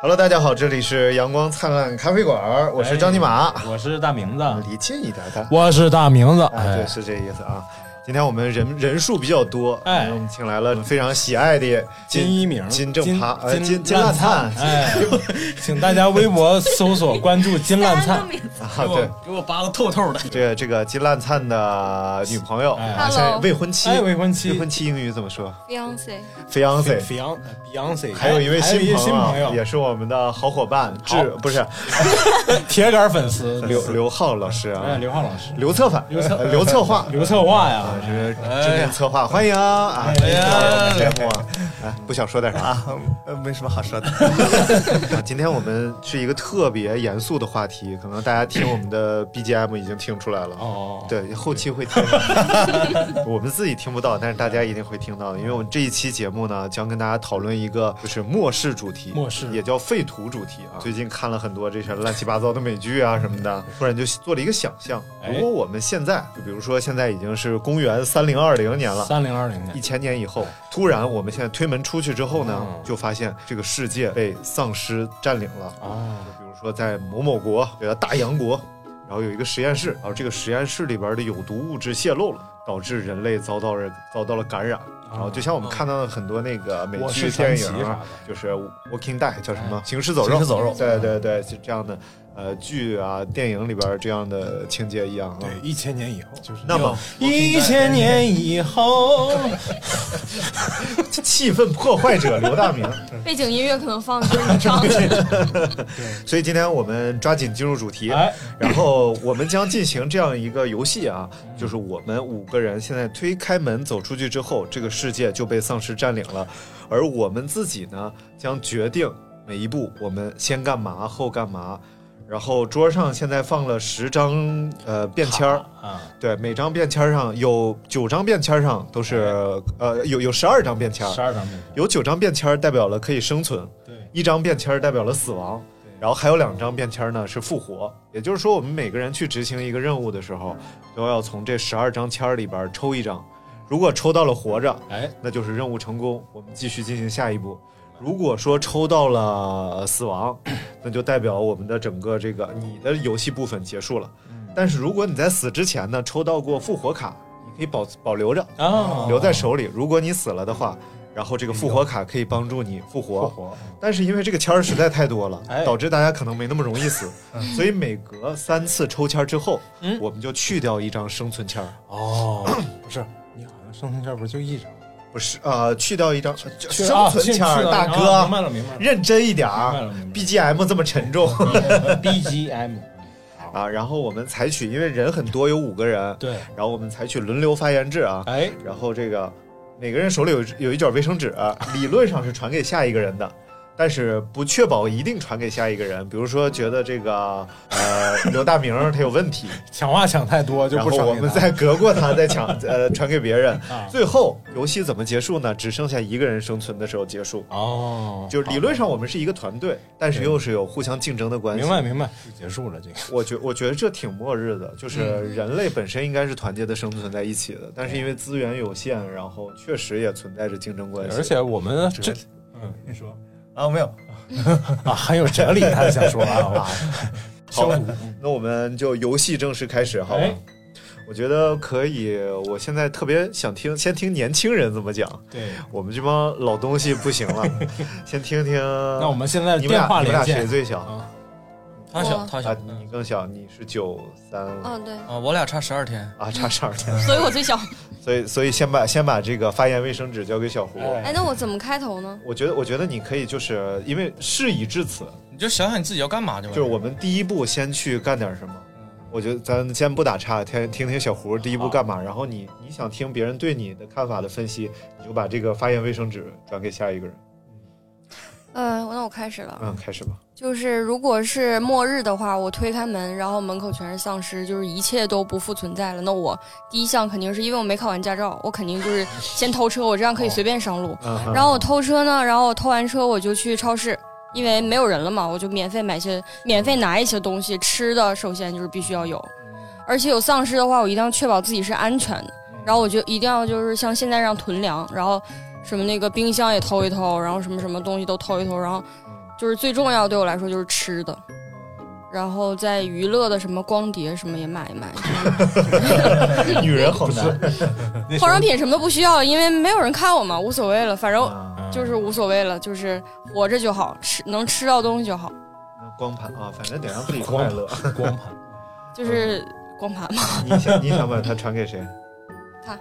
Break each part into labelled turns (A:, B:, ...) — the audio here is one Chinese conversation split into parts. A: Hello，大家好，这里是阳光灿烂咖啡馆，我是张尼玛，
B: 哎
A: 啊
C: 我是大明子，
A: 离近一点，他，
B: 我是大明子，
A: 啊，对，
B: 哎，
A: 是这意思啊。今天我们人人数比较多，
C: 哎
A: 我们请来了非常喜爱的
B: 金一鸣，
A: 金正趴，呃，金
B: 金
A: 烂灿
B: 灿，哎， 请大家微博搜索关注金烂灿，
A: 啊，对，
C: 给我扒拉透透的。
A: 这个这个金烂灿的女朋友，
B: 哎
A: 啊，现在未婚妻，
B: 哎，未婚妻，
A: 未婚妻英语怎么说
D: Beyonce，
A: ？fiance。
B: 菲昂 Beyonce，
A: 还有一位
B: 还有一
A: 新
B: 位新朋
A: 友，啊也
B: 友，
A: 是我们的好伙伴，
B: 好
A: 志不是
B: 哎铁杆粉丝
A: 刘
B: 刘
A: 刘浩老师
B: 哎
A: 啊，
B: 刘浩老师，
A: 刘策反，
B: 刘策
A: 呃刘策划，
B: 刘策划呀，
A: 是制片策划，欢迎啊！
B: 哎呀
A: 哎节目啊，哎不想说点啥？啊
E: 呃，没什么好 说的。
A: 今天我们是一个特别严肃的话题，可能大家听我们的 BGM 已经听出来了。
B: 哦，
A: 对，后期会 听，我们自己听不到，但是大家一定会听到的。因为我们这一期节目呢，将跟大家讨论一个就是末世主题，
B: 末世
A: 也叫废土主题啊。最近看了很多这些乱七八糟的美剧 啊什么的，突然就做了一个想象：
B: 哎
A: 如果我们现在，就比如说现在已经是公元三零二零年了，
B: 三零二零
A: 一
B: 年，
A: 千年以后，突然我们现在推门出去之后呢，
B: 嗯
A: 就发现这个世界被丧尸占领了
B: 哦
A: 就比如说在某某国，给它大洋国，然后有一个实验室，然后这个实验室里边的有毒物质泄漏了，导致人类遭到了遭到了感染。
B: 啊
A: 然后就像我们看到的很多那个美
B: 我
A: 剧
B: 是
A: 电
B: 传奇
A: 影
B: 啥
A: 啊，
B: 的，
A: 就是《Walking Dead》叫什么
B: 哦哎
A: 《行尸走肉》？
B: 行尸走肉
A: 对对对，就这样的呃剧啊、电影里边这样的情节一样啊。
B: 对，一千年以后就是
A: 那么
B: 一千年 以后，
A: 气氛破坏者刘大明。
D: 嗯背景音乐可能放的就是你唱 的。
A: 所以今天我们抓紧进入主题，
B: 哎，
A: 然后我们将进行这样一个游戏啊，就是我们五个人现在推开门走出去之后，这个世界就被丧尸占领了，而我们自己呢，将决定每一步我们先干嘛，后干嘛。然后桌上现在放了十张呃便签儿，
B: 啊，
A: 对，每张便签儿上有九张便签儿上都是呃有有十二张便签儿，
B: 哎十二张面
A: 有九张便签儿代表了可以生存，
B: 对，
A: 一张便签儿代表了死亡，然后还有两张便签儿呢是复活。也就是说，我们每个人去执行一个任务的时候，都要从这十二张签儿里边儿抽一张。如果抽到了活着，
B: 哎，
A: 那就是任务成功，我们继续进行下一步。如果说抽到了死亡， 那就代表我们的整个这个你的游戏部分结束了。但是如果你在死之前呢抽到过复活卡，你可以保保留着，
B: 啊，
A: 留在手里。如果你死了的话，然后这个复活卡可以帮助你复活。
B: 复活，
A: 但是因为这个签儿实在太多了，
B: 哎
A: 导致大家可能没那么容易死，所以每隔三次抽签儿之后，
B: 嗯
A: 我们就去掉一张生存签儿，
B: 哦，不是，你好像生存这不是就一张？
A: 不是呃，去掉一张呃就
B: 去
A: 生存签
B: 啊去
A: 儿，
B: 去
A: 大
B: 啊
A: 哥
B: 明白了，明白了
A: 认真一点
B: 明白
A: 儿
B: 了明白
A: ，BGM 这么沉重
B: 了。BGM，嗯
A: 啊。 然后我们采取，因为人很多，有五个人，
B: 对，
A: 然后我们采取轮流发言制啊，
B: 哎，
A: 然后这个每个人手里有有一卷卫生纸、 理论上是传给下一个人的。但是不确保一定传给下一个人，比如说觉得这个呃刘大明儿他有问题，
B: 抢话抢太多 就
A: 然
B: 不
A: 后
B: 爽。
A: 我们再隔过他，再抢呃传给别人。
B: 啊，
A: 最后游戏怎么结束呢？只剩下一个人生存的时候结束。
B: 哦，
A: 就理论上我们是一个团队，但是又是有互相竞争的关系。
B: 明白明白，就结束了这个。
A: 我觉我觉得这挺末日的，就是
B: 嗯
A: 人类本身应该是团结的生存在一起的，但是因为资源有限，然后确实也存在着竞争关系。
B: 而且我们这
E: 嗯，你说啊，没有，
B: 啊很有哲理，他想说 啊，
A: 好吧，那我们就游戏正式开始，好吧？
B: 哎
A: 我觉得可以，我现在特别想听，先听年轻人怎么讲。
B: 对。
A: 我们这帮老东西不行 了，先听听。
B: 那我们现在
A: 呃你们
B: 电
A: 俩
B: 话
A: 你们俩
B: 连
A: 谁
B: 线
A: 最小？
B: 啊，
C: 他小，他小
A: 啊，你更小，你是九三
D: 嗯，对，
C: 啊，我俩差十二天。
A: 啊，差十二天。
D: 所以我最小。
A: 所以，所以先把先把这个发言卫生纸交给小胡。
B: 哎
D: 哎，那我怎么开头呢？
A: 我觉得，我觉得你可以，就是因为事已至此，
E: 哎
C: 你就想想你自己要干嘛就完。
A: 就是我们第一步先去干点什么。我觉得咱先不打岔，听听听小胡第一步干嘛，然后你你想听别人对你的看法的分析，你就把这个发言卫生纸转给下一个人。
D: 呃，那我开始了。
A: 嗯，开始吧。
D: 就是如果是末日的话，我推开门，然后门口全是丧尸，就是一切都不复存在了。那我第一项肯定是因为我没考完驾照，我肯定就是先偷车，我这样可以随便上路。
A: 嗯
D: 然后我偷车呢，然后我偷完车我就去超市，因为没有人了嘛，我就免费买些免费拿一些东西吃的，首先就是必须要有，而且有丧尸的话，我一定要确保自己是安全的。然后我就一定要就是像现在嗯这样囤粮，然后什么那个冰箱也偷一偷，然后什么什么东西都偷一偷，然后就是最重要对我来说就是吃的，然后在娱乐的什么光碟什么也买一买，
A: 女人好难
B: 那时候
D: 化妆品什么都不需要，因为没有人看我嘛，无所谓了，反正
A: 啊。
B: 嗯
D: 就是无所谓了，就是活着就好，吃能吃到东西就好，
A: 那光盘啊，反正得让自己快乐。
B: 光盘，
D: 就是光盘嘛。
A: 你想你想把它传给谁？
D: 他。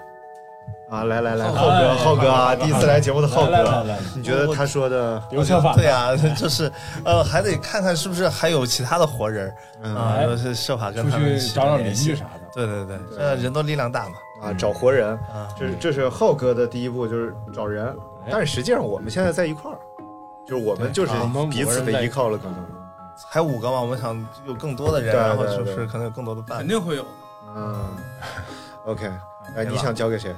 A: 啊，来来来，浩
F: 浩
A: 哥，
B: 哥
A: 浩哥啊，第一次来节目的浩
B: 来来来
A: 哥，
B: 来，
A: 你觉得他说的
B: 刘策反
E: 对啊， 就是呃，还得看看是不是还有其他的活人儿
A: 嗯
E: 啊，
B: 哎
E: 是设法跟
B: 出
E: 他们
B: 去
E: 一起
B: 找找邻
E: 联
B: 居
E: 系。
B: 啥的，
E: 对对对，
A: 对
E: 这人多力量大嘛
A: 啊找活人，
E: 啊，
A: 这是这是浩哥的第一步，就是找人。
B: 嗯哎
A: 但是实际上我们现在在一块儿，就是我们就是
E: 对啊
B: 我们五个
A: 彼此
B: 人在
A: 的
B: 一
A: 依
B: 块
A: 靠了，可能。
E: 才五个嘛，我们想有更多的人，
A: 对
E: 然后
A: 对
E: 就
A: 对
E: 是可能有更多的伴
F: 肯。定会有。
A: 嗯，OK，哎，
E: 对吧
A: 你想交给谁？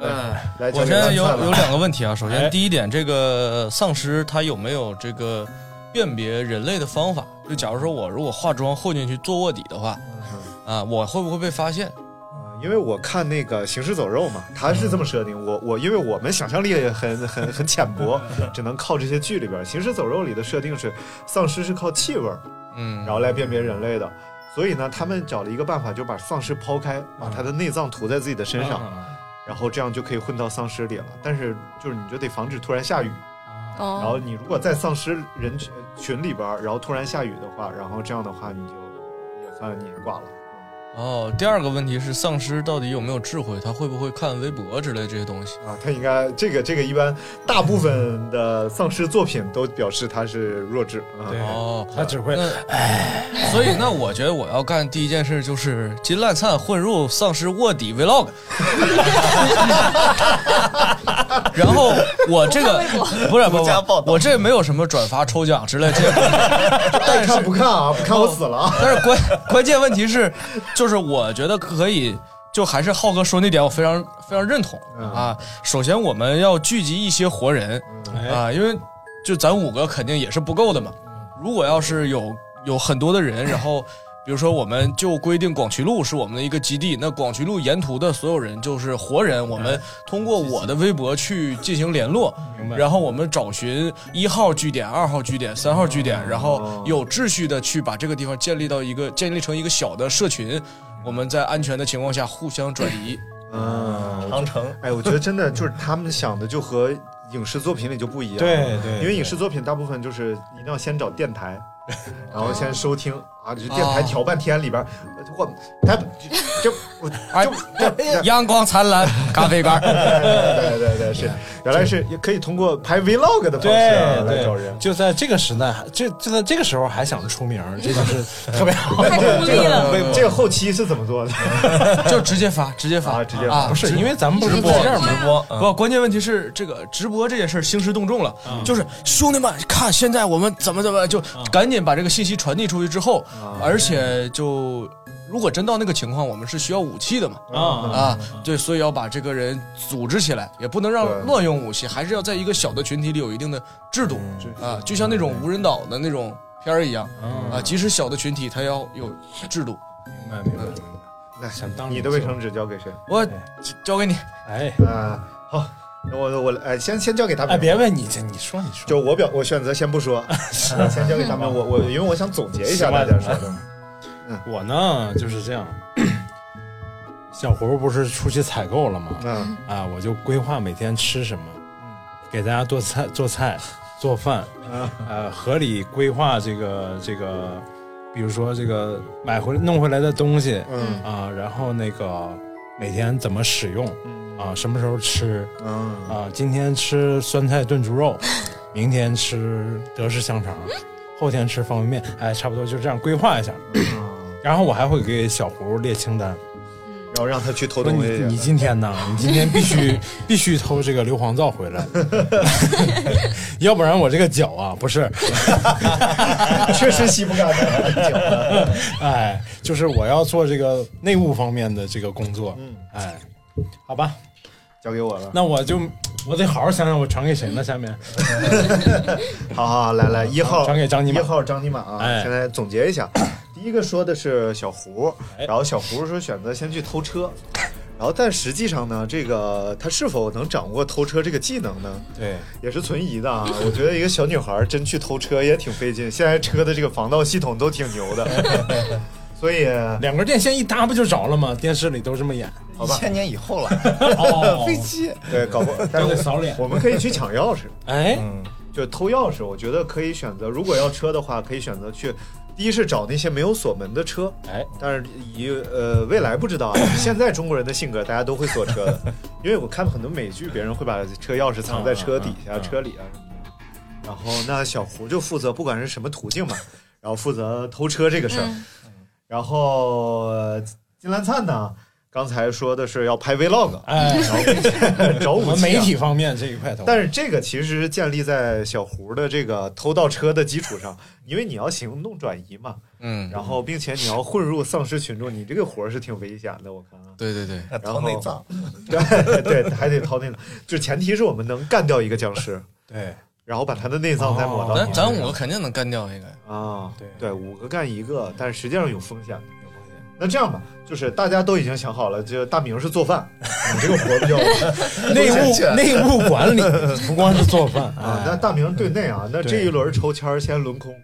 F: 嗯，
A: 来，交
F: 我
A: 给
F: 现在
A: 万
F: 有
A: 灿吧
F: 有两个问题啊，首
B: 哎
F: 先第一点，这个丧尸它有没有这个辨别人类的方法？就假如说我如果化妆混进去做卧底的话，啊，我会不会被发现？
A: 嗯因为我看那个《行尸走肉》嘛，他是这么设定。我我因为我们想象力很很很浅薄，只能靠这些剧里边儿。《行尸走肉》里的设定是丧尸是靠气味儿，
F: 嗯，
A: 然后来辨别人类的。所以呢，他们找了一个办法，就把丧尸抛开，
B: 嗯
A: 把它的内脏涂在自己的身上，然后这样就可以混到丧尸里了。但是就是你就得防止突然下雨，
B: 嗯
A: 然
D: 哦，
A: 后你如果在丧尸人群群里边儿，然后突然下雨的话，然后这样的话你就也算你挂了。
F: 哦，第二个问题是丧尸到底有没有智慧？它会不会看微博之类这些东西？
A: 啊，他应该这个这个一般大部分的丧尸作品都表示他是弱智啊。
B: 对
F: 哦，
B: 他只会
F: 那所以那我觉得我要干第一件事就是金烂灿混入丧尸卧底 vlog，然后我这个不是
E: 独
F: 不是
E: 家报道
F: 我这没有什么转发抽奖之类这 些东西，
A: 爱看不看啊？不看我死了啊！
F: 但是关关键问题是，就是我觉得可以。就还是浩哥说那点，我非常非常认同
A: 嗯
F: 啊。首先，我们要聚集一些活人，
B: 哎，嗯
F: 啊，因为就咱五个肯定也是不够的嘛。如果要是有有很多的人，然后比如说我们就规定广渠路是我们的一个基地，那广渠路沿途的所有人就是活人，我们通过我的微博去进行联络，
B: 哎明白。
F: 然后我们找寻一号据点、二号据点、三号据点，然
B: 哦
F: 后有秩序的去把这个地方建立到一个建立成一个小的社群，我们在安全的情况下互相转移。
A: 嗯，
E: 长城
A: 哎，我觉得真的就是他们想的就和影视作品里就不一样。
B: 对对，
A: 因为影视作品大部分就是一定要先找电 台，然后先收听啊，
B: 哦
A: 就电台调半天里边，呃我他就就我
F: 哎
A: 就 就对
F: 阳光灿烂，咖啡馆。
A: 对对对是，原来是也可以通过拍 vlog 的方式啊
B: 对
A: 来找
B: 对
A: 人，。
B: 就在这个时代，还这就在这个时候还想出名，这就是特别好。
D: 嗯太
A: 这
D: 功利了。
A: 个这个后期是怎么做的？
F: 就直接发，直接发，
A: 啊直接发
F: 啊，
B: 不是因为咱们不是
D: 直
B: 播
D: 播
B: 这儿吗？
E: 直播，嗯
F: 不，关键问题是这个直播这件事儿兴师动众了，
A: 嗯
F: 就是兄弟们，看现在我们怎么怎么，就赶紧把这个信息传递出去之后，
A: 嗯
B: 啊
F: 而且就如果真到那个情况，我们是需要武器的嘛，
A: 嗯
B: 啊，
F: 啊，对，所以要把这个人组织起来，也不能让
A: 对
F: 乱用武器，还是要在一个小的群体里有一定的制度
A: 嗯
F: 啊，就像那种无人岛的那种片儿一样啊，
A: 嗯
F: 即使小的群体，它要有制度。
B: 明白明白明白。想当
A: 你的卫生纸交给谁？
F: 我交给你，
B: 哎
A: 啊，好，那我我哎，先先交给他们。
B: 哎，别问你这，你说你说，
A: 就我表，我选择先不 说，先交给他们。我我因为我想总结一下
B: 行吧
A: 大家说的。嗯
B: 我呢就是这样。小胡不是出去采购了吗？
A: 嗯
B: 啊，我就规划每天吃什么， 给大家做菜、做 菜、做饭，
A: 嗯
B: 呃，合理规划这个这个，比如说这个买回弄回来的东西
A: 嗯
B: 啊，然后那个每天怎么使用啊，什么时候吃
A: 嗯
B: 啊，今天吃酸菜炖猪肉，明天吃德式香肠，后天吃方便面，哎，差不多就这样规划一下。然后我还会给小胡列清单，
A: 然后让他去偷
B: 说
A: 东
B: 你你
A: 西去。
B: 今天呢？你今天必须 必须偷这个硫磺皂回来， 要不然我这个脚啊不是，
A: 确实吸不干的，久了。
B: 哎，就是我要做这个内务方面的这个工作，
A: 嗯，
B: 哎，好吧，
A: 交给我了。
B: 那我就我得好好想想我传给谁呢？下面
A: 好好，好来来，一号
B: 传给嗯张尼
A: 一
B: 玛，
A: 号张尼玛啊，
B: 哎
A: 现在总 结一下，第一个说的是小胡，
B: 哎
A: 然后小胡说选择先去偷车，然后，但实际上呢，这个她是否能掌握偷车这个技能呢，
B: 对，
A: 也是存疑的啊。我觉得一个小女孩真去偷车也挺费劲，现在车的这个防盗系统都挺牛的， 所以
B: 两根电线一搭不就着了吗？电视里都这么演，
E: 一千年以后了，
B: 哦
E: 飞机。
A: 对搞不好，但
B: 都得
A: 是
B: 扫脸。
A: 我们可以去抢钥匙。
B: 哎，
E: 嗯，
A: 就偷钥匙，我觉得可以选择，如果要车的话，可以选择去，第一是找那些没有锁门的车，
B: 哎，
A: 但是以呃未来不知道啊，以现在中国人的性格，大家都会锁车的，因为我看很多美剧，别人会把车钥匙藏在车底下、
B: 嗯嗯嗯
A: 车里啊什么的，然后那小胡就负责不管是什么途径嘛，然后负责偷车这个事儿，
D: 嗯
A: 然后呃金兰灿呢，刚才说的是要拍 vlog，
B: 哎，
A: 找
B: 我
A: 武
B: 们
A: 器
B: 媒
A: 啊
B: 体方面这一块头，
A: 但是这个其实是建立在小胡的这个偷盗车的基础上，因为你要行动转移嘛，
C: 嗯，。
A: 然后并且你要混入丧尸群众，你这个活儿是挺危险的，我看啊
C: 对对对，
E: 那
A: 然
E: 掏
A: 后
E: 内脏，
A: 对对，还得掏内脏，就前提是我们能干掉一个僵尸，
B: 对
A: 然后把他的内脏再抹到你
B: 哦
A: 身
C: 咱咱
A: 上。
C: 五个肯定能干掉一个。
A: 啊，
B: 对
A: 对，五个干一个，但是实际上有风险的。那这样吧，就是大家都已经想好了，就大明是做饭，你这个活儿比较
B: 内
E: 都
B: 务
E: 欠
B: 内务管理 不光是做饭
A: 啊
B: 哎。
A: 那大明对内啊，那这
B: 对
A: 一轮抽签儿先轮空，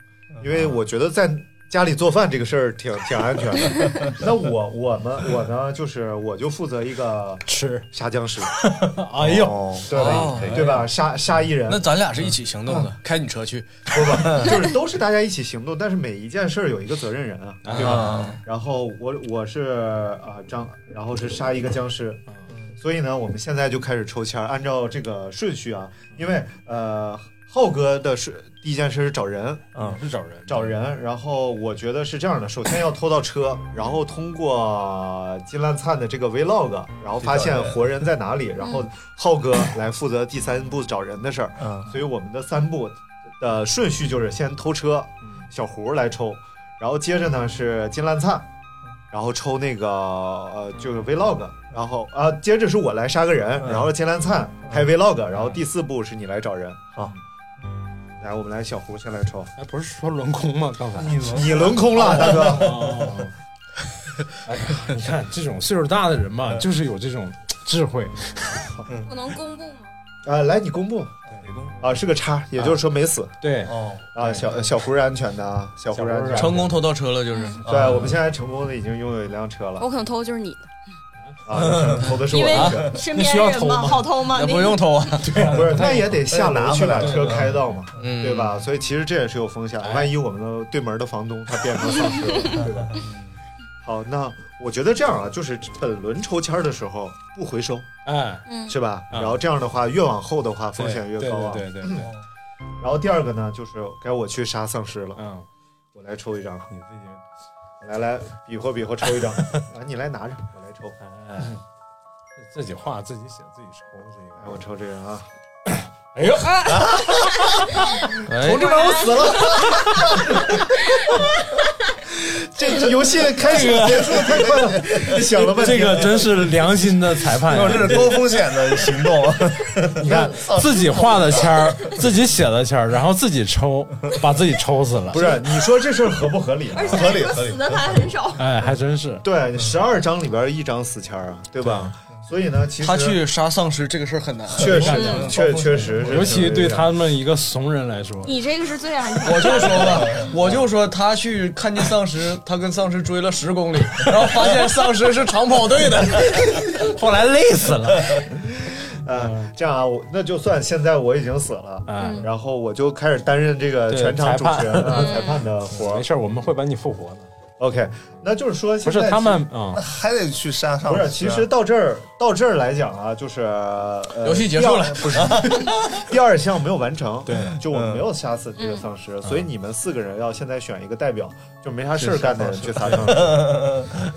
A: 因为我觉得在家里做饭这个事儿挺挺安全的。那我我们我呢，就是我就负责一个
B: 吃，
A: 杀僵尸，
B: 哎呦，
A: 对吧？
C: 哦
A: 对吧？杀杀一人
C: 那，咱俩是一起行动
A: 嗯
C: 的，开你车去
A: 不不，就是都是大家一起行动，但是每一件事儿有一个责任人啊，对吧？
C: 啊！
A: 然后我我是啊、张，然后是杀一个僵尸。所以呢，我们现在就开始抽签儿，按照这个顺序啊，因为呃，浩哥的是第一件事是找人，
E: 嗯，
B: 哦是找人
A: 找人，然后我觉得是这样的：首先要偷到车，然后通过金烂灿的这个 vlog，然后发现活人在哪里，然后浩哥来负责第三步找人的事儿。
E: 嗯，
A: 所以我们的三步的顺序就是先偷车，
E: 嗯
A: 小胡来抽，然后接着呢是金烂灿，
E: 嗯
A: 然后抽那个呃就是 vlog，然后啊、接着是我来杀个人，
E: 嗯
A: 然后金烂灿拍 vlog，然后第四步是你来找人。
E: 好，
A: 来我们来小胡先来抽。
B: 哎，不是说轮空吗？刚才。
A: 你轮空了，大哥。
B: 哦， 哎呀，你看这种岁数大的人嘛，就是有这种智慧。
D: 我能公布吗？
A: 啊，来你公布啊，是个叉，也就是说没死
B: 对，
E: 哦，
A: 啊。小小胡是安全的啊，小胡是安全啊
B: 小胡
A: 的。
C: 成功偷到车了，就是
A: 对，我们现在成功的已经拥有一辆车了
D: 我可能偷的就是你的，
A: 啊，投的是我的 车，
D: 身
B: 那
D: 边
B: 需要
D: 人
B: 偷
D: 嘛，
B: 吗
D: 好偷吗？
C: 那
D: 你
C: 不用偷 啊，
A: 不是，那也得下楼去把车开到嘛，
C: 嗯，
A: 对？吧？所以其实这也是有风险，的，万一我们的对门的房东他变成丧尸了，对 吧？好，那我觉得这样啊，就是本轮抽签儿的时候不回收，
B: 哎，
D: 嗯，
A: 是吧？
B: 嗯
A: 然后这样的话，越往后的话风险越
B: 对
A: 高啊。
B: 对对对对，
A: 然后第二个呢，就是该我去杀丧尸了，
B: 嗯，
A: 我来抽一张。
B: 你自己，
A: 来来，比划比划，抽一张啊！你来拿着，我来抽。
B: 哎，自己画自己写自己抽这
A: 来，
B: 个。
A: 我抽这个啊！
B: 哎呦，
C: 哎，
A: 志们，我死了！这这游戏开始结束太快了，想了半
B: 这
A: 天。
B: 个真是良心的裁 判呀，
E: 这是高风险的行动，
B: 你 看
E: 哦
B: 自己画的签儿， 自己写的签儿，然后自己抽，把自己抽死了
A: 不。是你说这事儿合不合理啊？
D: 而且
E: 合理
D: 说
E: 合理
D: 死的还很少，
B: 哎，还真是。
A: 对，十二张里边一张死签儿啊，对吧？所以呢，其实
C: 他去杀丧尸这个事儿很 难。
A: 确实确确实是，
B: 尤其对他们一个怂人来
E: 嗯
B: 说，
D: 你这个是最安 全的。
C: 我就说吧，我就说他去看见丧尸，他跟丧尸追了十公里，然后发现丧尸是长跑队的，
B: 后来累死了。嗯
A: 呃，这样啊，我那就算现在我已经死了，
B: 哎，
A: 然后我就开始担任这个
B: 对
A: 全场主
B: 裁判嗯
A: 持人啊、裁判的活
B: 没
A: 儿。
B: 事儿，我们会把你复活的。
A: OK，那就是说
B: 不
A: 现在
B: 是他们啊，
E: 还得去杀上。
A: 不是，其实到这儿到这儿来讲啊，就是、呃、
C: 游戏结束了
A: 第二不是第二项没有完成，
B: 对嗯
A: 就我们没有杀死这个丧尸，所以你们四个人要现在选一个代表，就没啥事儿干的人去杀丧 尸。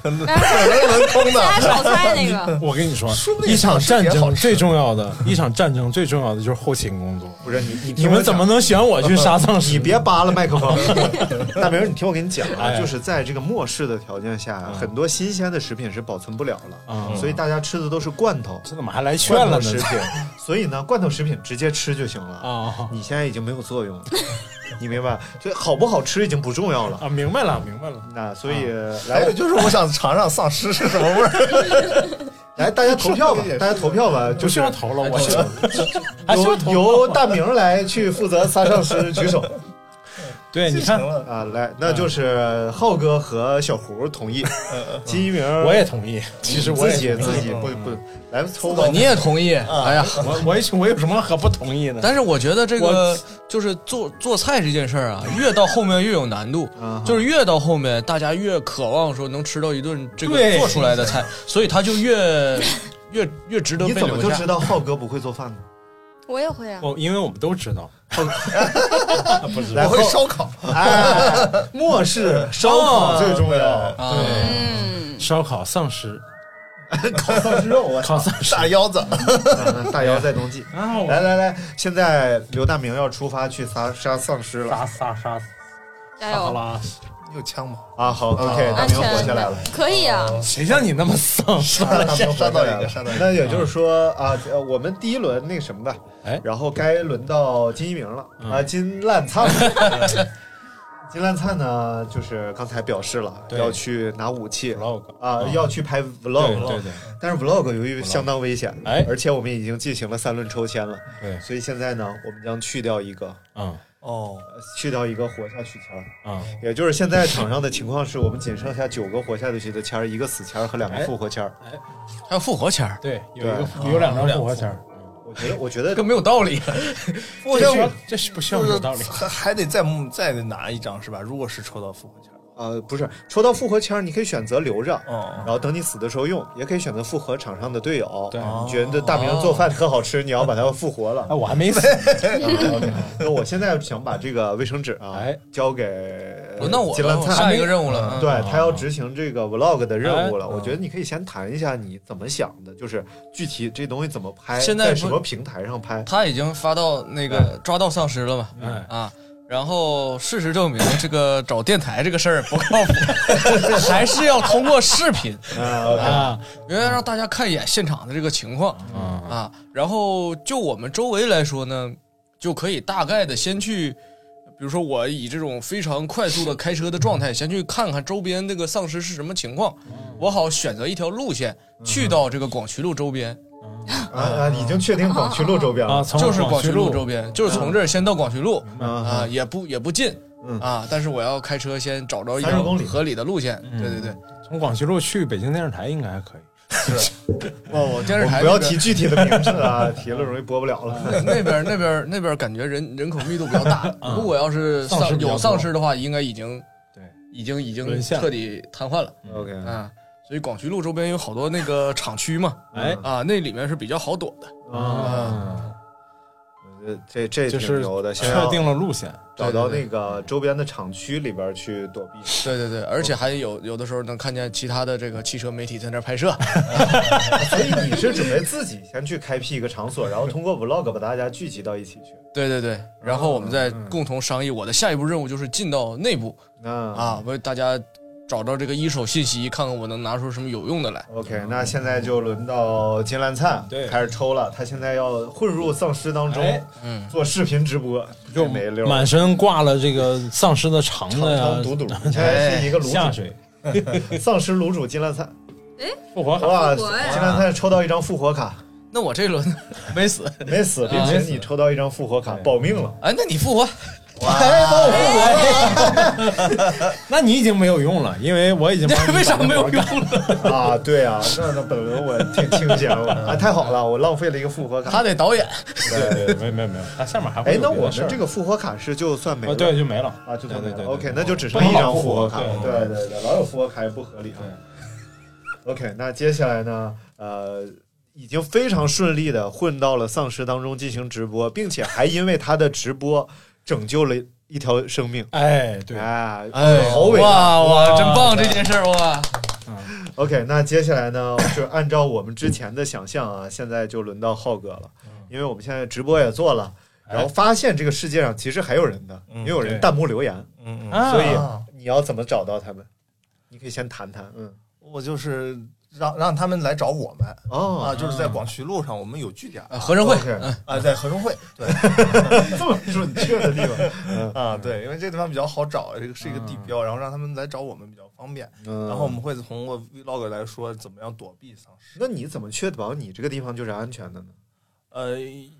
D: 但是
E: 轮空的，
D: 大家炒菜那个，
B: 嗯我跟你说，
E: 说不定
B: 一场战
E: 也好
B: 争
E: 吃
B: 最重要的， 一场战争最重要的就是后勤工作。
A: 不是你你
B: 你
A: 听我
B: 们怎么
A: 讲？
B: 能选我去杀丧尸？
A: 你别扒拉麦克 风， 大明儿，你听我给你讲啊，
B: 哎嗯
A: 就是在这个末世的条件下，很多新鲜的食品是保存不了了，
B: 啊！
A: 所以大家吃的都是罐头，
B: 这怎么还来劝
A: 罐
B: 了
A: 头食
B: 呢？
A: 品， 所以呢，罐头食品直接吃就行了。
B: 啊
A: 你现在已经没有作用了， 你明白？所以好不好吃已经不重要了。
B: 啊！明白了，明白了。
A: 那所以、
E: 还
A: 来
E: 有就是，我想尝尝丧尸是什么味儿。
A: 来，大家投
B: 哎
A: 票吧，大家投票吧，
B: 不
A: 就
B: 需
A: 是
B: 要投了，我觉得哎 还需要
A: 由
B: 投
A: 由大明来去负责仨上师举 手
B: 对，你
E: 继承
B: 看，
E: 了，
A: 啊，来，那就是浩哥和小胡同意，金一鸣
B: 嗯我也同意。其实我
A: 自
B: 也嗯
A: 己
B: 同
A: 自
B: 意
A: 己不不来抽吧
F: 哇，，你也同意？
A: 嗯
F: 哎呀，
B: 我我有我有什么可不同意呢？
F: 但是我觉得这个就是做做菜这件事儿啊，越到后面越有难度，
A: 啊
F: 就是越到后面大家越渴望说能吃到一顿这个
B: 对
F: 做出来的 菜，所以它就越越越值得
A: 你
F: 被
A: 怎么
F: 留
A: 就
F: 下
A: 知。道浩哥不会做饭呢？
D: 我也会啊。
B: 我哦因为我们都知 道，不知
A: 来
E: 我
A: 后
E: 会烧烤，
A: 哎，末世烧烤
B: 哦
A: 最重要，
F: 啊，
D: 嗯，
B: 烧烤丧尸，
A: 烤丧尸肉啊！
B: 烤丧尸
E: 大腰子，
A: 大姚在冬 季，
B: 啊！我
A: 来来来，现在刘大明要出发去杀杀丧尸了
B: 杀杀杀死
D: 加
B: 好
D: 油，
B: 啦！
E: 你有枪 吗？
A: 啊！好，OK，大
D: 安
A: 明
D: 全
A: 活下来了。
D: 可以啊。
B: 谁像你那么 丧？
A: 啊大明活
E: 杀
A: 下
E: 到
A: 来
E: 一
A: 了
E: 个，杀到一个。
A: 那也就是说啊，呃我们第一轮那什么吧，
B: 哎
A: 然后该轮到金一鸣了
B: 嗯
A: 啊，金烂灿了。金烂灿呢，就是刚才表示了
B: 对
A: 要去拿武器
B: vlog，
A: 啊，要去拍
B: 对
A: vlog，
B: 对对
A: 但是 vlog 由于相当危险，
B: 哎
A: 而且我们已经进行了三轮抽签了，
B: 对，
A: 所以现在呢，我们将去掉一个，
B: 嗯
E: 哦，
A: 去掉一个活下去签儿，
B: 嗯，
A: 也就是现在场上的情况是我们仅剩下九个活下去的签儿，一个死签儿和两个
B: 哎
A: 复活签儿。
F: 还有复活签儿，
B: 对，有
A: 对
B: 一个有两张复活签儿，
A: 我觉得，我觉得
F: 更没有道 理。
E: 我
B: 这
E: 要
B: 需要这是不需要
E: 就
B: 有
E: 是
B: 道理。
E: 还还得再再拿一张是吧？如果是抽到复活签，
A: 呃，不是抽到复活签儿，你可以选择留着，
F: 嗯
A: 然
E: 哦，
A: 后等你死的时候用，也可以选择复活场上的队友。
B: 对
A: 你觉得大明做饭特好吃，你要把他复活了
F: 哦
B: 啊，。我还没死，
A: 那我现在想把这个卫生纸啊
B: 哎
A: 交给呃
F: 哦那我
A: 金兰灿，
F: 下一个任务了，嗯
A: 对
B: 啊
A: 他要执行这个 vlog 的任务了。
B: 哎
A: 我觉得你可以先谈一下你怎么想的，就是具体这东西怎么拍，
F: 现在不
A: 什么平台上 拍。
F: 他已经发到那个抓到丧尸了嘛，
B: 嗯，
F: 啊，然后事实证明，这个找电台这个事儿不靠谱， 还是要通过视频，
A: 啊，
B: 啊
F: 因为让大家看一眼现场的这个情况
B: 啊，
F: 啊。然后就我们周围来说呢，就可以大概的先去。比如说，我以这种非常快速的开车的状态，先去看看周边这个丧尸是什么情况，
A: 嗯
F: 我好选择一条路线去到这个广渠路周边，
A: 啊啊！已经确定广渠路周边
B: 啊，
A: 了。
B: 从
F: 就是
B: 广
F: 广
B: 渠
F: 渠路周
A: 嗯
F: 边，就是从这儿先到广渠路
A: 啊
F: 啊，也不也不近
A: 嗯
F: 啊，但是我要开车先找着一
A: 30
F: 条
A: 公里嗯
F: 合理的路线。对对对，
B: 从广渠路去北京电视台应该还可以。
F: 我我电
A: 嗯
F: 视
A: 我们
F: 台
A: 不要
F: 那边
A: 提具体的名字啊，提了容易播不了 了。
F: 那边那边那边感觉人人口密度比较 大，如果要是
B: 丧尸
F: 啊丧
B: 比较
F: 有
B: 多
F: 丧尸的话，应该已经
B: 对
F: 已经已经
B: 沦陷了
F: 彻底瘫痪了
A: OK，
F: 啊。所以广渠路周边有好多那个厂区嘛，
B: 哎
F: 啊，那里面是比较好躲的。
B: 啊，
A: 呃这这
B: 就
A: 挺
B: 是
A: 牛的，现在
B: 确定了路线，
A: 找到
F: 对对
A: 那个周边的厂区里边去躲避。
F: 对对对，而且还有有的时候能看见其他的这个汽车媒体在那儿拍摄，
A: 所以你是准备自己先去开辟一个场所，然后通过 vlog 把大家聚集到一起去。
F: 对对对，然后我们再嗯共同商议。我的下一步任务就是进到内部
A: 那
F: 啊，为大家找到这个一手信息，看看我能拿出什么有用的来。
A: OK，那现在就轮到金兰灿
B: 对
A: 开始抽了，他现在要混入丧尸当中，
B: 哎
F: 嗯，
A: 做视频直播，
B: 就
A: 没溜儿，
B: 满身挂了这个丧尸的肠子
A: 长长
B: 呀，
A: 堵堵，现在是一个
B: 下
A: 卤
B: 水
A: 煮丧尸卤煮金兰灿，
B: 复活好，
A: 哇，
D: 复
A: 金
D: 活呀
A: 兰灿抽到一张复活卡，
F: 那我这轮 没死，
A: 没死，并
B: 啊
A: 且你抽到一张复活卡，保命了。
F: 哎，那你复活，
B: 那你已经没有用了，因为我已经帮你
F: 为啥没有
B: 把
F: 用了？
A: 啊，对啊，那那本轮我挺清醒 了
B: 嗯
A: 啊，太好了，我浪费了一个复
B: 啊
A: 活卡
F: 他。得导演，
B: 对对，没有没有没有，它下面还会
A: 哎
B: 有，
A: 那
B: 别的
A: 我
B: 事
A: 们
B: 儿
A: 这个复活卡是就算没
B: 啊
A: 了，
B: 对就没了
A: 啊，就算没
B: 对对
A: 了。
B: 对
A: OK，
B: 对
A: 那就只
B: 不
A: 剩
B: 能
A: 一张
B: 老复
A: 复活
B: 活
A: 卡。
B: 对
A: 对对对，老有复活卡也不合理啊。OK，那接下来呢？呃，已经非常顺利的混到了丧尸当中进行直播，并且还因为他的直播拯救了一条生命。
B: 哎对，
A: 哎，
F: 哎，
A: 好伟大！
F: 哇哇，
C: 啊
B: 哇
F: 真棒这件事儿哇！
A: OK，那接下来呢，就按照我们之前的想象啊，现在就轮到浩哥了，因为我们现在直播也做了，然后发现这个世界上其实还有人的，
E: 嗯
A: 也有人
B: 对
A: 弹幕留言，
E: 嗯嗯，
B: 啊
A: 所以你要怎么找到他们？你可以先谈谈，嗯，
E: 我就是让让他们来找我们啊，
A: 哦，
E: 就是在广渠路上，我们有据点
C: 呃合生汇
A: OK
E: 啊，在合生汇，对
A: 这么准确的地 方，
E: 啊，对，因啊为这地方比较好找，这个是一个地标，然后让他们来找我们比较方便。
A: 嗯
E: 然后我们会通过 vlog 来说怎么样躲避丧尸。
A: 嗯那你怎么确保你这个地方就是安全的呢？
E: 呃，因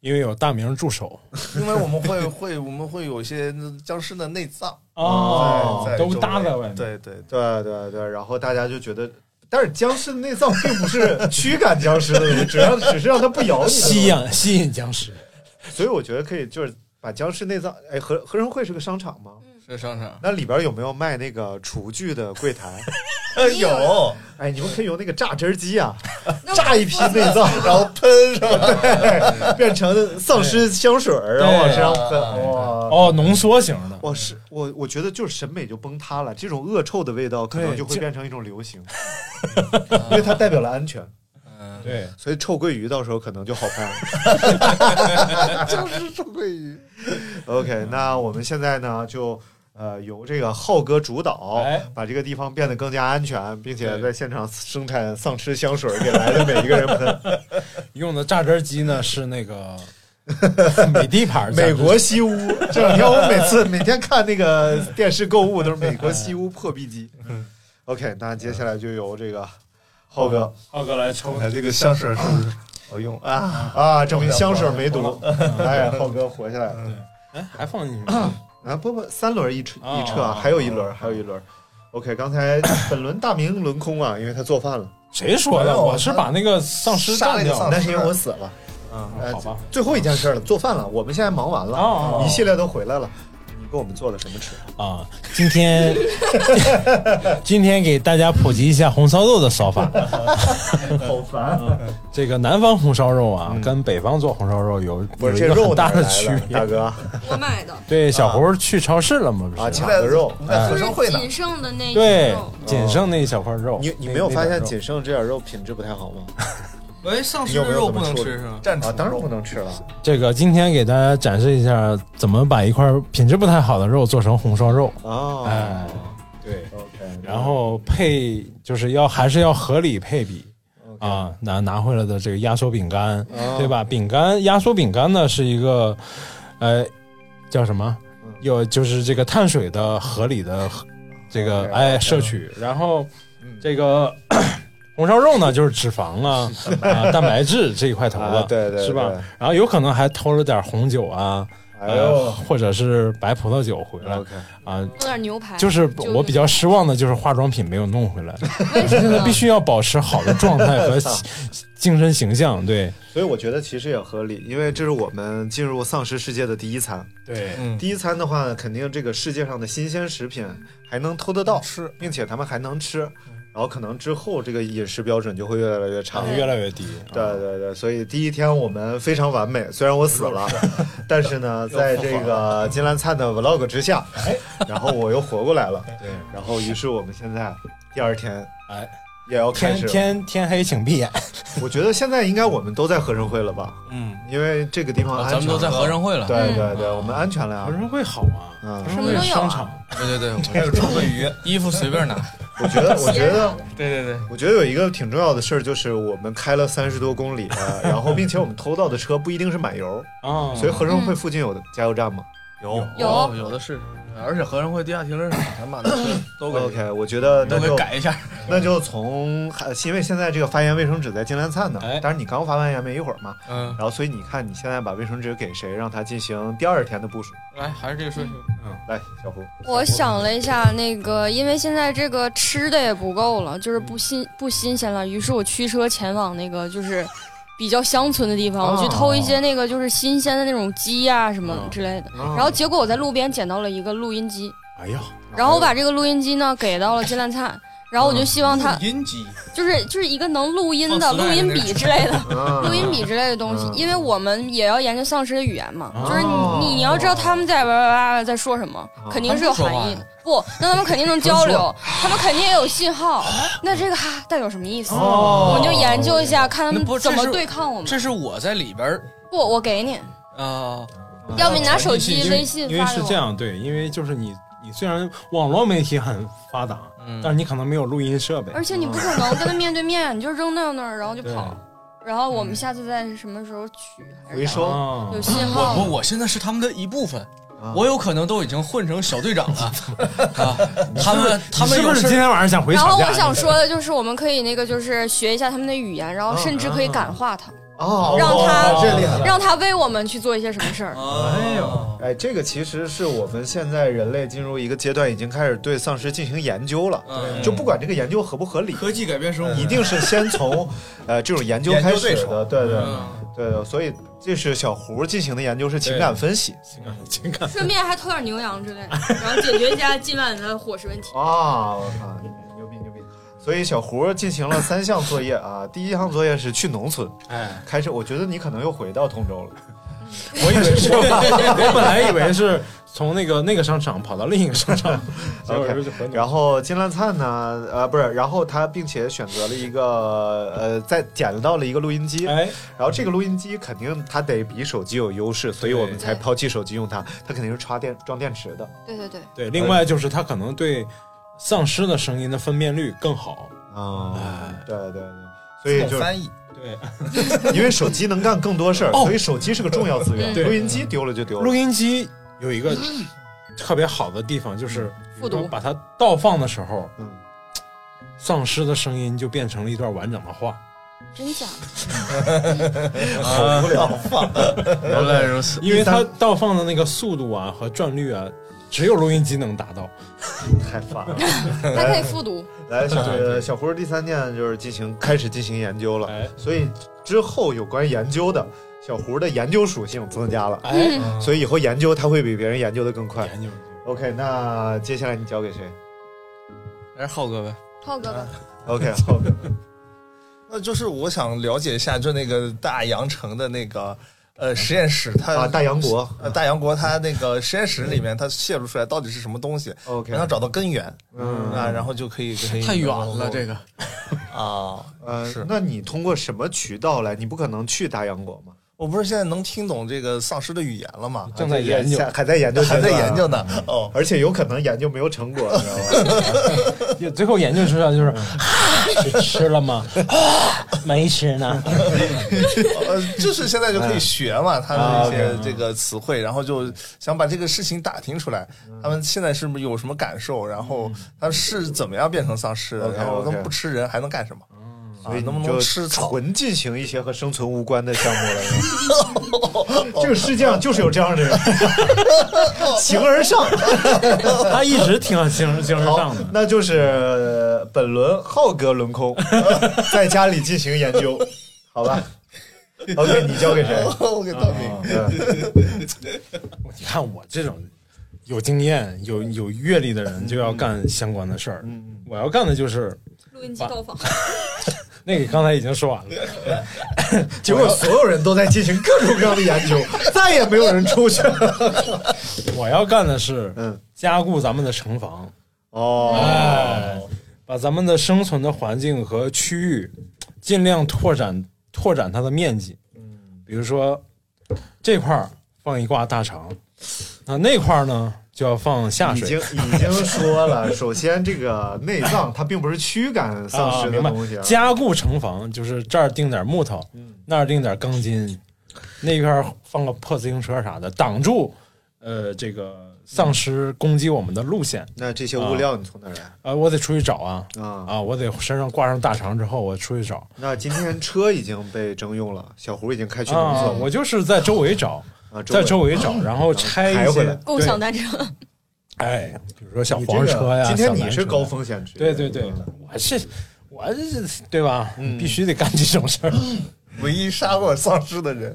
B: 因为有大明驻守
E: 为我们会会我们会有一些僵尸的内脏，
A: 哦
E: 在在
B: 都
E: 周围
B: 搭在外面。
E: 对对
A: 对对对，然后大家就觉得，但是僵尸的内脏并不是驱赶僵尸的东西，只让只是让它不咬你，
B: 吸。引吸引僵尸，
A: 所以我觉得可以就是把僵尸内脏，哎，合合生汇是个商场吗？
D: 嗯
C: 是商场。
A: 那里边有没有卖那个厨具的柜 台？
E: 呃有，
A: 哎，你们可以用那个榨汁机啊，
D: 那我
A: 榨一批内 脏，
E: 然后喷上
A: 变成丧尸香水儿，然后往身上喷，哇！
B: 哦，浓缩型的，
A: 我是我，我觉得就是审美就崩塌了。这种恶臭的味道可能
B: 对
A: 就会
B: 这
A: 变成一种流 行，因为它代表了安全，
C: 嗯，
B: 对，
A: 所以臭鳜鱼到时候可能就好办了。
E: 就是臭鳜鱼。
A: OK，那我们现在呢，就呃由这个浩哥主导，
B: 哎
A: 把这个地方变得更加安全，并且在现场生产丧尸香水给来的每一个人喷。
B: 用的榨汁机呢是那个美的牌儿榨 汁
A: 美
B: 机，
A: 国西 屋，这两天我每次每天看那个电视购物都是美国西屋破壁机。OK，那接下来就由这个嗯浩哥
B: 浩哥来抽
E: 哎，这个香水是不是好用啊？
A: 啊，证明香水没毒。哎，浩哥活下来了。
B: 哎，还放进去
A: 啊，不不，三轮一车一车啊，
B: 哦
A: 还有一轮，还有一轮。OK，刚才本轮大明轮空啊，因为他做饭了。
B: 谁说
E: 没
B: 的？
E: 有
B: 我是把那个丧尸
E: 杀了
B: 干
E: 一个
B: 掉
E: 丧
B: 了。
A: 那是因为我死了。呃
B: 嗯好吧，
A: 最后一件事了，做饭了。我们现在忙完了，
B: 哦哦
A: 一系列都回来了。你给我们做了什么吃？
B: 啊，今天 今天给大家普及一下红烧肉的烧法。
A: 好烦、
B: 这个南方红烧肉啊，跟北方做红烧肉有
A: 嗯不
B: 有
A: 是
B: 一
A: 这
B: 个
A: 肉
B: 很
A: 哪
B: 大
A: 儿
B: 的
A: 来
B: 区
A: 的，啊大
B: 别。
A: 哥。
D: 我买的，
B: 对，小胡去超市了嘛？不
A: 啊
B: 是
A: 抢
E: 我们在
A: 个肉
E: 我们在
D: 就
E: 合
D: 是
E: 生汇呢。
D: 仅剩的那一
B: 对
D: 肉，
B: 仅剩那一小块肉。
A: 你你
B: 那
A: 没有发现
B: 那点
A: 仅剩这点肉品质不太好吗？
C: 喂，丧
A: 你
C: 尸
A: 有没
C: 哎的
A: 有
C: 肉
A: 怎么
C: 不能
A: 处理
C: 吃是吗？
E: 站
A: 啊，
E: 出
A: 当然不能吃了。
B: 肉这个今天给大家展示一下怎么把一块品质不太好的肉做成红烧肉。
A: 哦，
B: 哎，对，
A: OK，
B: 然后配就是要还是要合理配比。啊，拿拿回来的这个压缩饼干，
A: 哦啊
B: 对吧？饼干压缩饼干呢是一个，呃，叫什么
A: 嗯？
B: 有就是这个碳水的合理的这个
A: OK，
B: 哎摄取，然后
A: 嗯
B: 这个 红烧 肉呢就是脂肪啊啊蛋白质这一块头
A: 啊
B: 子，
A: 对对
B: 是吧
A: 对？
B: 然后有可能还偷了点红酒啊，
A: 哎
B: 呃
A: 呦
B: 或者是白葡萄酒回来
A: ，OK，
B: 啊，
D: 有点牛排。
B: 就是我比较失望的就是化妆品没有弄回来，
D: 为什
B: 现在
D: 么
B: 必？须要保持好的状态 和精神形象，对
A: 所以我觉得其实也合理，因为这是我们进入丧尸世界的第一餐。
B: 对
E: 嗯，
A: 第一餐的话呢，肯定这个世界上的新鲜食品还能偷得到，
E: 吃
A: 并且他们还能吃。然后可能之后这个饮食标准就会越来越差。
B: 嗯越来越低。啊
A: 对对对，所以第一天我们非常完美，虽然我死了， 但是呢，在这个金兰灿的 vlog 之下，然后我又活过来了。
B: 哎对，
A: 然后于是我们现在第二天
B: 哎，
A: 也要开
B: 天
A: 始了。
B: 天天黑请闭眼。
A: 我觉得现在应该我们都在合生汇了吧？
C: 嗯，
A: 因为这个地方
C: 啊
A: 安
C: 咱们
A: 全
C: 都在
A: 了
C: 合生汇了。
A: 对
D: 嗯
A: 对对，我们安全了呀
B: 合。生汇好
A: 嗯
B: 啊，合生汇有商场，
C: 对对对，
E: 还有
C: 我
E: 臭鳜鱼，
C: 衣服随便拿。
A: 我觉得，我觉得。
C: 对对对，
A: 我觉得有一个挺重要的事儿，就是我们开了三十多公里，呃然后并且我们偷到的车不一定是满油，
B: 啊，
A: 所以合生汇附近有的加油站吗？
E: 有
D: 有
C: 哦有的是，而且合生汇地下停车场咱把那车都给
A: OK，我觉得那
C: 都给
A: 就
C: 改一下。
A: 那就从，呃因为现在这个发言卫生纸在金兰灿呢
B: 哎，
A: 但是你刚发完言没一会儿嘛，
C: 嗯，
A: 然后所以你看你现在把卫生纸给谁，让他进行第二天的部署。
C: 来还是这个顺序。
A: 来，小胡，
D: 我想了一下，那个因为现在这个吃的也不够了，就是不新不新鲜了，于是我驱车前往那个就是比较乡村的地方，
A: 哦
D: 我去偷一些那个就是新鲜的那种鸡呀、什么之类的。
A: 然
D: 然后结果我在路边捡到了一个录音机，
B: 哎呀，
D: 然后我把这个录音机呢给到了金烂灿，然后我就希望
F: 嗯
D: 他
C: 音机，
D: 就是就是一个能录音的
C: 放
D: 录
C: slide
D: 音笔之类的，录
A: 录
D: 音笔之类的东西
A: 嗯，
D: 因为我们也要研究丧尸的语言嘛，
B: 哦
D: 就是你你要知道他们在哇哇哇哇在说什么，肯定是有含义的。不，那他们肯定能交流，他们肯定也有信号。那这个哈代表什么意思？我就研究一下，看他
C: 那不
D: 们
C: 是这
D: 怎么
C: 是
D: 对抗我们。
C: 这是我在里边儿
D: 不，我给你，
C: 啊，
D: 要不你拿手机
C: 因
D: 微信
B: 因为
D: 发
B: 是
D: 给
B: 这
D: 我。
B: 样，对，因为就是你你你虽然网络媒体很发达，
C: 嗯
B: 但是你可能没有录音设备。
D: 而且你不可能跟他面对面，你就扔到那儿，然后就
B: 对
D: 跑。然后我们下次在什么时候取？还是
A: 回收
B: 啊
D: 有信
C: 我
D: 号
C: 我？我现在是他们的一部分，
A: 啊
C: 我有可能都已经混成小队长了啊！他们他们
B: 你是
C: 有
B: 不是今
C: 事
B: 天晚上想回
D: 然
B: 吵
D: 后
B: 架？
D: 我想说的就是，我们可以那个就是学一下他们的语言，然后甚至可以感化他，
A: 哦，
D: 让他
A: 哦这厉害。
D: 让他为我们去做一些什么事儿。
C: 哎呦，
A: 哎，这个其实是我们现在人类进入一个阶段，已经开始对丧尸进行研究了。
C: 嗯
A: 就不管这个研究合不合理，
F: 科技改变生活，
A: 一定是先从呃这种研究
E: 研究
A: 开始
E: 对手
A: 的。对对
F: 嗯
A: 对对，所以这是小胡进行的研究是情感分析
B: 情感
D: 顺便还偷点牛羊之类的，然后解决一下今晚的伙食问题。
A: 啊！我靠，牛逼牛逼！所以小胡进行了三项作业啊，第一项作业是去农村，
B: 哎，
A: 开始我觉得你可能又回到通州了。
B: 我以为 是，我本来以为是从那个那个商场跑到另一个商场，结果 就是回农
A: 然后金兰灿呢，呃，不是，然后他并且选择了一个呃，在捡到了一个录音机，
B: 哎，
A: 然后这个录音机肯定它得比手机有优势，所以我们才抛弃手机用它，它肯定是插电装电池的
D: 对对对，
B: 对，另外就是他可能对丧尸的声音的分辨率更好。
A: 啊
B: 哎，
A: 对对对。所
E: 自
A: 以
E: 动
A: 就
E: 翻译，
B: 对，
A: 因为手机能干更多事儿，
C: 哦
A: 所以手机是个重要资源。
D: 对
A: 录音机丢了就丢
B: 录
A: 了。
B: 音机有一个特别好的地方，就是
D: 复读
B: 把它倒放的时候，
A: 嗯，
B: 丧尸的声音就变成了一段完整的话。
D: 真假？
A: 好无聊。
C: 原来如此，
B: 因为它倒放的那个速度啊和转率啊，只有录音机能达到。
A: 太烦了。
D: 还可以复读。
A: 来，小小胡第三件就是进行开始进行研究了，
B: 哎
A: 所以之后有关研究的小胡的研究属性增加了，
B: 哎，
A: 所以以后研究他会比别人研究的更快。
B: 研究
A: OK，那接下来你交给谁
C: 还是浩哥呗。
D: 浩哥吧，
A: ？OK，好，
E: 那就是我想了解一下，就那个大洋城的那个呃实验室，它
A: 啊，大洋国
E: 呃大洋国它那个实验室里面它泄露出来到底是什么东西，
A: ，OK，
E: 让它找到根源
A: 嗯
E: 啊，然后就可以可以
C: 太远了，这个
E: 啊，
A: 呃
E: 是，
A: 那你通过什么渠道来？你不可能去大洋国嘛？
E: 我不是现在能听懂这个丧尸的语言了吗？
B: 正在研究，
A: 还在研究，
E: 还在研究，呢，哦，
A: 而且有可能研究没有成果，你知道 吗？
B: 就最后研究出来就是， 去吃了 吗？没吃 呢。
E: 呃，就是现在就可以学嘛，他
A: 啊
E: 们
A: ，OK，
E: 那些这个词汇，然后就想把这个事情打听出来，
A: 嗯
E: 他们现在是不是有什么感受，然后他们是怎么样变成丧尸的，
A: OK，
E: 然后他
A: OK 嗯
E: 们不吃人还能干什么？啊
A: 所以，
E: 能不
A: 你
E: 能
A: 就
E: 吃草？
A: 纯进行一些和生存无关的项目了。 这个世界上就是有这样的人，形而上。
B: 他一直挺想形形式
A: 好
B: 上的，。
A: 那就是呃本轮浩哥轮空， 在家里进行研究，好吧？OK，你交给谁？
E: 我给道明，
A: 嗯
B: 你看我这种有经验、有有阅历的人，就要干相关的事儿。
A: 嗯
B: 我要干的就是
D: 录音机到访。
B: 那个，刚才已经说完了。
A: 结果所有人都在进行各种各样的研 究，再也没有人出去了。
B: 我要干的是
A: 嗯，
B: 加固咱们的城防，哎
A: 哦，
B: 把咱们的生存的环境和区域尽量拓展拓展它的面积。
A: 嗯
B: 比如说这块儿放一挂大肠，那那块儿呢就要放下
A: 已经
B: 水。
A: 已经说了，首先这个内脏它并不是驱赶丧
B: 啊
A: 尸的
B: 明白
A: 东西啊。
B: 加固城防就是这儿钉点木头，
A: 嗯
B: 那儿钉点钢筋，那边儿放个破自行车啥的，挡住呃这个丧尸攻击我们的路线。
A: 那这些物料你从哪儿来
B: 呃，我得出去找啊
A: 啊？
B: 啊！我得身上挂上大肠之后，我出去找。
A: 那今天车已经被征用了，小胡已经开去农
B: 啊，
A: 村了
B: 我就是在周围找，
A: 啊，
B: 在周
A: 围
B: 围找，然后拆
A: 抬
B: 一
A: 回
B: 些
A: 来
D: 共享单车，
B: 哎，比如说小
A: 你这
B: 黄车呀，
A: 个今天
B: 小
A: 你
B: 蓝
A: 是
B: 车
A: 高，嗯风险区，
B: 对对对，我是我是对吧？
A: 嗯
B: 必须得干这种事儿，
E: 唯一杀过丧尸的 人，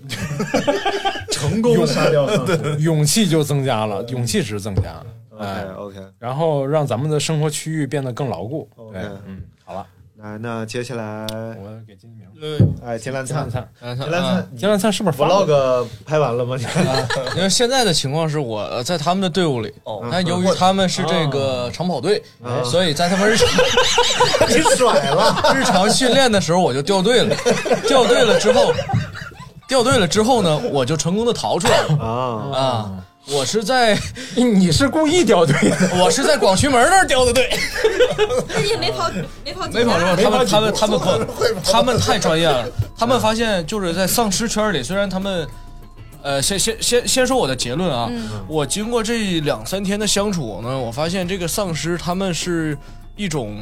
A: 成功杀掉丧尸。
B: 勇气就增加了，勇气值增加，哎
A: OK，OK
B: 然后让咱们的生活区域变得更牢固。
A: 哦 OK
B: 对，嗯，好了，
A: 来，那接下来
B: 我给金明
C: 呃，
A: 哎，金兰
B: 金灿
A: 灿，
B: 灿，
A: 金兰
C: 嗯
A: 灿
B: 金灿灿是不是发了
A: vlog 拍完了吗？你 看
C: 因为现在的情况是我呃在他们的队伍里，
E: 哦
C: 但由于他们是这个长跑队，
F: 哦
C: 所以在他们日常
A: 你甩了，
C: 日常训练的时候我就掉队了，掉队了之后，掉队了之后呢，我就成功的逃出来了
F: 哦
A: 啊
C: 啊。
F: 我是在
B: 你是故意掉队的，
F: 我是在广渠门那儿掉的队，
D: 也没跑，没跑，
F: 没跑多少。他们他们他们跑，他 们太专业了。他们发现就是在丧尸圈里，虽然他们，呃，先先先先说我的结论啊，
D: 嗯
F: 我经过这两三天的相处呢，我发现这个丧尸他们是一种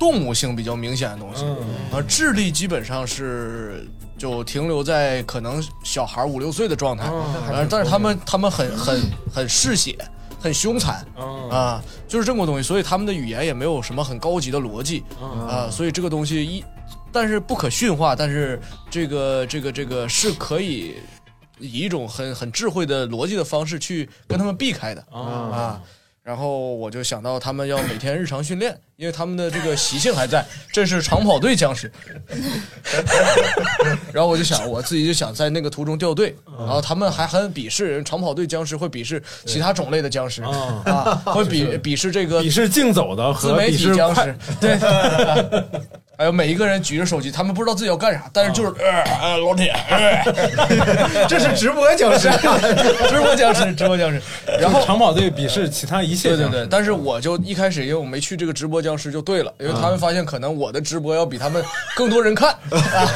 F: 动物性比较明显的东西，
B: 嗯
A: 嗯
F: 而智力基本上是。就停留在可能小孩五六岁的状态，
B: 嗯
F: 呃但是他们他们很很很嗜血，很凶残，
B: 嗯
F: 啊，就是这么个东西，所以他们的语言也没有什么很高级的逻辑，
B: 嗯
F: 啊，所以这个东西一，但是不可驯化，但是这个这个这个是可以以一种很很智慧的逻辑的方式去跟他们避开的啊。然后我就想到他们要每天日常训练，因为他们的这个习性还在，这是长跑队僵尸。 然后我就想，我自己就想在那个途中掉队，然后他们还很鄙视长跑队僵尸，会鄙视其他种类的僵尸
B: 嗯
F: 啊，会鄙鄙视这个
B: 你是竞走的
F: 自
B: 和
F: 媒
B: 你
F: 体
B: 是
F: 僵
B: 快
F: 尸，对， 还有每一个人举着手机，他们不知道自己要干啥，但是就是呃呃老铁， 呃 这是直播僵 尸，直播僵尸， 直播僵尸，然后。
B: 长跑队鄙视其他一切
F: 对对
B: 僵尸
F: 对，但是我就一开始，因为我没去这个直播僵尸就对了，因为他们发现可能我的直播要比他们更多人 看啊，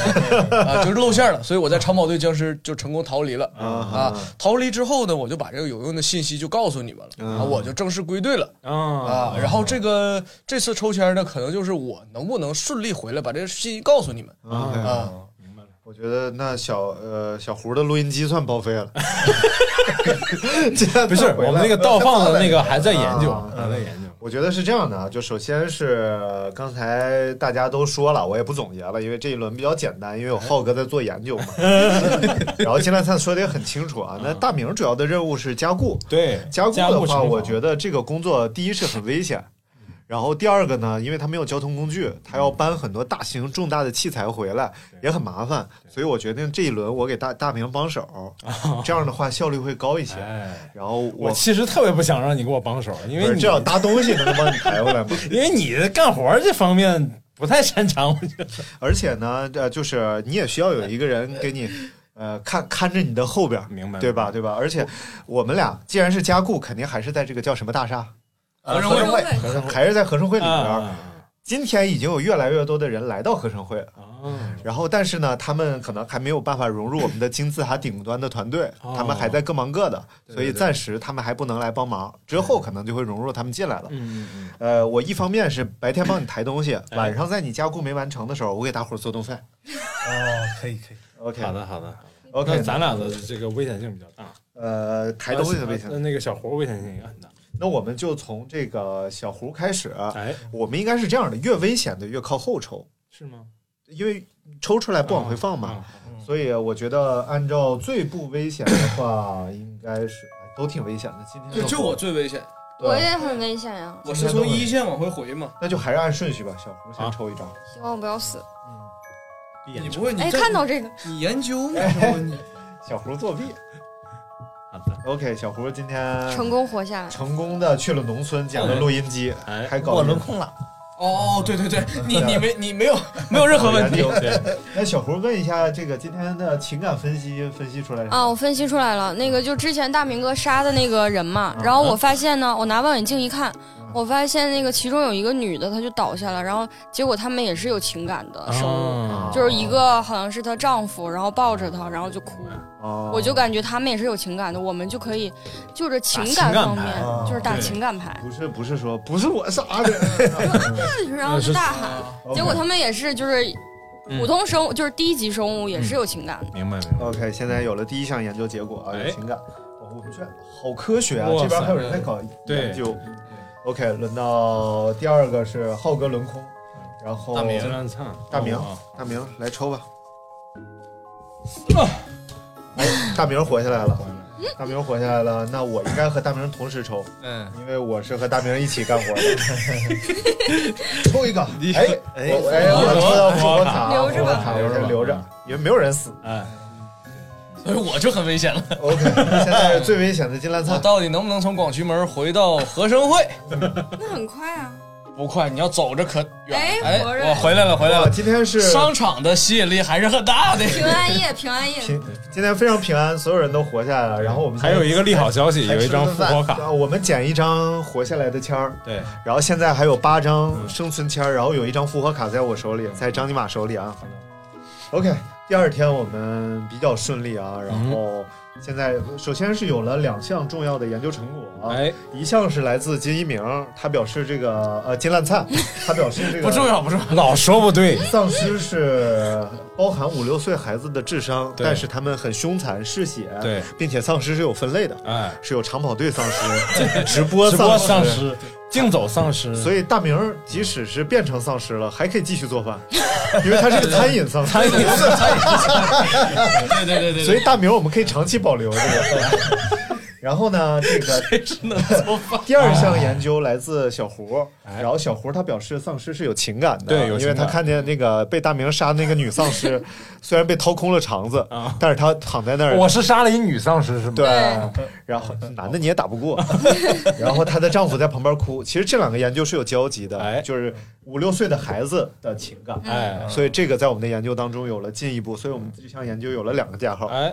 F: 啊，就是露馅了，所以我在长跑队僵尸就成功逃离了啊。逃离之后呢，我就把这个有用的信息就告诉你们了，啊，我就正式归队了。
B: 啊，
F: 啊，然后这个这次抽签呢，可能就是我能不能顺利回来，把这个信息告诉你们啊。
A: 我觉得那小呃小胡的录音机算报废 了，这样
B: 不是我们那个倒放的那个还在研究，
A: 啊
B: 还在研究。
A: 我觉得是这样的啊，就首先是呃刚才大家都说了，我也不总结了，因为这一轮比较简单，因为有浩哥在做研 究嘛。然后金兰灿说的也很清楚啊，那大明主要的任务是加固，
B: 对，
A: 加固的
B: 城
A: 话，
B: 堡
A: 我觉得这个工作第一是很危险，然后第二个呢，因为他没有交通工具，他要搬很多大型重大的器材回来，也很麻烦，所以我决定这一轮我给大大明帮手，这样的话效率会高一些。
B: 哦哎，
A: 然后
B: 我
A: 我
B: 其实特别不想让你给我帮手，因
A: 不
B: 为
A: 是
B: 你
A: 这要搭东西能帮你抬回来吗？
B: 因为你干活这方面不太擅长，我觉得。
A: 而且呢，呃，就是你也需要有一个人给你，呃，看看着你的后边儿，
B: 明白
A: 对吧？对吧？而且我们俩既然是加固，肯定还是在这个叫什么大厦，
E: 合
F: 合
E: 生会
A: 还是在合生会里边儿。
B: 啊
A: 今天已经有越来越多的人来到合生会了，
B: 嗯
A: 然后但是呢，他们可能还没有办法融入我们的金字塔顶端的团队，
B: 哦
A: 他们还在各忙各的，所以暂时他们还不能来帮忙，之后可能就会融入他们进来了。
B: 嗯嗯
A: 呃，我一方面是白天帮你抬东西，晚上在你加固没完成的时候，我给大伙儿做顿饭。
E: 哦，可以可以，
A: OK，
B: 嗯，好的好的。
A: OK，
B: 那咱俩的这个危险性比较大，
A: 呃，抬东西的危
B: 啊
A: 险。
B: 那那个小活危险性也很大。
A: 那我们就从这个小胡开始，啊
B: 哎，
A: 我们应该是这样的：越危险的越靠后抽，
B: 是吗？
A: 因为抽出来不往回放嘛。
B: 啊？
E: 嗯
A: 所以我觉得按照最不危险的话，应该是哎都挺危险的。今天
F: 就就我最危险，
A: 对
D: 我也很危险呀、
F: 我是从一线往回回嘛。
A: 那就还是按顺序吧。小胡先
B: 啊
A: 抽一张，
D: 希望我不要死。
B: 闭
F: 你
B: 眼
F: 不会你
D: 哎，
F: 这嗯
D: 看到这个，
F: 你研究吗？什么你
A: 小胡作弊。
B: 好的。
A: OK，小胡今天
D: 成功活下来。
A: 成功的去了农村，捡了录音机，
B: 哎，
A: 还搞
E: 我
A: 了
E: 轮空了，
F: 哦哦，对对对，你你没你没有没有任何问题。
B: 对，
A: 那小胡问一下，这个今天的情感分析分析出来是
D: 啊，我分析出来了，那个就之前大明哥杀的那个人嘛
A: 嗯，
D: 然后我发现呢，我拿望远镜一看，我发现那个其中有一个女的，她就倒下了，然后结果他们也是有情感的生物，
B: 啊
D: 就是一个好像是她丈夫，然后抱着她，然后就哭，
A: 哦
D: 啊我就感觉他们也是有情感的，我们就可以就着情
B: 打情
D: 感
B: 感
D: 方面
B: 牌
A: 啊
D: 就是打
B: 对
D: 情感牌，
A: 不是不是说不是我杀的，
D: 然后
B: 那是
D: 就大 喊，
A: 啊
D: 结果他们也是就是
B: 嗯
D: 普通生物，就是低级生物也是有情感的。
B: 明白明白。
A: OK，现在有了第一项研究结果啊，
B: 哎
A: 有情感。哦，我们这好科学啊！
B: 哇
A: 这
B: 塞
A: 边还有人在搞研究。OK，轮到第二个是浩哥轮空，然后
F: 大明
B: 金兰灿，
A: 大明
B: 哦
A: 大明来抽吧。哎，大明活下来了，大明活下来了。那我应该和大明同时抽，
B: 哦
F: 嗯，
A: 因为我是和大明一起干活的。抽一个，哎
E: 哎
A: 我哎，我抽到复活卡，
D: 留着
A: 复
D: 吧
A: 活卡我这留着，因为没有人死。
B: 哎，
F: 所以我就很危险了。
A: OK，现在最危险的金兰
F: 我
A: 灿，
F: 到底能不能从广渠门回到合生汇？
D: 那很快啊，
C: 不快，你要走着可远。
D: 哎
C: 哎，
D: 活着
C: 我回来了，回来
A: 哇，
C: 了。
A: 今天是
C: 商场的吸引力还是很大的。
D: 平安夜，平安夜，
A: 平，今天非常平安，所有人都活下来了。然后我们
B: 还有一个利好消息，
A: 还
B: 有一张
A: 吃了
B: 复
A: 顿饭
B: 活卡，
A: 啊我们捡一张活下来的签儿，
B: 对，
A: 然后现在还有八张生存签儿，然后有一张复活卡在我手里，在张尼玛手里啊。OK，第二天我们比较顺利啊，然
B: 嗯
A: 后现在首先是有了两项重要的研究成果，啊
B: 哎，
A: 一项是来自金一鸣，他表示这个呃金烂灿，他表示这个
C: 不重要，不重要。
B: 老说不对，
A: 丧尸是包含五六岁孩子的智商，
B: 对
A: 但是他们很凶残嗜血，
B: 对，
A: 并且丧尸是有分类的，
B: 哎，
A: 是有长跑队丧尸、直播
B: 直播丧
A: 尸。
B: 尸，竞走丧尸，
A: 所以大明儿即使是变成丧尸了，还可以继续做饭，因为他是个餐饮丧尸。
C: 对对 对对对对，
A: 所以大明儿我们可以长期保留这个。 然后呢，这个
C: 真的做饭。
A: 第二项研究来自小胡，
B: 哎
A: 然后小胡他表示丧尸是有情感的，
B: 对有
A: 因
B: 情
A: 为
B: 感
A: 他看见那个被大明杀那个女丧 尸，虽然被掏空了肠子
B: 啊，
A: 但是他躺在那儿，
B: 我是杀了一女丧尸是吗？
A: 对
D: 对，
A: 然后男的你也打不 过，然后她的丈夫在旁边哭。其实这两个研究是有交集的，
B: 哎
A: 就是五六岁的孩子的情感，
B: 哎
A: 所以这个在我们的研究当中有了进一步，所以我们这项研究有了两个加号。
B: 哎，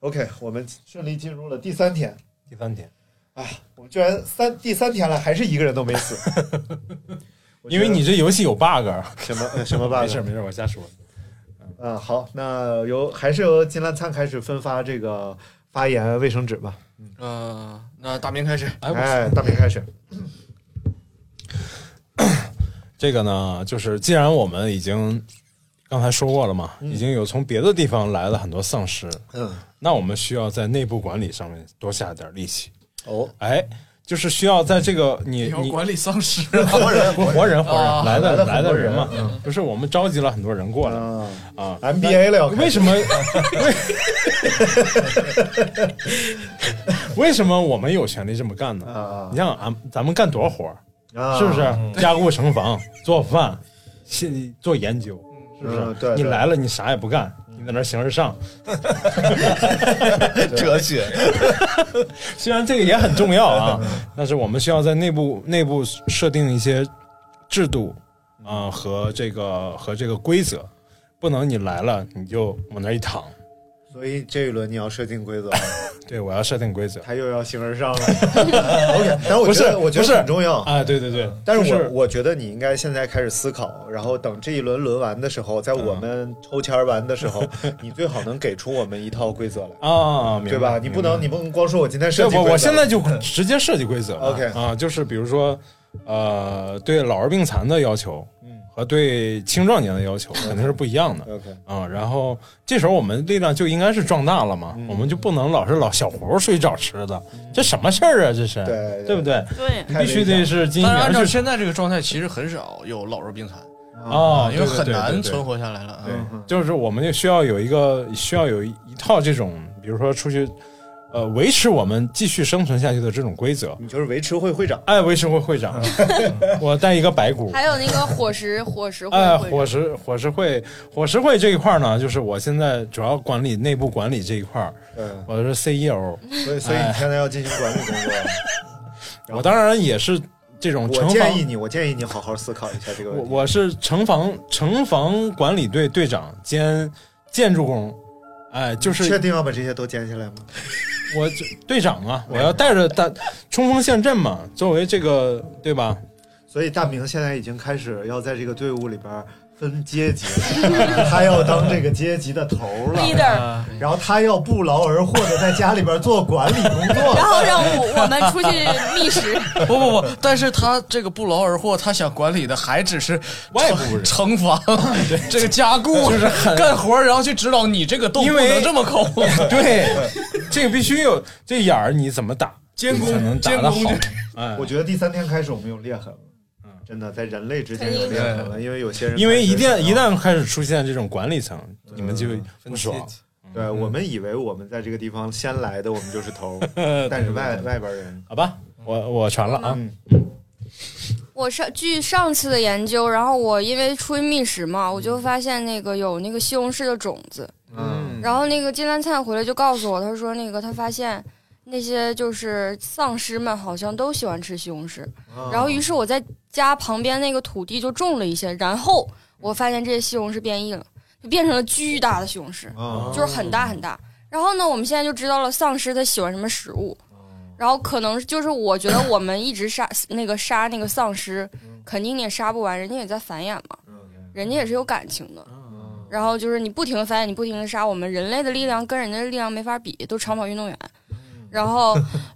A: OK，我们顺利进入了第三天。
B: 第三天，
A: 我们居然三第三天了，还是一个人都没 死。我觉
B: 因
A: 得
B: 为你这游戏有 bug，
A: 什么呃什么 bug？
B: 没事没事，我瞎说。
A: 嗯，好，那由还是由金兰灿开始分发这个发言卫生纸吧。
C: 嗯，
B: 呃
C: 那大明开始。
B: 哎，我
A: 哎，大明开始。
B: 这个呢，就是既然我们已经刚才说过了嘛，已经有从别的地方来了很多丧尸，
A: 嗯，
B: 那我们需要在内部管理上面多下点力气。
A: 哦，
B: 哎，就是需要在这个你
C: 你要
B: 你
C: 管理丧尸，
B: 活人活人活人
C: 啊
B: 来的
A: 来了很
B: 来
A: 多
B: 的人
A: 人
B: 嘛，不是我们召集了很多人过来
A: 嗯
B: 啊。
A: ，MBA 了要开
B: 为
A: 始，
B: 什么？ 为为什么我们有权利这么干呢？
A: 啊
B: 你像俺咱们干多少活儿？
A: 啊
B: 是不是？？加固城防、做饭、现做研究，是不是？
A: 嗯对
B: 你
A: 对
B: 来了，你啥也不干，你在那儿形 而上。
E: 哲学，
B: 虽然这个也很重要啊，
A: 嗯
B: 但是我们需要在内部内部设定一些制度啊、和这个和这个规则，不能你来了你就往那儿一躺。
A: 所以这一轮你要设定规则，
B: 对，我要设定规则
A: 他又要形而 上了。OK，但是我觉得
B: 不是
A: 我觉
B: 不是
A: 得很重要。
B: 啊！对对对，
A: 哦但是
B: 就
A: 我、我觉得你应该现在开始思考，然后等这一轮轮完的时候，在我们抽签儿完的时 候，你最好能给出我们一套规则来，
B: 啊，明白
A: 对吧？你不能，你不能光说我今天设计
B: 对，
A: 规则
B: 我我现在就直接设计规则
A: OK
B: 啊，就是比如说，呃，对老儿病残的要求，
A: 嗯
B: 和对青壮年的要求肯定是不一样的
A: OK，
B: 啊、然后这时候我们力量就应该是壮大了嘛，我们就不能老是老小胡睡找吃的，这什么事儿啊？这是
A: 对
B: 对不对？
D: 对，
A: 太
B: 必须
A: 理
B: 得
A: 想
B: 是金
C: 但是按照
B: 元去
C: 现在这个状态，其实很少有老弱病残
B: 啊，
C: 因为很
B: 对
C: 难。
B: 对对对
C: 存活下来了。
A: 对
C: 嗯，
B: 就是我们就需要有一个需要有一一套这种，比如说出去，呃，维持我们继续生存下去的这种规则。
A: 你就是维持会会长，
B: 哎，维持会会长， 我带一个白骨。
D: 还有那个伙食，伙食
B: 哎，
D: 会
B: 伙食伙食会伙食会这一块儿呢，就是我现在主要管理内部管理这一块儿，
A: 嗯，
B: 我是 E CEO，
A: 所以所以
B: 哎
A: 你现在要进行管理工作。然后
B: 我当然也是这种
A: 我
B: 城
A: 建
B: 防
A: 议，你，我建议你好好思考一下这个
B: 我
A: 问题。
B: 我是城防城防管理队队长兼建筑工，哎，就
A: 确
B: 是
A: 定要把这些都剪下来吗？
B: 我这队长啊，我要带着大冲锋陷阵嘛，作为这个对吧？
A: 所以大明现在已经开始要在这个队伍里边分阶级， 他要当这个阶级的头了，
D: leader，
A: 然后他要不劳而获的在家里边做管理工
D: 然
A: 作。
D: 后让我我们出去觅食，
C: 不 不不，但是他这个不劳而获，他想管理的还只是
B: 外部人
C: 城 防， 这个加固
B: 就是很
C: 干活儿，然后去指导你这个洞
B: 因
C: 不
B: 为
C: 能这么 抠，
B: 对，这个必须有这眼儿，你怎么打
C: 监
B: 才能
C: 工
B: 打
C: 监
B: 得
C: 工
B: 好
C: 就。
B: 哎
A: 我觉得第三天开始我们有裂痕了。真的，在人类之间有裂痕了，因为有些人，
B: 因为一旦一旦开始出现这种管理层，你们就不
E: 分
B: 爽
E: 阶。级
A: 对我们以为我们在这个地方先来的，我们就是头，但是外外边人，
B: 好吧，我我传了啊，
A: 嗯
D: 我上据上次的研究，然后我因为出于觅食嘛，我就发现那个有那个西红柿的种子，
A: 嗯
D: 然后那个金兰灿回来就告诉我，他说那个他发现那些就是丧尸们好像都喜欢吃西红柿，
A: 啊
D: 然后于是我在家旁边那个土地就种了一些，然后我发现这些西红柿变异了，就变成了巨大的西红柿，
A: 啊
D: 就是很大很大。然后呢，我们现在就知道了丧尸它喜欢什么食物，然后可能就是我觉得我们一直杀那个杀那个丧尸，肯定你也杀不完，人家也在繁衍嘛，
A: 嗯
D: 人家也是有感情的。然后就是你不停的繁衍，你不停的杀，我们人类的力量跟人家的力量没法比，都长跑运动员。然后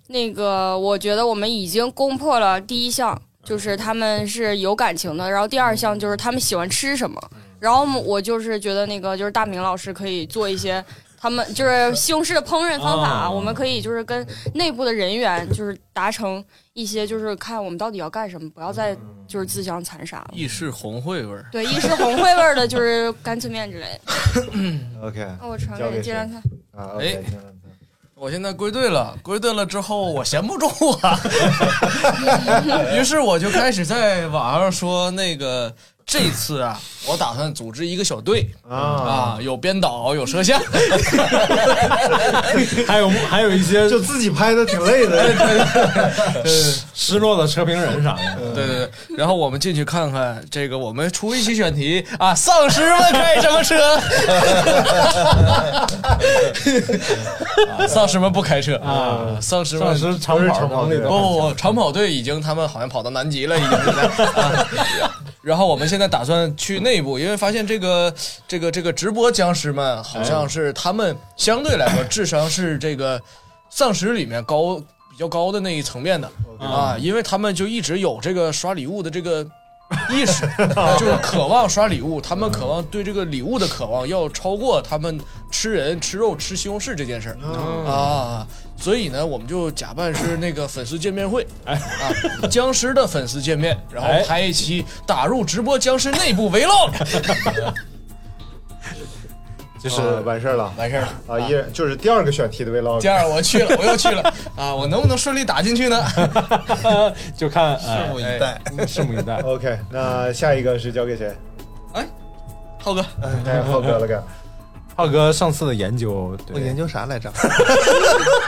D: 那个，我觉得我们已经攻破了第一项，就是他们是有感情的。然后第二项就是他们喜欢吃什么。然后我就是觉得那个就是大明老师可以做一些他们就是西红柿的烹饪方法，
B: 啊
D: 我们可以就是跟内部的人员就是达成一些就是看我们到底要干什么，不要再就是自相残杀了。
F: 意式红烩味儿。
D: 对，一是红烩味儿的，就是干脆面之类的。
A: OK
D: 那哦我传
A: 交
D: 给
A: 给
D: 你，接着
A: 谁
D: 看。
A: 啊
F: 哎
A: OK，行行行
F: 我现在归队了，归队了之后我闲不住啊， 于是我就开始在网上说那个这次啊，我打算组织一个小队
A: 啊
F: 啊，有编导，有摄像，
B: 还有还有一些呃
A: 就自己拍的挺累的，
B: 失落的车评人啥的，
F: 对对对，然后我们进去看看这个，我们出一期选题啊，丧尸们开什么车？ 啊丧尸们不开车
B: 啊
F: 丧尸
B: 丧
F: 们
B: 尸长跑能力
F: 不
B: 的，
F: 不不，长跑队已经他们好像跑到南极了，已经是在。啊然后我们现在打算去内部，因为发现这个这个这个直播僵尸们好像是他们相对来说智商是这个丧尸里面高比较高的那一层面的啊，因为他们就一直有这个刷礼物的这 个。意识就是渴望刷礼物，他们渴望对这个礼物的渴望要超过他们吃人、吃肉、吃西红柿这件事儿。啊，所以呢，我们就假扮是那个粉丝见面会，啊，僵尸的粉丝见 面，然
B: 哎
F: 后拍一期打入直播僵尸内部 vlog，
B: 就是
A: 啊完事儿了
F: 完事儿了。
A: 啊！一人就是第二个选题的 vlog，
F: 第二，我去了，我又 去了啊！我能不能顺利打进去呢？
B: 就看 哎
E: 拭目 以待。
B: 拭目以待。
A: OK，那下一个是交给谁？
F: 浩哥，
A: 哎，浩哥了该。
B: 浩哥上次的研究，
E: 我
B: 对
E: 研究啥来着？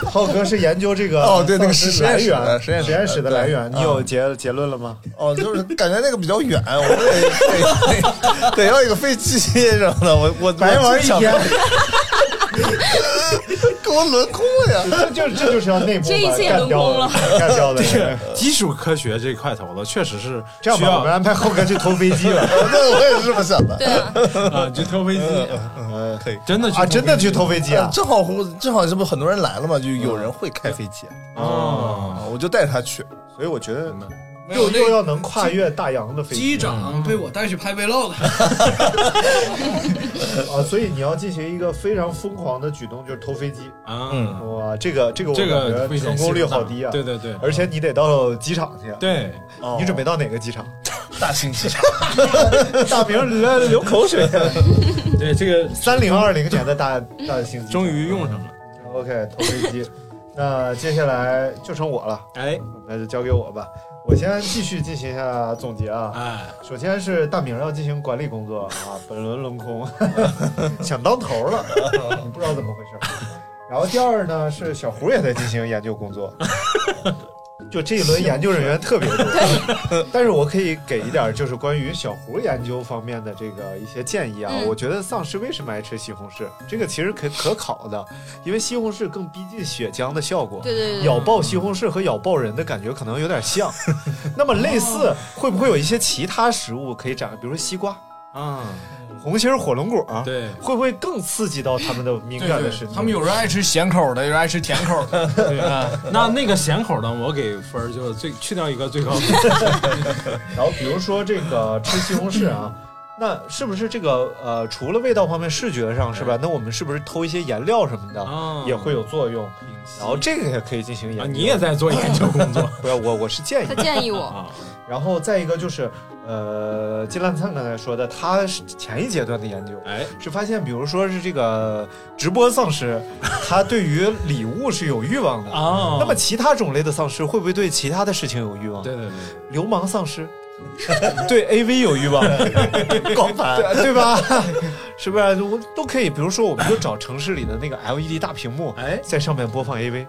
A: 浩哥是研究这个
E: 哦对那个
A: 丧尸
E: 实验
A: 来
E: 室
A: 源
E: 的实验室的
A: 验室的来源，
E: 对
A: 你有结结论了吗？
E: 哦，就是感觉那个比较远， 我得得得得要一个飞机什么的，我我
A: 白玩一
E: 我
A: 天，
E: 给我轮空了呀！
A: 这就这就是要内部
D: 这一
A: 把
D: 次也
A: 干掉
D: 轮空
A: 干掉的 人。
B: 基础科学这块头子确实是
A: 这样
B: 需
A: 吧，我
B: 要
A: 们安排浩哥去偷飞机了
E: 对，我也是这么想的。
D: 对啊，
B: 啊，去 偷飞机，
A: 嗯
E: 可以。
B: 真的去
A: 啊！真的去偷飞 机啊？
E: 正好正好，这不很多人来了嘛，就有人会开飞机
B: 啊，
E: 啊，我就带他去。
A: 所以我觉得
F: 没有
A: 又
F: 那
A: 又要能跨越大洋的飞机
F: 机长被我带去拍 vlog，
A: 啊，所以你要进行一个非常疯狂的举动，就是偷飞机。
B: 嗯，
A: 哇，这个这个我
B: 这个
A: 感
B: 危
A: 觉
B: 险
A: 成
B: 性
A: 功率
B: 大
A: 好低啊！
B: 对，对对
A: 而且你得到机场去。啊
B: 对，
E: 哦
A: 你准备到哪个机场？
E: 大型机场，
A: 大明来流口水。
B: 对，这个
A: 三零二零年的大大型机场
B: 终于用上了。
A: OK，投飞机。 那接下来就剩我了，
B: 哎
A: 那就交给我吧。我先继续进行一下总结啊。
B: 哎，
A: 首先是大明要进行管理工作啊，本轮轮空，想当头了，不知道怎么回事儿。然后第二呢是小胡也在进行研究工作，就这一轮研究人员特别多，但是我可以给一点儿就是关于小胡研究方面的这个一些建议啊。
D: 嗯
A: 我觉得丧尸为什么爱吃西红柿，这个其实可可考的，因为西红柿更逼近血浆的效果。
D: 对对对
A: 咬爆西红柿和咬爆人的感觉可能有点 像，那么类似会不会有一些其他食物可以展开，比如说西瓜、
B: 啊，
A: 红心儿火龙果，，
B: 对，
A: 会不会更刺激到他们的敏
F: 对
A: 感的
F: 对
A: 神
F: 对，
A: 经？
F: 他们有人爱吃咸口的，有人爱吃甜口 的，啊
B: 那那个咸口的，我给分儿就是最去掉一个最高 分。
A: 然后比如说这个吃西红柿 啊，那是不是这个呃，除了味道方面，视觉上是吧？那我们是不是偷一些颜料什么的
B: 啊
A: 也会有作用？然后这个也可以进行研
B: 啊，
A: 究。
B: 你也在做研究工作
A: 不要我，我是建议
D: 他。建议我，
B: 啊？
A: 然后再一个就是，呃，金兰灿刚才说的，他是前一阶段的研究。
B: 哎，
A: 是发现，比如说是这个直播丧尸，它对于礼物是有欲望的。
B: 啊，
A: 那么其他种类的丧尸会不会对其他的事情有欲望？
B: 对对对，
A: 流氓丧 尸对 AV 有欲望，
E: 光盘
A: 对对吧？ 是不是？我都可以，比如说，我们就找城市里的那个 LED E 大屏幕，
B: 哎
A: 在上面播放 AV。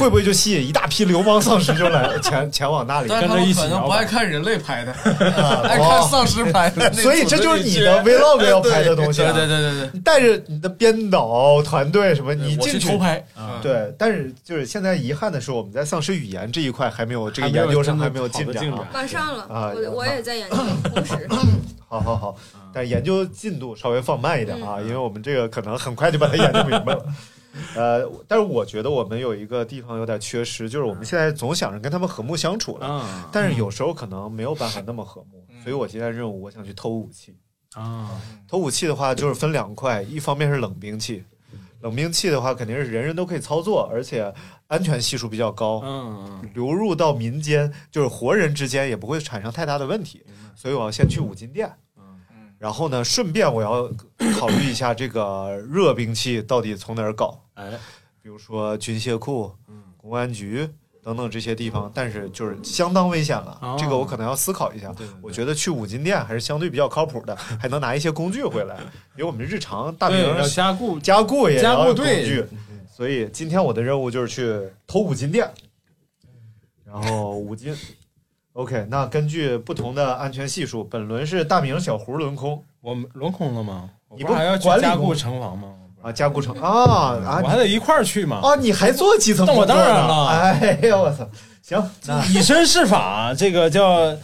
A: 会不会就吸引一大批流氓丧尸就来前前往那里？
F: 但是他们可能不爱看人类拍的，爱看
E: 哦
F: 丧尸拍 的，
A: 所以这就是你的 vlog 要拍的东西
F: 对
A: 了。
F: 对对对对，
A: 你带着你的编导团队什么，
F: 对
A: 你
F: 我
A: 进
F: 去
A: 去
F: 偷拍，
B: 啊
F: 嗯，
A: 对，但是就是现在遗憾的是，我们在丧尸语言这一块还没有这个
B: 还没有
A: 研究上
B: 真的
A: 还没有
B: 好的
A: 进展、
B: 进
A: 啊
B: 展。
D: 马上了
A: 啊
D: 我我也在研究，同时
A: 好好好，但是研究进度稍微放慢一点啊，因为我们这个可能很快就把它研究明白了。呃，但是我觉得我们有一个地方有点缺失，就是我们现在总想着跟他们和睦相处了，
B: 啊
A: 但是有时候可能没有办法那么和睦，所以我今天任务我想去偷武器。
B: 啊，
A: 投武器的话，就是分两块，一方面是冷兵器，冷兵器的话肯定是人人都可以操作，而且安全系数比较高，
B: 嗯
A: 流入到民间就是活人之间也不会产生太大的问题。所以我要先去五金店，
B: 嗯
A: 然后呢，顺便我要考虑一下这个热兵器到底从哪儿搞，
B: 哎，
A: 比如说军械库
B: 嗯、
A: 公安局等等这些地方，但是就是相当危险了
B: 哦，
A: 这个我可能要思考一下。
B: 对对对
A: 我觉得去五金店还是相对比较靠谱的，还能拿一些工具回来，比如我们日常大
B: 对，
A: 明
B: 要加固
A: 加固也
B: 加
A: 要
B: 固
A: 有工
B: 队
A: 具，所以今天我的任务就是去偷五金店，然后五金。OK，那根据不同的安全系数，本轮是大明小胡轮空
B: 我们轮空了吗？我
A: 你
B: 不
A: 不
B: 还要去
A: 管理
B: 加
A: 工
B: 固城防吗？
A: 啊，加固成啊啊
B: 我还得一块儿去嘛。
A: 啊！你还做基层
B: 那
A: 工
B: 我
A: 作呢？
B: 当然了
A: 哎呀，我操！行，那
B: 以身试法，这个叫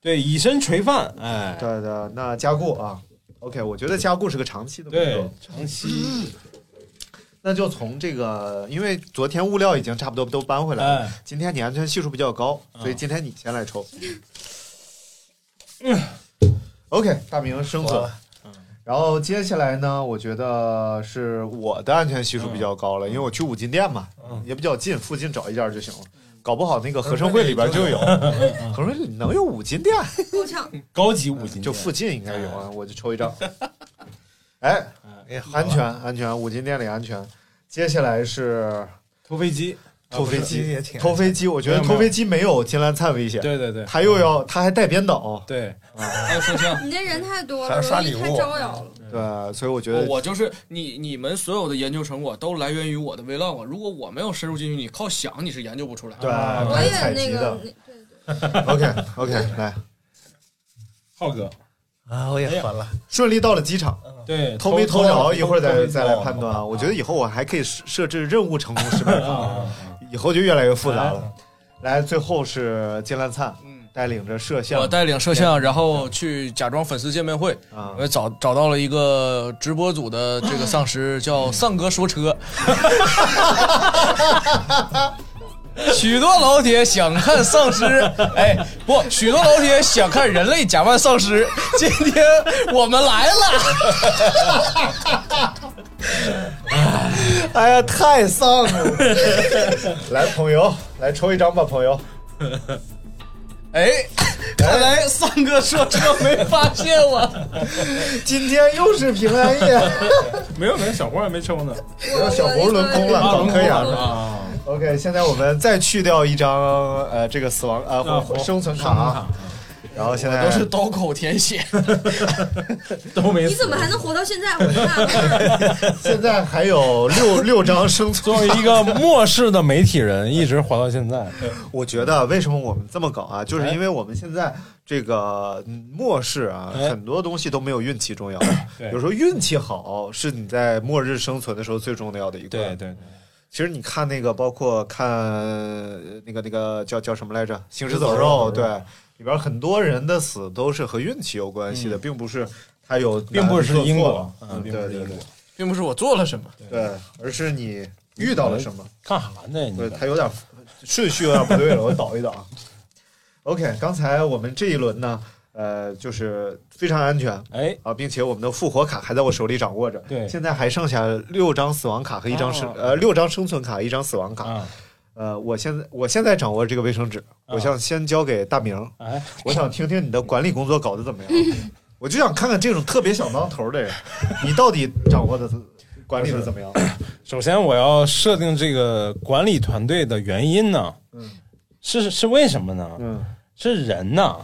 B: 对以身垂范，哎，
A: 对对，那加固啊，OK，我觉得加固是个长期的工
B: 对
A: 作，，
B: 长期，
A: 那就从这个，因为昨天物料已经差不多都搬回来了，
B: 哎，
A: 今天你安全系数比较高，
B: 嗯
A: 所以今天你先来抽。OK，大明生
E: 完
A: 存。然后接下来呢，我觉得是我的安全系数比较高
B: 嗯
A: 了，因为我去五金店嘛，也比较近，附近找一家就行了。
B: 嗯
A: 搞不好那个合生汇里边就 有，合生汇里能有五金店？
D: 够呛。
B: 高级嗯五金
A: 就附近应该有啊，我就抽 一张。哎，
E: 哎，
B: 啊
A: 安全安全，五金店里安全。接下来是
B: 偷飞机，
A: 偷飞机，
E: 也挺
A: 偷飞机，我觉得
B: 没有没有
A: 偷飞机没有金兰灿危险，
B: 对对对
A: 他又要他还带编导，
B: 对，
F: 还有摄像。
D: 你这人太多
E: 还
D: 了，
E: 有刷
D: 容易
E: 礼物
D: 太招摇了。
A: 对，所以我觉
F: 我
A: 得
F: 哦我就是你，你们所有的研究成果都来源于我的 vlog。如果我没有深入进去，你靠想你是研究不出来。
A: 对，
B: 我
D: 我
A: 还
D: 也
A: 采
D: 那
A: 集
D: 个
A: 的。，OK OK，来，
B: 浩哥，
E: 啊，我也烦了。
A: 顺利到了机场，
B: 对，
A: 偷没偷着，一会儿再再来判
B: 断
A: 断啊。我觉得以后我还可以设设置任务成功失败啊，
B: 啊，
A: 以后就越来越复杂了。来，最后是金兰灿
F: 嗯，
A: 带领着摄像
C: 我带领摄像，然后去假装粉丝见面会，
A: 啊
C: 我，找找到了一个直播组的这个丧尸，叫丧哥说车。许多老铁想看丧尸，哎，不，许多老铁想看人类假扮丧尸。今天我们来了，
A: 哎呀，太丧了！ 来，朋友，来抽一张吧，朋友。
C: 哎，看来丧哥说车没发现我。
A: 今天又是平安 夜，
B: 没有没有，小花还没抽呢，
A: 让小胡轮空了，早可以啊。
B: 啊，
A: OK，现在我们再去掉一张呃这个死亡呃
B: 啊
A: 活生存卡啊，然后现在
C: 都是刀口舔血，
B: 都没死，
D: 你怎么还能活到现在？我就纳闷儿
A: 现在还有六六张生
B: 作为
A: 存。
B: 一 个末世的媒体人，一直活到现在，
A: 我觉得为什么我们这么搞啊，就是因为我们现在这个嗯末世啊，
B: 哎
A: 很多东西都没有运气重要。
B: 对
A: 有时候运气好是你在末日生存的时候最重要的一块。
B: 对对，
A: 其实你看那个，包括看呃那个那个叫叫什么来着，《行尸走
E: 行尸走
A: 肉》
E: 肉
A: 对，里边很多人的死都是和运气有关系的，并不是他有
B: 嗯并不是因
A: 果
B: 果，，
A: 嗯，
B: 并
A: 对
B: 不是
A: 对
B: 因
A: 对
B: 果，
C: 并不是我做了什么。
A: 对，而是你遇到了什么，
B: 干啥呢？你
A: 对，他有点顺序有点不对了，我倒一倒啊。OK，刚才我们这一轮呢，呃，就是非常安全。
B: 哎，
A: 啊，并且我们的复活卡还在我手里掌握着，
B: 对
A: 现在还剩下六张死亡卡和一张生、
B: 哦
A: 呃六张生存卡，一张死亡卡，
B: 啊，
A: 呃，我现在我现在掌握这个卫生纸，我想先交给大 明，
B: 哎，
A: 我想听听你的管理工作搞得怎 么样，我就想看看这种特别想当头 的人，你到底掌握的管理的怎么样？
B: 首先，我要设定这个管理团队的原因呢，
A: 嗯
B: 是是为什么呢？
A: 嗯
B: 是人呐，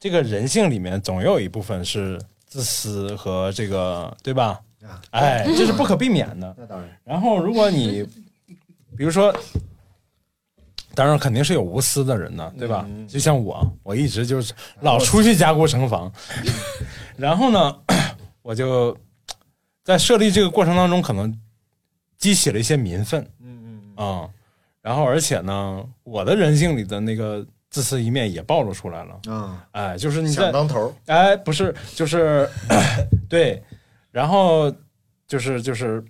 B: 这个人性里面总有一部分是自私和这个，对吧
A: 啊？
B: 哎，这是不可避免的。
A: 那当然，
B: 然后，如果你比如说当然肯定是有无私的人呢，对吧？
A: 嗯
B: 就像我，我一直就是老出去加固 城防，然后呢， 我就在设立这个过程当中，可能激起了一些民愤
A: 嗯嗯
B: 啊、然后而且呢，我的人性里的那个自私一面也暴露出来了，
A: 嗯啊，
B: 哎，就是你在
A: 想当头儿，
B: 哎，不是，就是， 对，然后就是就是，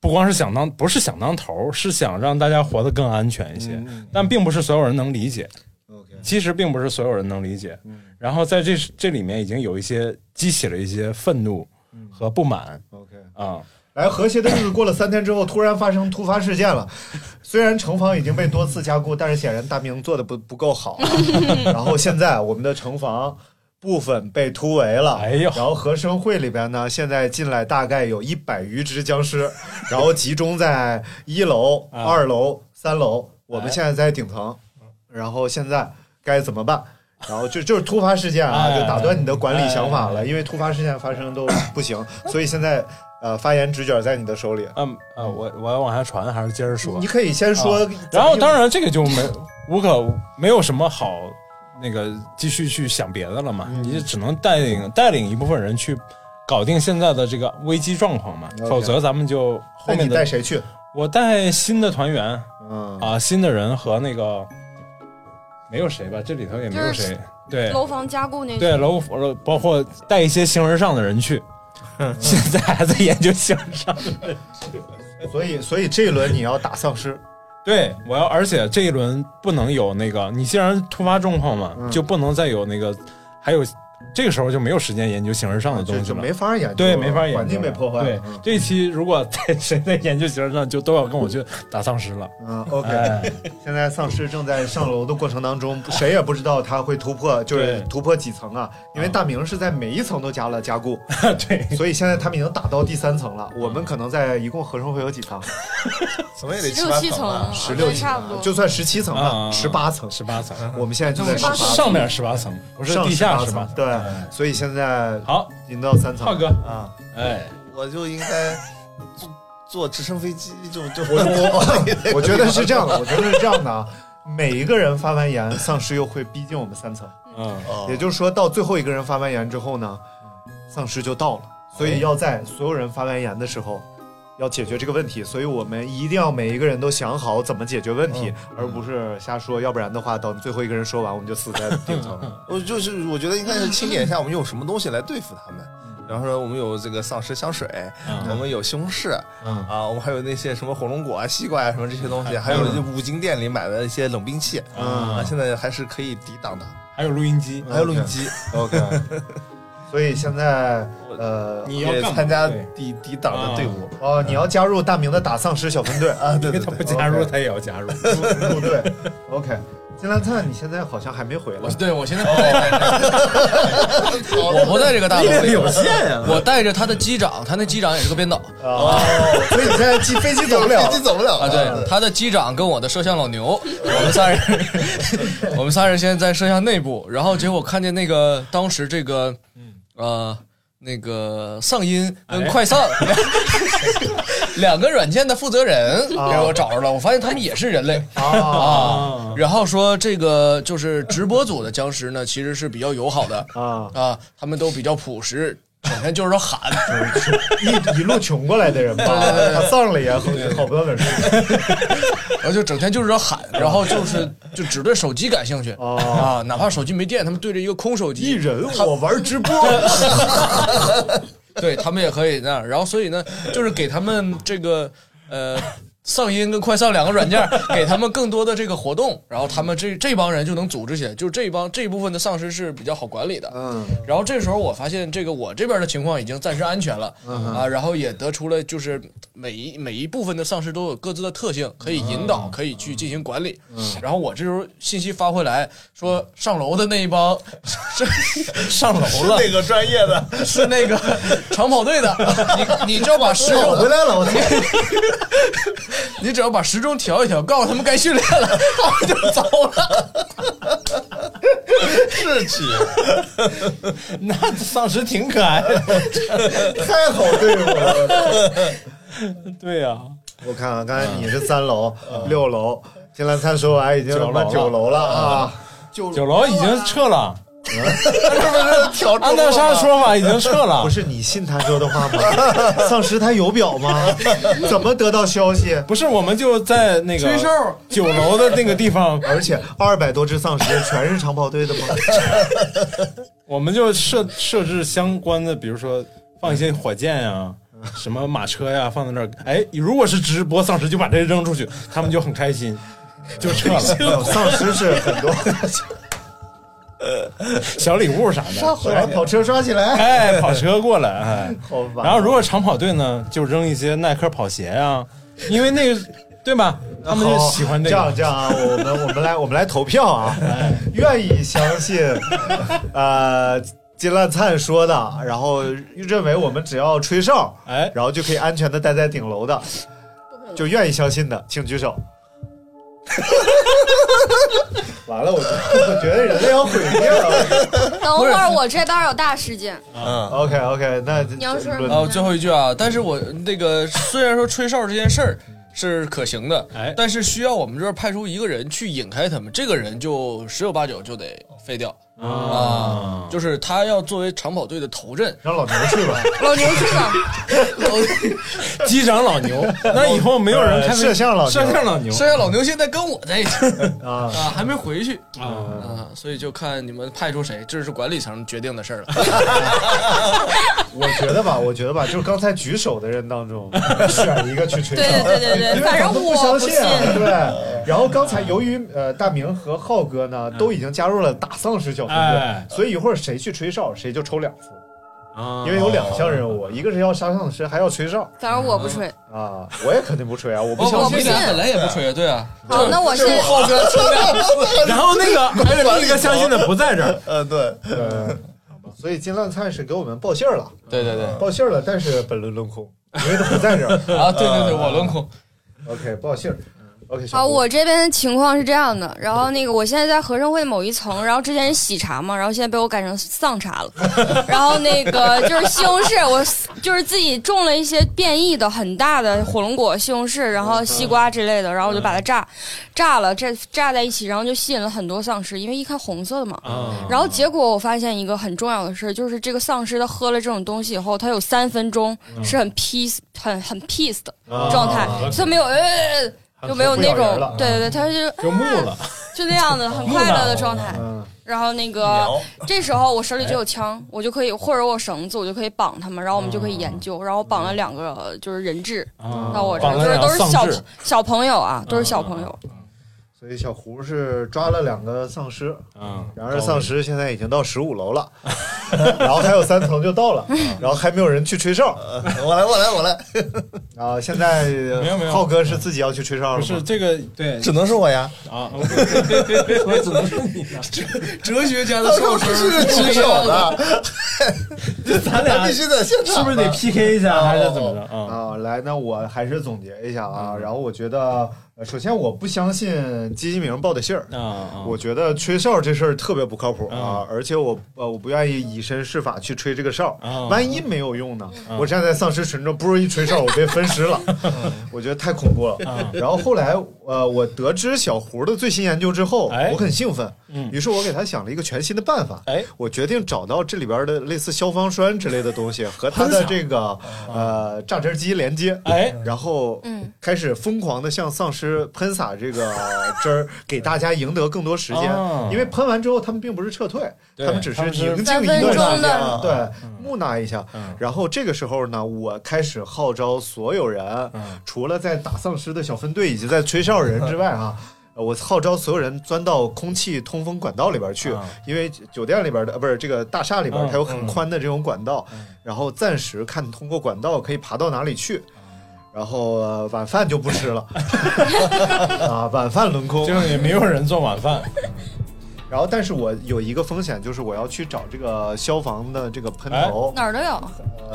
B: 不光是想当，不是想当头儿，是想让大家活得更安全一些，
A: 嗯
B: 但并不是所有人能理解，
A: 嗯 OK，
B: 其实并不是所有人能理解。
A: 嗯
B: 然后在这这里面已经有一些激起了一些愤怒
A: 嗯
B: 和不满
A: OK。
B: 啊、
A: 来，和谐的日子过了三天之后，突然发生突发事件 了。虽然城防已经被多次加固，但是显然大明做的不不够 好、啊。然后现在我们的城防部分被突围了。
B: 哎 呦
A: 然后和生会里边呢，现在进来大概有一百余只僵尸，然后集中在一楼、
B: 啊哎
A: 二楼、三楼。我们现在在顶层，然后现在该怎么办？然后就就是突发事件啊，
B: 哎
A: 就打断你的管理想法
B: 哎
A: 了，因为突发事件发生都不行，所以现在呃，发言直角在你的手里，
B: 嗯呃，我我要往下传还是接着说
A: 你？可以先说。
B: 然后当然这个就没无可没有什么好那个继续去想别的了嘛，
A: 嗯
B: 你就只能带领带领一部分人去搞定现在的这个危机状况嘛，
A: OK
B: 否则咱们就后
A: 那
B: 面
A: 你带
B: 的
A: 谁去？
B: 我带新的团员
A: 嗯，
B: 啊，新的人和那个没有谁吧，这里头也没有谁，对
D: 楼房加固那
B: 对楼楼包括带一些形而上的 人去。现在还在研究形而上，
A: 所以所以这一轮你要打丧尸，
B: 对我要，而且这一轮不能有那个，你既然突发状况嘛，
A: 嗯
B: 就不能再有那个，还有这个时候就没有时间研究形而上的东
A: 就
B: 西
A: 就
B: 了。
A: 没法研究了，
B: 对，没法研究了。
A: 环境被破坏
B: 对
A: 了。，嗯
B: 这一期如果在谁在研究形而上，就都要跟我去打丧 尸了。
A: 嗯嗯，OK，
B: 哎
A: 现在丧尸正在上楼的过程当中，谁也不知道他会突破，就是
B: 对
A: 突破几层啊？因为大明是在每一层都加了加固，
B: 对，
A: 所以现在他们已经打到第三层
B: 嗯
A: 了。我们可能在一共合成会有几层？
E: 怎么也得
D: 十
E: 七
D: 六
E: 八
D: 七层
E: 吧
D: 啊，
A: 十六
D: 对差不多。
A: 就算十七层吧，
B: 嗯
A: 十八层。
B: 十八层，
A: 我们现在就在
D: 那我们
A: 18层
B: 上面十八层，不是
A: 上
B: 地下
A: 18
B: 十八
A: 层对
B: 层。哎
A: 所以现在
B: 好，
A: 已经到三层
B: 浩
A: 了。
B: 哥，
A: 啊，
B: 哎，
E: 我就应该坐坐直升飞机，就就
A: 我 我我觉得是这样的，我觉得是这样的啊。每一个人发完言，丧尸又会逼近我们三层，
B: 嗯，
E: 哦
A: 也就是说，到最后一个人发完言之后呢，丧尸就到了。所以要在所有人发完言的时候，要解决这个问题。所以我们一定要每一个人都想好怎么解决问题，
E: 嗯
A: 而不是瞎说。要不然的话，等最后一个人说完，我们就死在顶层 了。
E: 我就是我觉得应该是清点一下我们有什么东西来对付他们。比方说，我们有这个丧尸香水，我
B: 嗯
E: 们有西红柿，
A: 嗯
E: 啊，我们还有那些什么火龙果啊、西瓜啊什么这些东西，还有就五金店里买的一些冷兵器，啊，
A: 嗯
E: 现在还是可以抵挡的。
B: 嗯
E: 嗯
B: 还有录音机，
E: 还有录音机，
A: ，OK。所以现在呃，
B: 你要
E: 也
B: 干嘛
E: 参加
B: 对
E: 抵抵挡的队伍
A: 哦，你要加入大明的打丧尸小分队
E: 啊，对
B: 因为
E: 对
B: 他不
E: 对，
B: 加入，
A: OK
B: 他也要加 入。
A: 部队。OK，金兰灿，你现在好像还没回来
F: 我。对我现在不在，我不在这个大楼里，
B: 有限呀，
A: 啊
F: 我带着他的机长，他那机长也是个编导
A: 哦，所以你现在机飞机走 不了
E: 飞。机走不了
F: 啊，对，他的机长跟我的摄像老牛，我们仨人， 我们仨人现在在摄像内部，然后结果看见那个当时这个，呃，那个丧音跟快丧。两个软件的负责人给我找着了，我发现他们也是人类，
A: 啊
F: 啊，然后说这个就是直播组的僵尸呢，其实是比较友好的
A: 啊！
F: 啊，他们都比较朴实，整天就是说喊。
A: 一一 路穷过来的人吧，他丧了也好好不到哪儿去。
F: 然后就整天就是要喊，然后就是就只对手机感兴趣、
A: 嗯哦
F: 啊，哪怕手机没电，他们对着一个空手机，
A: 一人我玩直播，
F: 对他们也可以那样。然后所以呢，就是给他们这个呃。丧音跟快丧两个软件 儿给他们更多的这个活动，然后他们这这帮人就能组织起来，就是这一帮这一部分的丧尸是比较好管理的。
A: 嗯
F: 然后这时候我发现这个我这边的情况已经暂时安全了、
E: 嗯
F: 啊，然后也得出了就是每一每一部分的丧尸都有各自的特性，可以引
E: 嗯
F: 导，可以去进行管理。然后我这时候信息发回来说上楼的那一帮 是上楼了，
E: 那个专业的，
F: 是 那个长跑队的，你你只要把时
A: 哎我回
F: 钟，
A: 来了，我操！
F: 你只要把时钟调一调，告诉他们该训练了，他们就走 了。
E: 志气
B: 那丧尸挺可爱的。
A: 太好对付 了。啊
B: 对呀、
A: 我看啊，刚才你是三楼、六楼、金兰灿说完已经他妈
B: 九
A: 九楼了啊！
B: 九楼已经撤了，
E: 调
B: 按照他的说法已经撤了
A: 不。是你信他说的话吗？丧尸他有表吗？怎么得到消息？
B: 不是，我们就在那个九楼的那个地方，
A: 而且二百多只丧尸全是长跑队的 吗？
B: 我们就设设置相关的，比如说放一些火箭呀、
A: 嗯
B: 什么马车呀、放在那儿。哎，如果是直播丧尸，就把这扔出去，他们就很 开心，就撤
A: 没有，
B: 了。
A: 哎丧尸是很 多。
B: 小礼物啥的，
A: 回来跑车刷起 来，
B: 哎，跑车过来，哎。
A: 好啊吧。
B: 然后如果长跑队呢，就扔一些耐克跑鞋呀、因为那个对吧？他们就喜欢
A: 这
B: 这
A: 样
B: 个。哎
A: 这样啊，我们我们来我们来投票啊，愿意相信呃金烂灿说的，然后认为我们只要吹哨，
B: 哎，
A: 然后就可以安全的待在顶楼的，就愿意相信的，请 举手。完了，我觉得我觉得人类要毁灭 了。
D: 等会儿我这边有大事件，
E: 嗯，
A: OK OK，那
D: 你要说
A: 轮
F: 啊，最后一句啊，但是我那个虽然说吹哨这件事儿是可行的，
B: 哎
F: 但是需要我们这儿派出一个人去引开他们，这个人就十有八九就得废掉啊，就是他要作为长跑队的头阵，
A: 让老牛去吧。
D: 老牛去吧，
B: 机长老牛，那以后没有人
A: 呃
B: 开
A: 摄像老牛
B: 摄像老牛
F: 剩下老牛现在跟我在一起
A: 啊，
F: 啊，还没回去
B: 啊，
F: 啊，所以就看你们派出谁，这是管理层决定的事儿了。
A: 我觉得吧，我觉得吧，就是刚才举手的人当中选一个去吹哨。
D: 对对对对对，
A: 因为
D: 反
A: 咱
D: 正
A: 们不
D: 我
A: 相
D: 信
A: 信，，对。然后刚才由于呃大明和浩哥呢都已经加入了打丧尸小分
B: 哎
A: 队，所以一会儿谁去吹哨谁就抽两副，
B: 啊嗯
A: 因为有两项任务，一个是要杀丧尸，还要吹哨
D: 反正我不吹。
A: 啊！我也肯定不吹啊，我不
F: 我
A: 相
F: 们
A: 信。
F: 俩本来也不吹，对啊，
D: 好，那我先
F: 浩哥抽两
B: 然后那个 还有另一个相信的不在这 儿，
E: 呃，对，
A: 呃所以金烂菜是给我们报信儿了，
F: 对对对，
A: 报信儿了，但是本轮轮空，因为他不在这儿。
F: 啊，对对对，我轮空，
A: OK，报信儿。OK，小
D: 好，
A: 胡
D: 我这边的情况是这样的，然后那个我现在在合生汇某一层，然后之前是喜茶嘛，然后现在被我改成丧茶了，然后那个就是西红柿，我就是自己种了一些变异的很大的火龙果、西红柿，然后西瓜之类的，然后我就把它炸，炸了，这炸在一起，然后就吸引了很多丧尸，因为一看红色的
B: 哦
D: 嘛，
B: 啊
D: 然后结果我发现一个很重要的事，就是这个丧尸他喝了这种东西以后，他有三分钟是很 peace、很很 peace 的状态，所以没有呃。就没有那
A: 啊不咬人
D: 种
A: 了，
D: 对对对，他就
B: 就木了，
D: 就那样的很快乐的状态。
A: 嗯，
D: 然后那个
E: 苗
D: 这时候我手里就有枪，我就可以或者我有绳子，我就可以绑他们，然后我们就可以研究。然后我绑了两个就是人质到我这儿，
B: 嗯绑
D: 就
B: 了
D: 是
B: 两
D: 都是
B: 丧
D: 小
B: 志
D: 小朋友啊，都是小朋友。
A: 所以小胡是抓了两个丧尸，
B: 嗯，
A: 然而丧尸现在已经到十五楼了， 然后还有三层就到了，然后还没有人去吹哨
E: 呃我来，我来，我来，
A: 啊！现 在没
B: 有没有
A: 浩哥是自己要去吹哨
B: 不
A: 了
B: 是
A: 吗？
B: 这个对
E: 只能是我呀，
B: 啊，别别别说，只能是你了，
F: 哲学家的
E: 他
F: 手
E: 说
F: 指
E: 不是 举手的，
B: 咱
E: 他
B: 俩
E: 必须在现场，
B: 是不是得 PK 一下还是怎么着啊？
A: 啊，来，那我还是总结一下
E: 嗯
A: 啊。然后我觉得，呃首先我不相信基金明报的信儿，
B: 啊啊，
A: 我觉得吹哨这事儿特别不靠谱啊
B: 啊，
A: 而且我呃我不愿意以身试法去吹这个哨
B: 啊，嗯
A: 万一没有用呢？我站在丧尸群众，不如一吹哨我被分尸 了，我觉得太恐怖了。
B: 啊
A: 然后后来呃我得知小胡的最新研究之后，
B: 哎
A: 我很兴奋，
B: 嗯
A: 于是我给他想了一个全新的办法。
B: 哎
A: 我决定找到这里边的类似消防栓之类的东西和他的这个呃榨汁机连接，
B: 哎
A: 然后
D: 嗯
A: 开始疯狂的向丧尸喷洒这 个汁儿，给大家赢得更多时间
B: 哦，
A: 因为喷完之后他们并不是撤退，
B: 对
A: 他们只是
B: 他们是
A: 宁静
D: 三
A: 一段
D: 分
A: 时
D: 钟
A: 间，
D: 的
A: 对，木讷一下
B: 啊嗯。
A: 然后这个时候呢，我开始号召所有人，
B: 嗯
A: 除了在打丧尸的小分队以及在吹哨人之外啊。
B: 嗯
A: 呃我号召所有人钻到空气通风管道里边去，
B: 嗯
A: 因为酒店里边的呃不是这个大厦里边，
B: 嗯
A: 它有很宽的这种管道，然后暂时看通过管道可以爬到哪里去，
B: 嗯
A: 然后、呃晚饭就不吃 了啊，晚饭轮空。
B: 就是也没有人做晚饭，
A: 然后，但是我有一个风险，就是我要去找这个消防的这个喷
B: 哎
A: 头，
D: 哪儿都有，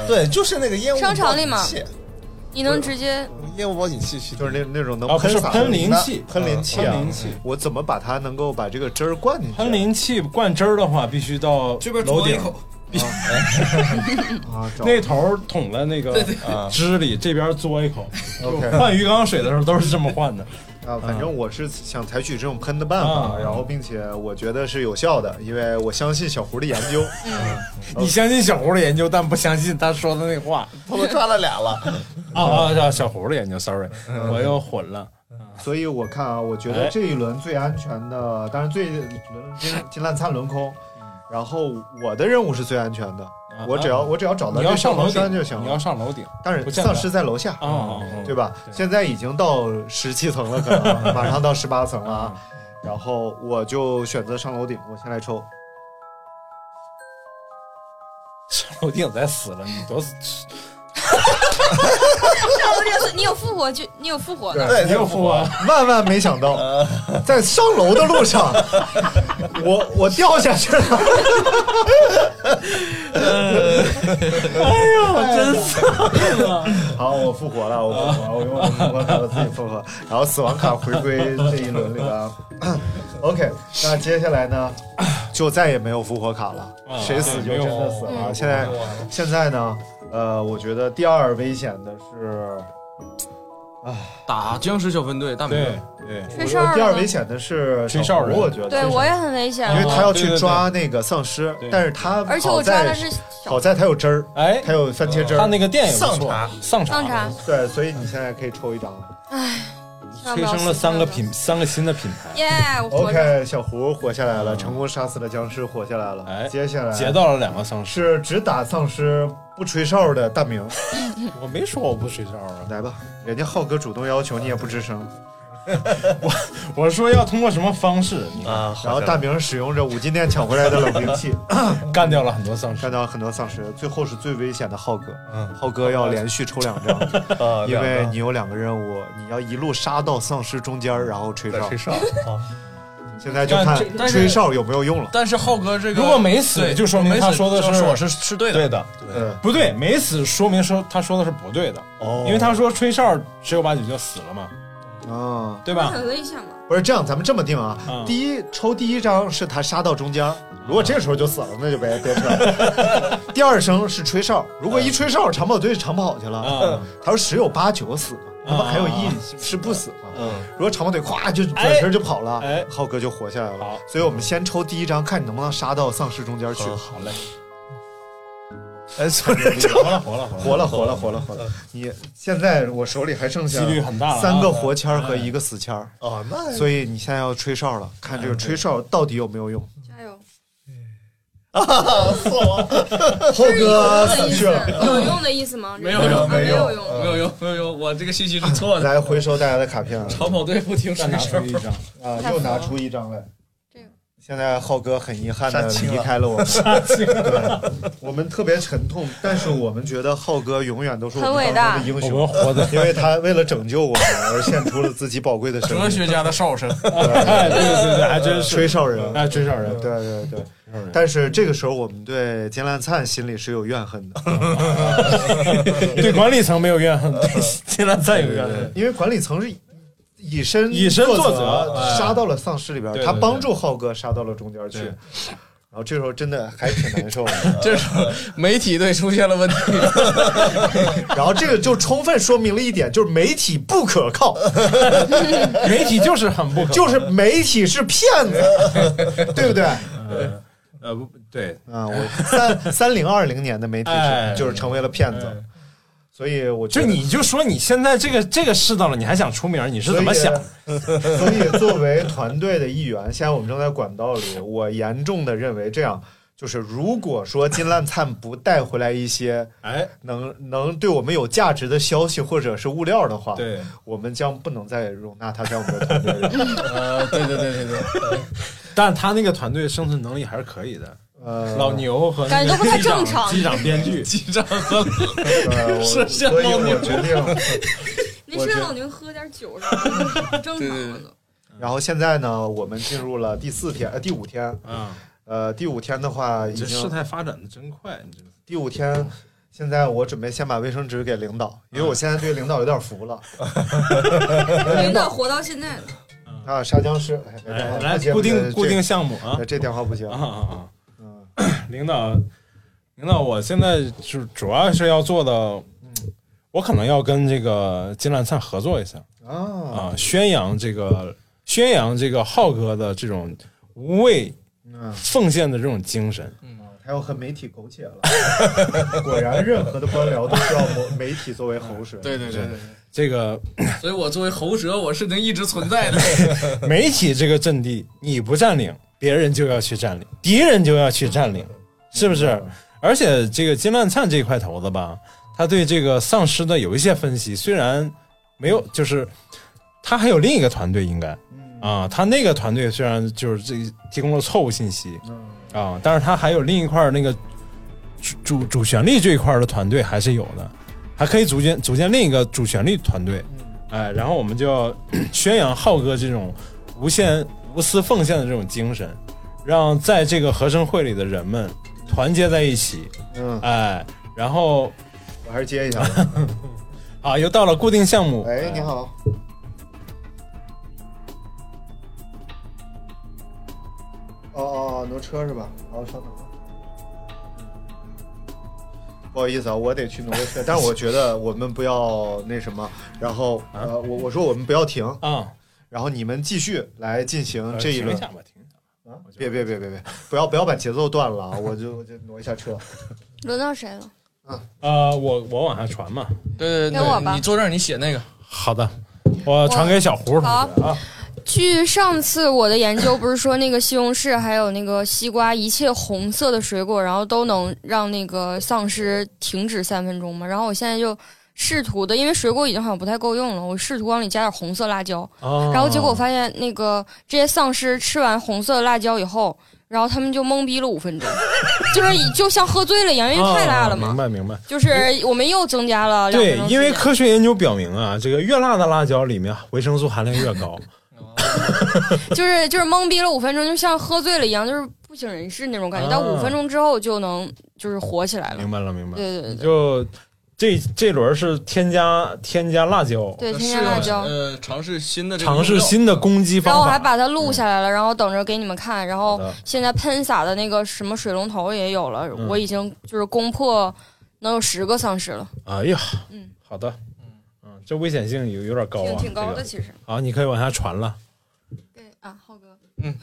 E: 对，就是那个烟雾
D: 商场里嘛
E: 报警器
D: 你能直接
E: 烟雾报警器去，
A: 就是那那种能
B: 啊，不
A: 喷
B: 是
A: 洒的、
B: 喷淋器，嗯
A: 喷淋器啊，
B: 喷淋器。
A: 我怎么把它能够把这个汁儿灌进去？
B: 喷淋器灌汁儿的话，必须到楼顶，
A: 啊，找
B: 那头儿捅了那个汁里，这边嘬一口。
A: OK
B: 换鱼缸水的时候都是这么换的。
A: 啊，反
B: 嗯
A: 正我是想采取这种喷的办法，
B: 啊
A: 然后并且我觉得是有效的，因为我相信小胡的研 究。
B: 你相信小胡的研究，但不相信他说的那话。
E: 偷偷抓了俩了，
B: 啊啊，小胡的研究，sorry，我
A: 嗯
B: 又混了。
A: 所以我看啊，我觉
B: 哎
A: 得这一轮最安全的，当然 最轮金金烂灿轮空，然后我的任务是最安全的，
B: 嗯啊
A: 我只要我只要找到
B: 你
A: 这
B: 要
A: 上
B: 上楼
A: 山
B: 顶
A: 就行
B: 你
A: 了
B: 要。上楼顶
A: 但是
B: 不见得
A: 丧尸在楼下，
B: 啊，
A: 对吧？现在已经到十七层了，可能马上到十八层了啊。然后我就选择上楼顶，我先来抽。
B: 上楼顶再死了，你 多死
D: 上楼顶死，你有复活就你有复活的，
E: 对，
B: 你又复活，
A: 万万没想到，在上楼的路上，我我掉下去了。哎呦，真啊惨了！好，我复活了，我复活，我用我的复活卡把自己复活，然后死亡卡回归这一轮里边。OK，那接下来呢，就再也没有复活卡了，
B: 啊
A: 谁死就真的死
D: 没
A: 了。啊
B: 有
A: 现在现在呢，呃，我觉得第二危险的是。
C: 打僵尸小分队大明
B: 对对，
D: 吹
A: 我
D: 哨
A: 说
D: 儿
A: 第二
D: 了
A: 危
D: 吗。
A: 险的是
B: 吹
A: 小
B: 哨
A: 胡
B: 人嗯
A: 我觉得，
D: 对我也很危险
A: 因为
D: 啊，
A: 他要去
B: 对对
A: 抓那个丧尸，
B: 对
A: 但是他
D: 而且我
A: 好
D: 抓的
A: 在
D: 是小
A: 好在他有汁儿，
B: 哎，
A: 他有番茄汁
B: 他
A: 儿，
B: 那个店也不
E: 丧
B: 错
E: 茶，
B: 上
D: 上茶，
A: 对，所以你现在可以抽一张了。
B: 催生了三个品，三个新的品牌，
D: 耶，我活着。
A: OK，小胡活下来了，成功杀死了僵尸，活下来了。
B: 嗯哎
A: 接下
B: 截
A: 来
B: 到了两个丧尸。
A: 是只打丧尸不吹哨的大明，
B: 我没说我不睡觉啊，
A: 来吧，人家浩哥主动要求你也不吱声，
B: 我说要通过什么方式，你看
E: 啊，
A: 然后大明使用着五金店抢回来的冷兵器，
B: 干掉了很多丧尸
A: 干。掉很多丧尸，最后是最危险的浩哥，
E: 嗯
A: 浩哥要连续抽两张。
E: 啊，
A: 因为你有两个任务，你要一路杀到丧尸中间儿，然后吹
E: 在
A: 哨
E: 吹。哨，
A: 现在就
B: 但
A: 看
B: 这
C: 但是
A: 吹哨有没有用了。
C: 但是浩哥这个
B: 如果没死
C: 对
B: 就说明
C: 没死
B: 他说的
C: 就是我是是对的。
B: 对的，
A: 嗯，
B: 不对，没死说明说他说的是不对的，
A: 哦
B: 因为他说吹哨十有八九就死了嘛，
A: 啊，
B: 对吧？
D: 很危险嘛，
A: 不是这样，咱们这么定啊。
B: 嗯
A: 第一抽第一张是他杀到中间儿，如果这时候就死了，那就别别吹了。 第二声是吹哨，如果一吹哨，长跑队长跑去了
B: 嗯。
A: 他说十有八九死嘛，他不还有一
B: 嗯
A: 是不死嘛。
E: 嗯，
A: 如果长跑队咵就转身就跑了
B: 哎，
A: 浩哥就活下来了
B: 好。
A: 所以我们先抽第一张，看你能不能杀到丧尸中间儿去。
B: 好嘞，
E: 哎， 所以
B: 活了活了活
A: 活
B: 了，
A: 了，活了，活了，活了！你现在我手里还剩下
B: 嗯几率很大了啊嗯
A: 三个活签儿和一个死签儿，
E: 哦，那
A: 所以你现在要吹哨了，看这个吹哨到底有没有 用。
D: 加油！ 啊
A: 浩哥死去了，
D: 有用的意思吗？
C: 没有用
D: 啊
E: 没
D: 没
E: 有
D: 用。
F: 呃
C: 没有用，没有用，我这个信息是错的。
A: 来回收大家的卡片啊，
C: 长跑队不听
B: 再
C: 谁
B: 拿
C: 说
B: 出，一张，
A: 啊
D: 太
A: 又
D: 好
A: 拿
D: 了
A: 出一张来
D: 这个。
A: 现在浩哥很遗憾的
E: 杀青了
A: 离开了我 们，对，我们特别沉痛，但是我们觉得浩哥永远都是我
D: 很
A: 们
D: 伟
A: 当
D: 大
A: 中的英
B: 我
A: 雄
B: 们，活的
A: 因为他为了拯救我们而献出了自己宝贵的生
C: 哲
A: 命。
C: 学家的 哨声。
B: 哎，对对对，还真是
A: 呃吹哨人，
B: 哎，追上人，
A: 对对对。
B: 追上人，
A: 但是这个时候，我们对金烂灿心里是有怨恨的，
B: 对管理层没 有怨恨，对金兰赞有怨恨，
A: 因为管理层是以身
B: 以身
A: 作
B: 作则哎
A: 杀到了丧尸里边，
B: 对对
A: 他
B: 对
A: 帮助浩哥杀到了中间去，
B: 对
A: 然后这时候真的还挺难受的。
C: 这时候媒体队出现了 问题，
A: 然后这个就充分说明了一点，就是媒体不可 靠，
B: 媒体就是很不可，
A: 就是媒体是骗子， 对不对？
B: 呃呃不对，
A: 啊，我三三零二零年的媒体
B: 哎
A: 是就是成为了骗子
B: 哎，
A: 所以我觉
B: 就
A: 得
B: 你就说你现在这个这个世道了，你还想出名，你是怎么想？
A: 所以，所以作为团队的一员，现在我们正在管道里，我严重的认为这样。就是如果说金烂灿不带回来一些
B: 哎，
A: 能能对我们有价值的消息或者是物料的话，
B: 对，
A: 我们将不能再容纳他在我们的团队 里。
C: 呃，对对对对对，
B: 但他那个团队生存能力还是可以的，
A: 呃，
B: 老牛和那
D: 感觉
B: 个
D: 都不太
B: 机长
D: 正常
B: 机长编
C: 嗯
B: 剧，
C: 机长和
A: 呃， 我
C: 摄
A: 所
C: 像
A: 以
C: 老
A: 我
C: 牛
A: 决定
D: 没
A: 我
D: 事
A: 觉，得
D: 老牛喝点酒啥的， 正
C: 对对
D: 常的
C: 对
D: 都。
A: 然后现在呢，我们进入了第四天，呃，第五天，
B: 啊，
A: 呃，第五天的话已
B: 这
A: 经
B: 事态发展的真快，你知道吗？
A: 第五天，现在我准备先把卫生纸给领导，因为我现在对领导有点服了。
D: 领导活到现在，
A: 啊，杀僵尸，哎别
B: 哎
A: 动
B: 来
A: 这节目
B: 固定
A: 这
B: 固定项目啊
A: 这这电话不行
B: 啊。啊
A: 嗯
B: 啊！领导，领导，我现在就主要是要做到，嗯我可能要跟这个金兰灿合作一下
A: 啊，
B: 啊，宣扬这个宣扬这个浩哥的这种无畏
A: 嗯，
B: 奉献的这种精神。
A: 还有和媒体苟 且了。果然，任何的官僚都需要媒媒体作为喉舌。
F: 对对对对，
B: 这个
F: 对所以我作为喉舌，我是能一直存在的。
B: 媒体这个阵地，你不占领，别人就要去占领，敌人就要去占领，是
A: 嗯
B: 不是？而且这个金万灿这块头子吧，他对这个丧尸的有一些分析，虽然没有，就是他还有另一个团队应该
A: 嗯
B: 啊，他那个团队虽然就是这提供了错误信息
A: 嗯
B: 啊，但是他还有另一块那个主主主旋律这一块的团队还是有的，还可以组建组建另一个主旋律团队。
A: 嗯
B: 哎，然后我们就要宣扬浩哥这种无限无私奉献的这种精神，让在这个和声会里的人们团结在一起。
A: 嗯，
B: 哎，然后
A: 我还是接一下吧。
B: 啊，又到了固定项目。
A: 哎，你好，哦哦，哦，挪车是吧？好，稍等啊。不好意思啊，我得去挪个车，但是我觉得我们不要那什么，然后呃，我我说我们不要停，
B: 啊，
A: 然后你们继续来进行这一
B: 呃停
A: 轮
B: 一下。吧，停一下。
A: 啊别别别别别，不要不要把节奏断了啊！我就我就挪一下 车。
D: 轮到谁了？
B: 呃，我我往下传嘛。
F: 对对
D: 给我吧
F: 对，你坐这儿，你写那个。
B: 好的，我传给小胡同学啊。
D: 据上次我的研究，不是说那个西红柿还有那个西瓜，一切红色的水果，然后都能让那个丧尸停止三分钟吗？然后我现在就试图的，因为水果已经好像不太够用了，我试图往里加点红色辣椒，
B: 啊
D: 然后结果我发现那个这些丧尸吃完红色的辣椒以后，然后他们就懵逼了五分钟， 就是以就像喝醉了一样，因为太辣了
B: 啊明
D: 嘛。
B: 白明白。
D: 就是我们又增加了两
B: 对
D: 分钟时
B: 因
D: 间，
B: 为科学研究表明啊，这个越辣的辣椒里面维生素含量越 高。
D: 就是就是懵逼了五分钟，就像喝醉了一样，就是不省人事那种感觉。
B: 啊
D: 但五分钟之后就能就是火起来了
B: 明。白了明白了。
D: 对对对
B: 就这这轮是添加添加辣椒，
D: 对，添
F: 试
B: 啊
D: 加辣
F: 了
D: 椒，
F: 呃，尝试新的这个
B: 尝试
F: 用料
B: 新的攻击
D: 然
B: 方
D: 后
B: 法。
D: 我还把它录下来了，然后等着给你们看。
B: 嗯
D: 然
B: 好
D: 后
B: 的
D: 现在喷洒的那个什么水龙头也有了，
B: 嗯
D: 我已经就是攻破能有十个丧尸了，
B: 哎呀，
D: 嗯，
B: 好的，嗯，这危险性有有点高
D: 挺
B: 啊，
D: 挺高
B: 这
D: 的
B: 个。
D: 其实。
B: 好，你可以往下传了。
D: 对啊，浩哥，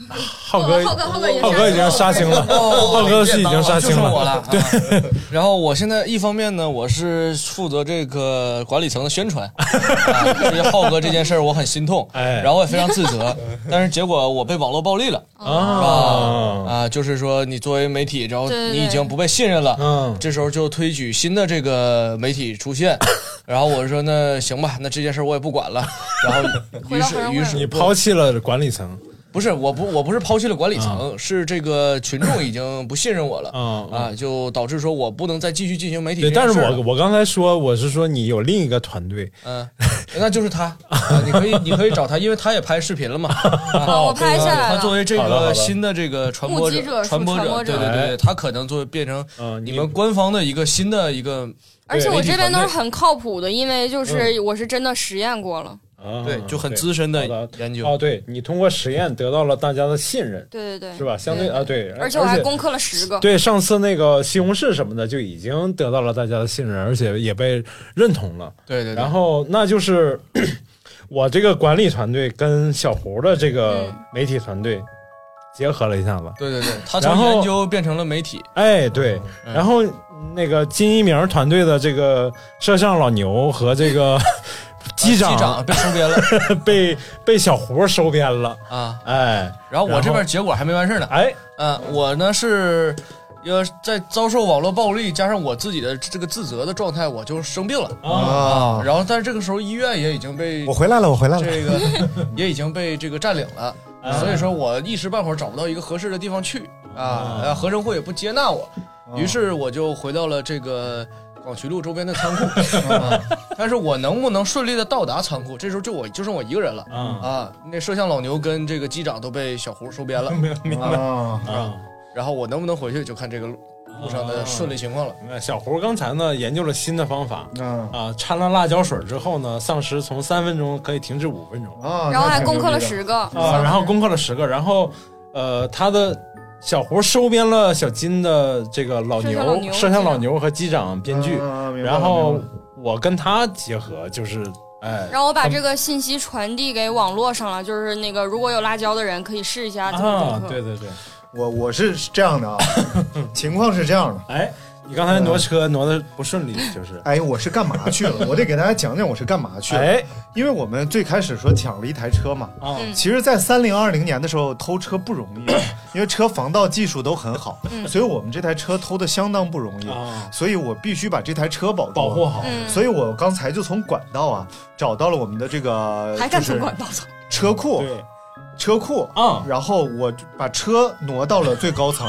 B: 浩哥，
D: 哦浩哥，浩哥，
B: 浩哥已经杀青了，
F: 哦
B: 浩哥是已经杀青
F: 就剩我
B: 了。
F: 了。对、啊， 然后我现在一方面呢，我是负责这个管理层的宣传，啊、所以浩哥这件事儿我很心痛，
B: 哎，
F: 然后我也非常自 责，但是结果我被网络暴力了
D: 哦
B: 啊，
F: 啊，就是说你作为媒体，然后
D: 对对对
F: 你已经不被信任了。
B: 嗯，
F: 这时候就推举新的这个媒体出现， 然后我说那行吧，那这件事儿我也不管了。然后
D: 回
F: 于
D: 到
F: 是
D: 合唱
F: 于
D: 会
F: 是
B: 你抛弃了管理层
F: 不是我不我不是抛弃了管理层，
B: 嗯
F: 是这个群众已经不信任我了。
B: 啊啊。
F: 啊，就导致说我不能再继续进行媒体
B: 对，
F: 这
B: 但
F: 件
B: 是
F: 事儿了。
B: 我我刚才说，我是说你有另一个团队，
F: 嗯， 那就是他，啊你可以你可以找他，因为他也拍视频了嘛。啊
D: 啊，我 拍下来
F: 他
D: 了
F: 作。为这
B: 好的好
F: 个
B: 的
F: 新的这个传播
D: 目击者是
F: 传播
D: 传播者
F: 对对对
B: 哎
F: 对，他可能作为变成
B: 嗯，
F: 你们官方的一个新的一个，
D: 而且
F: 对
D: 我
F: 媒体
D: 这边都
F: 团
D: 是
F: 队
D: 很靠谱的，因为就是我是真的实验过了。
B: 啊
F: 对，就很资深的
B: 好的
F: 研究。
B: 哦，对你通过实验得到了大家的信任，
D: 对对
B: 是
D: 对，
B: 吧？相对啊，对，
D: 而且我还攻克了十个。
B: 对，上次那个西红柿什么的就已经得到了大家的信任，而且也被认同了。
F: 对对对
B: 然，后那就是 我这个管理团队跟小胡的这个
D: 嗯
B: 媒体团队结合了一下子。
F: 对对对，他
B: 然
F: 从
B: 后
F: 研究变成了媒体。
B: 哎，对，
F: 嗯
B: 然后那个金一鸣团队的这个摄像老牛和这个 机
F: 啊机
B: 长
F: 长被收编了
B: 被被小胡收编了。
F: 啊，
B: 哎
F: 然后我这边结果还没完事儿呢。
B: 哎，
F: 啊，我呢是，要在遭受网络暴力，加上我自己的这个自责的状态，我就生病了。
B: 哦
A: 啊，
F: 然后，但是这个时候医院也已经被
A: 我回来了，我回来了。
F: 这个也已经被这个占领了，
B: 啊
F: 所以说我一时半会儿找不到一个合适的地方去啊，啊合生会也不接纳我，
A: 啊
F: 于是我就回到了这个。广渠路周边的仓库、 啊，但是我能不能顺利的到达仓库？这时候就我就剩我一个人了
B: 啊
F: 啊！那摄像老牛跟这个机长都被小胡收编了，
A: 啊，
B: 啊！
F: 然后我能不能回去就看这个路路上的顺利情况了。
B: 那啊小胡刚才呢研究了新的方法，
A: 啊
B: 啊，掺了辣椒水之后呢，丧尸从三分钟可以停止五分钟
A: 啊，
D: 然后还
A: 那挺
D: 攻克了
A: 牛逼的
D: 十个，
B: 啊，然后攻克了十个，然后呃，他的小胡收编了小金的这个老
D: 摄像老牛
B: 牛、摄像老牛和机长编剧，
A: 啊明白了
B: 然后
A: 明白了
B: 我跟他结合就是哎，
D: 然后我把这个信息传递给网络上了，就是那个如果有辣椒的人可以试一下怎么
B: 啊
D: 怎，么
B: 对对对，
A: 我我是这样的啊， 情况是这样的。
B: 哎，你刚才挪车挪的不顺利，就是
A: 哎，我是干嘛去了？我得给大家讲讲我是干嘛去了。
B: 哎
A: 因为我们最开始说抢了一台车嘛，
B: 啊
D: 嗯
A: 其实，在三零二零年的时候偷车不容易， 因为车防盗技术都很好，
D: 嗯
A: 所以我们这台车偷的相当不容易，
B: 啊，
A: 所以我必须把这台车保住
B: 保护。好，
D: 嗯，
A: 所以我刚才就从管道啊找到了我们的这个
D: 还敢从管道
A: 就
D: 走？
A: 是车库，
B: 对
A: 车库。
B: 啊，
A: 然后我就把车挪到了最高层，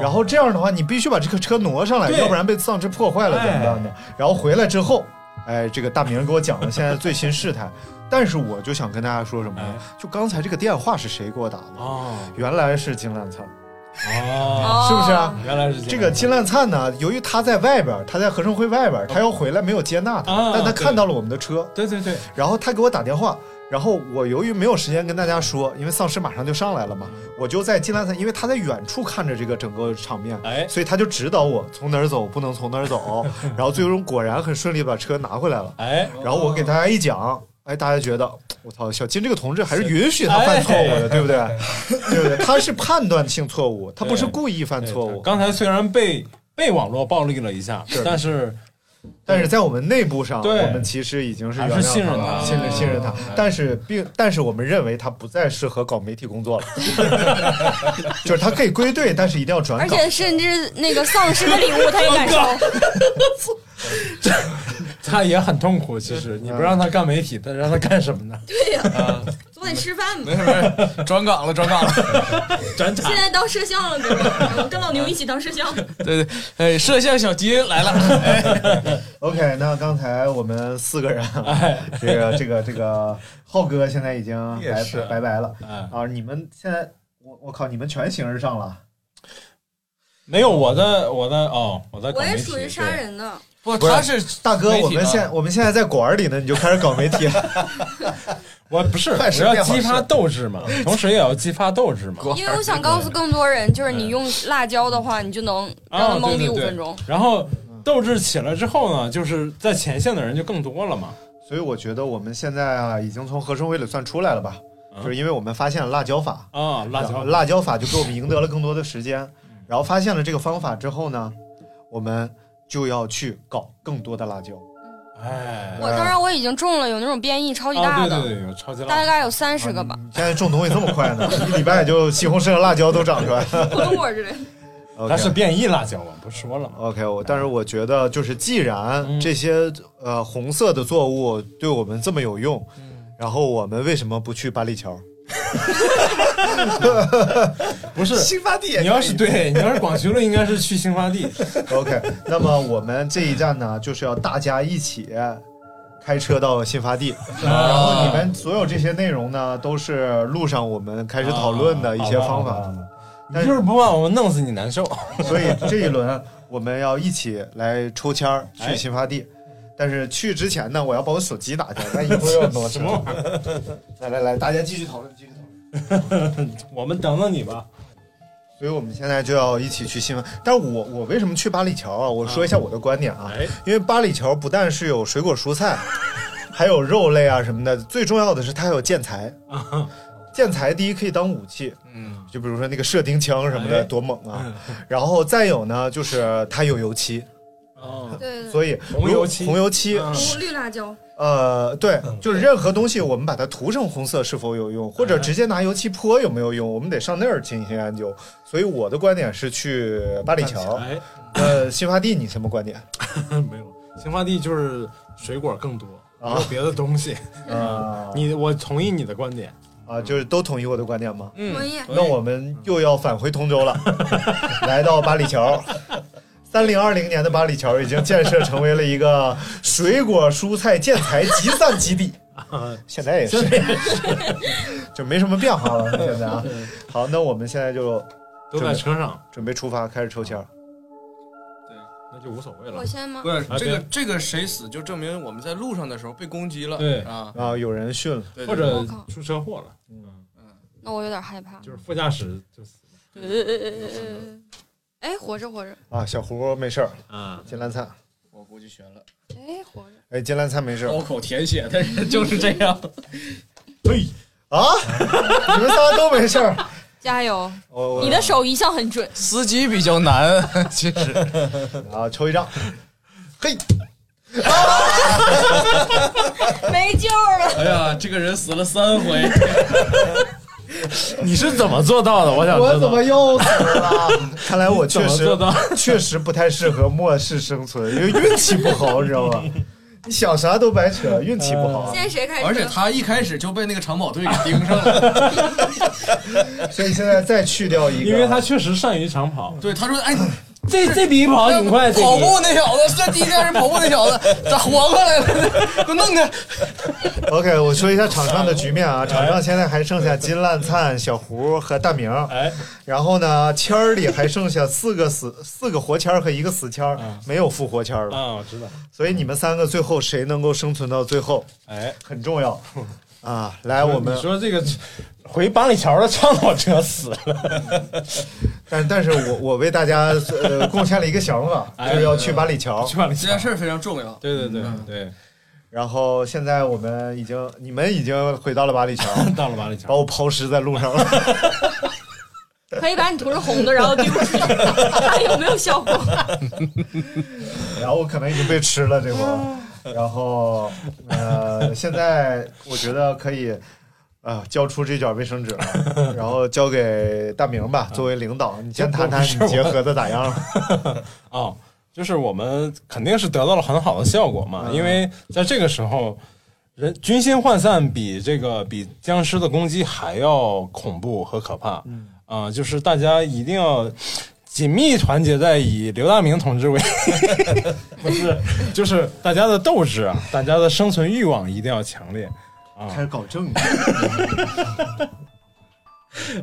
A: 然后这样的话，你必须把这个车挪上来，
B: 对
A: 要不然被丧尸破坏了怎么办呢？然后回来之后，哎，这个大明给我讲了现在最新事态，但是我就想跟大家说什么呢？就刚才这个电话是谁给我打的？
B: 啊
A: 哎原来是金烂灿，
B: 啊，
D: 哦
A: 是不是啊？？
B: 原来是
A: 这个金烂灿呢，由于他在外边，他在合生汇外边，他要回来没有接纳他
B: 啊，
A: 但他
B: 对
A: 看到了我们的车，
B: 对对对，
A: 然后他给我打电话，然后我由于没有时间跟大家说，因为丧尸马上就上来了嘛，我就在金兰森，因为他在远处看着这个整个场面，
B: 哎
A: 所以他就指导我从哪儿走，不能从哪儿 走，然后最终果然很顺利把车拿回来了。
B: 哎，
A: 然后我给大家一讲，哎，大家觉得我操，小金这个同志还是允许他
B: 哎
A: 犯错误的，对不 对？对不对？他是判断性错误，他不是故意犯错
B: 对
A: 误。
B: 刚才虽然被被网络暴力了一下，但是
A: 但是在我们内部上，
B: 对
A: 我们其实已经是原
B: 还
A: 谅
B: 是信任
A: 他了，
B: 他
A: 信任信任他。但是并但是我们认为他不再适合搞媒体工作了， 就是他可以归队，但是一定要转
D: 而
A: 岗。
D: 且甚至那个丧尸的礼物他也敢收，
B: 他也很痛苦。其实你不让他干媒体，他让他干什么 呢？
D: 总得吃饭吧
F: 没。事没事，转岗了转岗了。
B: 转场
D: 现在当摄像了，对吧？ 我跟老牛一起当摄像。
F: 对对，哎，摄像小金来了，
A: OK，那刚才我们四个人，啊这个这个这个浩哥现在已经
E: 也
A: 拜
E: 是
A: 拜拜了
B: 哎
A: 啊！你们现在我我靠，你们全形而上了，
B: 没有我的我的哦，我的
D: 我也属于杀。人的，
F: 不，
A: 不是
F: 他是
A: 大哥，
F: 媒体
A: 我们
F: 了
A: 现我们现在在馆儿里呢，你就开始搞媒体了。
B: 我不是，我
E: 快时
B: 要
E: 变好
B: 激
E: 时
B: 发斗 志嘛，同时也要激发斗志嘛。
D: 因为我想告诉更多人，就是你用辣椒的话，你就能让他蒙蔽五分钟。
B: 然后斗志起来之后呢，就是在前线的人就更多了嘛。
A: 所以我觉得我们现在啊，已经从合生汇里算出来了吧？
B: 嗯
A: 就是因为我们发现了辣椒法，
B: 啊，辣
A: 然后
B: 椒，
A: 呃
B: 嗯
A: 辣椒法就给我们赢得了更多的时间。然后发现了这个方法之后呢，我们就要去搞更多的辣椒。
B: 哎，
D: 我当然我已经中了，有那种变异超级
B: 啊，对
D: 大的，
B: 对对，有超级
D: 大
B: 辣，
D: 概有三十个吧，
A: 你现在种东西这么快呢？一礼拜就西红柿和辣椒都长出来。
D: 胡萝卜之类的。
A: OK
B: 但是变异辣椒我不说了嘛。
A: OK，我但是我觉得就是既然
B: 嗯
A: 这些呃红色的作物对我们这么有用，
B: 嗯
A: 然后我们为什么不去八里桥？
B: 不是，
E: 新发地也可以
B: 你要是对，你要是广渠路，应该是去新 发地。
A: OK，那么我们这一站呢，就是要大家一起开车到新发地，
B: 啊
A: 然后你们所有这些内容呢，都是路上我们开始讨论的一些方
B: 啊好吧
A: 法，
B: 你就是不把我们弄死，你难受。
A: 所以这一轮我们要一起来抽签儿去新发
B: 哎
A: 地。但是去之前呢，我要把我手机拿掉，万一会儿要挪 什么？来来来，大家继续讨论，继续讨论。
B: 我们等等你吧。
A: 所以我们现在就要一起去新闻。但是我我为什么去八里桥啊？我说一下我的观点啊，
B: 哎
A: 因为八里桥不但是有水果蔬 菜，还有肉类啊什么的，最重要的是它还有建材。
B: 啊
A: 建材第一可以当武器，
F: 嗯，
A: 就比如说那个射钉枪什么的，
B: 哎
A: 多猛啊！然后再有呢，就是它有油漆，
B: 哦，
D: 对对对，
A: 所以
B: 红油漆嗯
A: 红油漆，
D: 红绿辣椒，
A: 呃，对，就是任何东西我们把它涂成红色是否有用，
B: 哎
A: 或者直接拿油漆泼有没有用，我们得上那儿进行研究。所以我的观点是去八里桥，
B: 哎，
A: 呃，新发地，你什么观点？
B: 没有，新发地就是水果更多，没
A: 啊
B: 有别的 东西。
A: 啊
B: 你我同意你的观点，
A: 啊，就是都同意我的观点吗？
D: 同意。
A: 那我们又要返回通州了，来到八里桥。三零二零年的八里桥已经建设成为了一个水果蔬菜建材集散基地，现在也是，就没什么变化了。现在啊，好，那我们现在就
B: 都在车上，
A: 准备出发，开始抽签儿。
B: 那就无所谓了
D: 我。先吗
F: 不？是
B: 啊
F: 这个
B: 对
F: 这个谁死就证明我们在路上的时候被攻击了，
B: 对
F: 啊，
A: 啊，有人训了，
F: 对对
B: 或
F: 对
B: 者
D: 我靠
B: 出车祸了，
D: 那我有点害怕。
B: 就是副驾驶就死
D: 呃哎，活着活着，
A: 啊，小胡没事儿，
B: 啊。
A: 金兰灿，
F: 我我估计悬了。
D: 哎，活着。
A: 哎，金兰灿没事
F: 刀口舔血，但是就是 这样。嘿，
A: 啊， 你们仨都没事儿。
D: 加油！
A: 我我
D: 你的手一向很准，
F: 司机比较难，其实
A: 啊，抽一张。嘿，
D: 没救了。
F: 哎呀，这个人死了三回，
B: 你是怎么做到的？我想
A: 我
B: 知
A: 怎
B: 道
A: 么。又死了？看来我确
B: 怎么
A: 实
B: 做到
A: 确实不太适合末世生存，因为运气不好，你知道吧？你想啥都白扯，运气不好。啊
D: 现在谁开始？
F: 而且他一开始就被那个长跑队给盯上了。
A: 所以现在再去掉一个，
B: 因为他确实善于长跑，
F: 对，他说：“哎，
B: 这这比跑挺快，这
F: 跑
B: 比
F: 步那小子，这第一件是跑步那小子，咋活过来了？给我弄他！
A: OK，我说一下场上的局面啊，场上现在还剩下金烂灿、小胡和大明，
B: 哎，
A: 然后呢，签儿里还剩下四个死四个活签儿和一个死签儿，没有复活签儿了，
B: 啊，我知道，
A: 所以你们三个最后谁能够生存到最后
B: 哎，
A: 很重要啊！来，我们
B: 你说这个回八里桥的 倡导者死了，
A: 但但是我我为大家呃贡献了一个想法，就是要去八里桥。
B: 去八里
F: 这
B: 桥，
F: 件事儿非常重要。
B: 对对对对，
A: 然后现在我们已经你们已经回到了八里桥，
B: 到了八里桥
A: 把，我抛尸在路上了。
D: 可以把你涂成红的，然后丢出去，看有没有效果。
A: 然后我可能已经被吃了这波。然后呃，现在我觉得可以啊、呃交出这卷卫生纸了，然后交给大明吧，作为领导，你先谈谈你结合的咋样了？
B: 哦，就是我们肯定是得到了很好的效果嘛，因为在这个时候，人军心涣散比这个比僵尸的攻击还要恐怖和可怕，嗯、就是大家一定要。紧密团结在以刘大明同志为， 不是，就是大家的斗志啊，大家的生存欲望一定要强烈。
A: 开始搞 政治，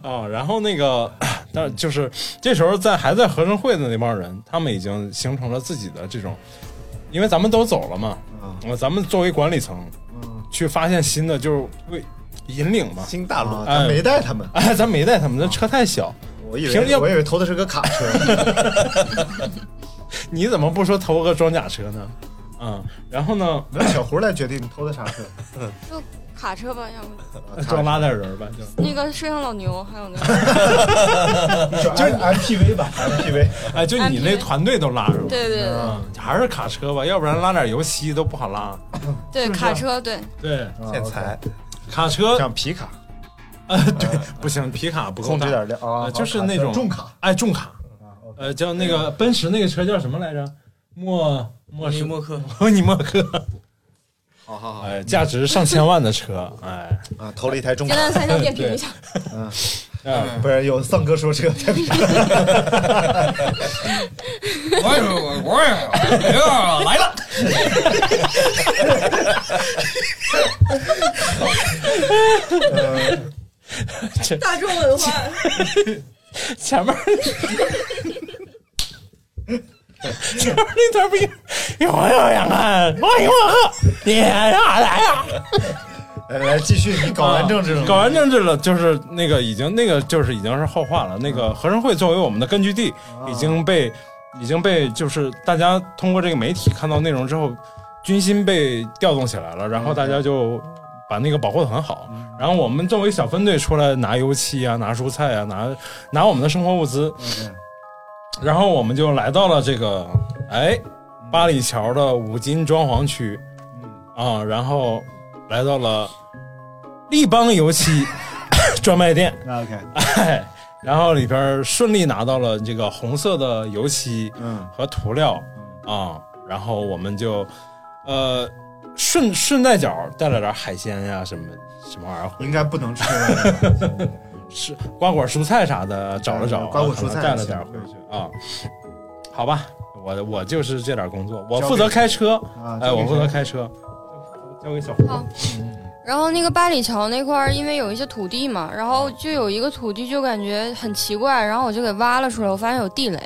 B: 啊、然后那个， 但就是这时候在还在合生会的那帮人，他们已经形成了自己的这种，因为咱们都走了嘛，我、
A: 嗯
B: 咱们作为管理层，去发现新的就是为引领嘛，
A: 新大陆，
E: 啊
B: 哎
A: 咱没啊带他们，
B: 哎，咱没带他们，那车太小，
A: 我以
B: 平
A: 为
B: 时
A: 我以为偷的是个卡车，
B: 你怎么不说投个装甲车呢？嗯，然后呢，
A: 没有小胡来决定你偷的啥车，
D: 就卡车吧，要不
A: 啊
B: 装拉点人吧，就
D: 那个摄像老牛，还有那个，
A: 就 MPV 吧，MPV。
B: 哎，就你那团队都拉着吧，
D: 对对对
B: 嗯，还是卡车吧，要不然拉点油漆都不好拉。
D: 对，卡车对，
B: 对，
E: 骗
A: 哦
E: 财，
B: 卡车
A: 像皮卡，
B: 不行，皮卡不够
A: 控
B: 大
A: 制点量啊，
B: 呃就是那种
A: 重卡，
B: 哎，重卡，呃，叫那个奔驰那个车叫什么来着？默默
F: 尼
B: 是
F: 莫克，
B: 默尼默克，
F: 好好好，
B: 哎，价值上千万的车， 哎，
A: 啊，投了一台重
D: 简
A: 卡，
D: 单三项点评一下。
B: 啊
A: 不是有丧哥说车，
F: 我也我我也 哎呀来了，
D: 大众文化，
B: 前面儿前面儿那段不行，我又想看哎默尼默克，你啥来呀？
A: 来来继续， 你搞完政治了吗，
B: 嗯搞完政治了，就是那个已经那个就是已经是后话了。那个合生会作为我们的根据地，
A: 啊
B: 已经被已经被就是大家通过这个媒体看到内容之后，军心被调动起来了，然后大家就把那个保护的很
A: 嗯
B: 好。然后我们作为小分队出来拿油漆啊，拿蔬菜啊，拿拿我们的生活物资，
A: 嗯
B: 然后我们就来到了这个哎八里桥的五金装潢区，
A: 嗯
B: 啊，然后来到了立邦油漆 专卖店，
A: 那 OK，
B: 哎，然后里边顺利拿到了这个红色的油漆
A: 嗯
B: 和涂料啊，然后我们就呃顺顺带脚带了点海鲜呀、什么什么玩意儿回
A: 应该不 能吃了，
B: 是瓜果蔬菜啥的找了找，
A: 嗯
B: 啊
A: 瓜果蔬菜
B: 带了点回去啊。好吧，我我就是这点工作，我
A: 交给
B: 负责开车，
A: 啊
B: 哎，我负责
A: 能
B: 开车，交给小胡。
D: 好 然后那个八里桥那块儿，因为有一些土地嘛，然后就有一个土地就感觉很奇怪，然后我就给挖了出来，我发现有地雷，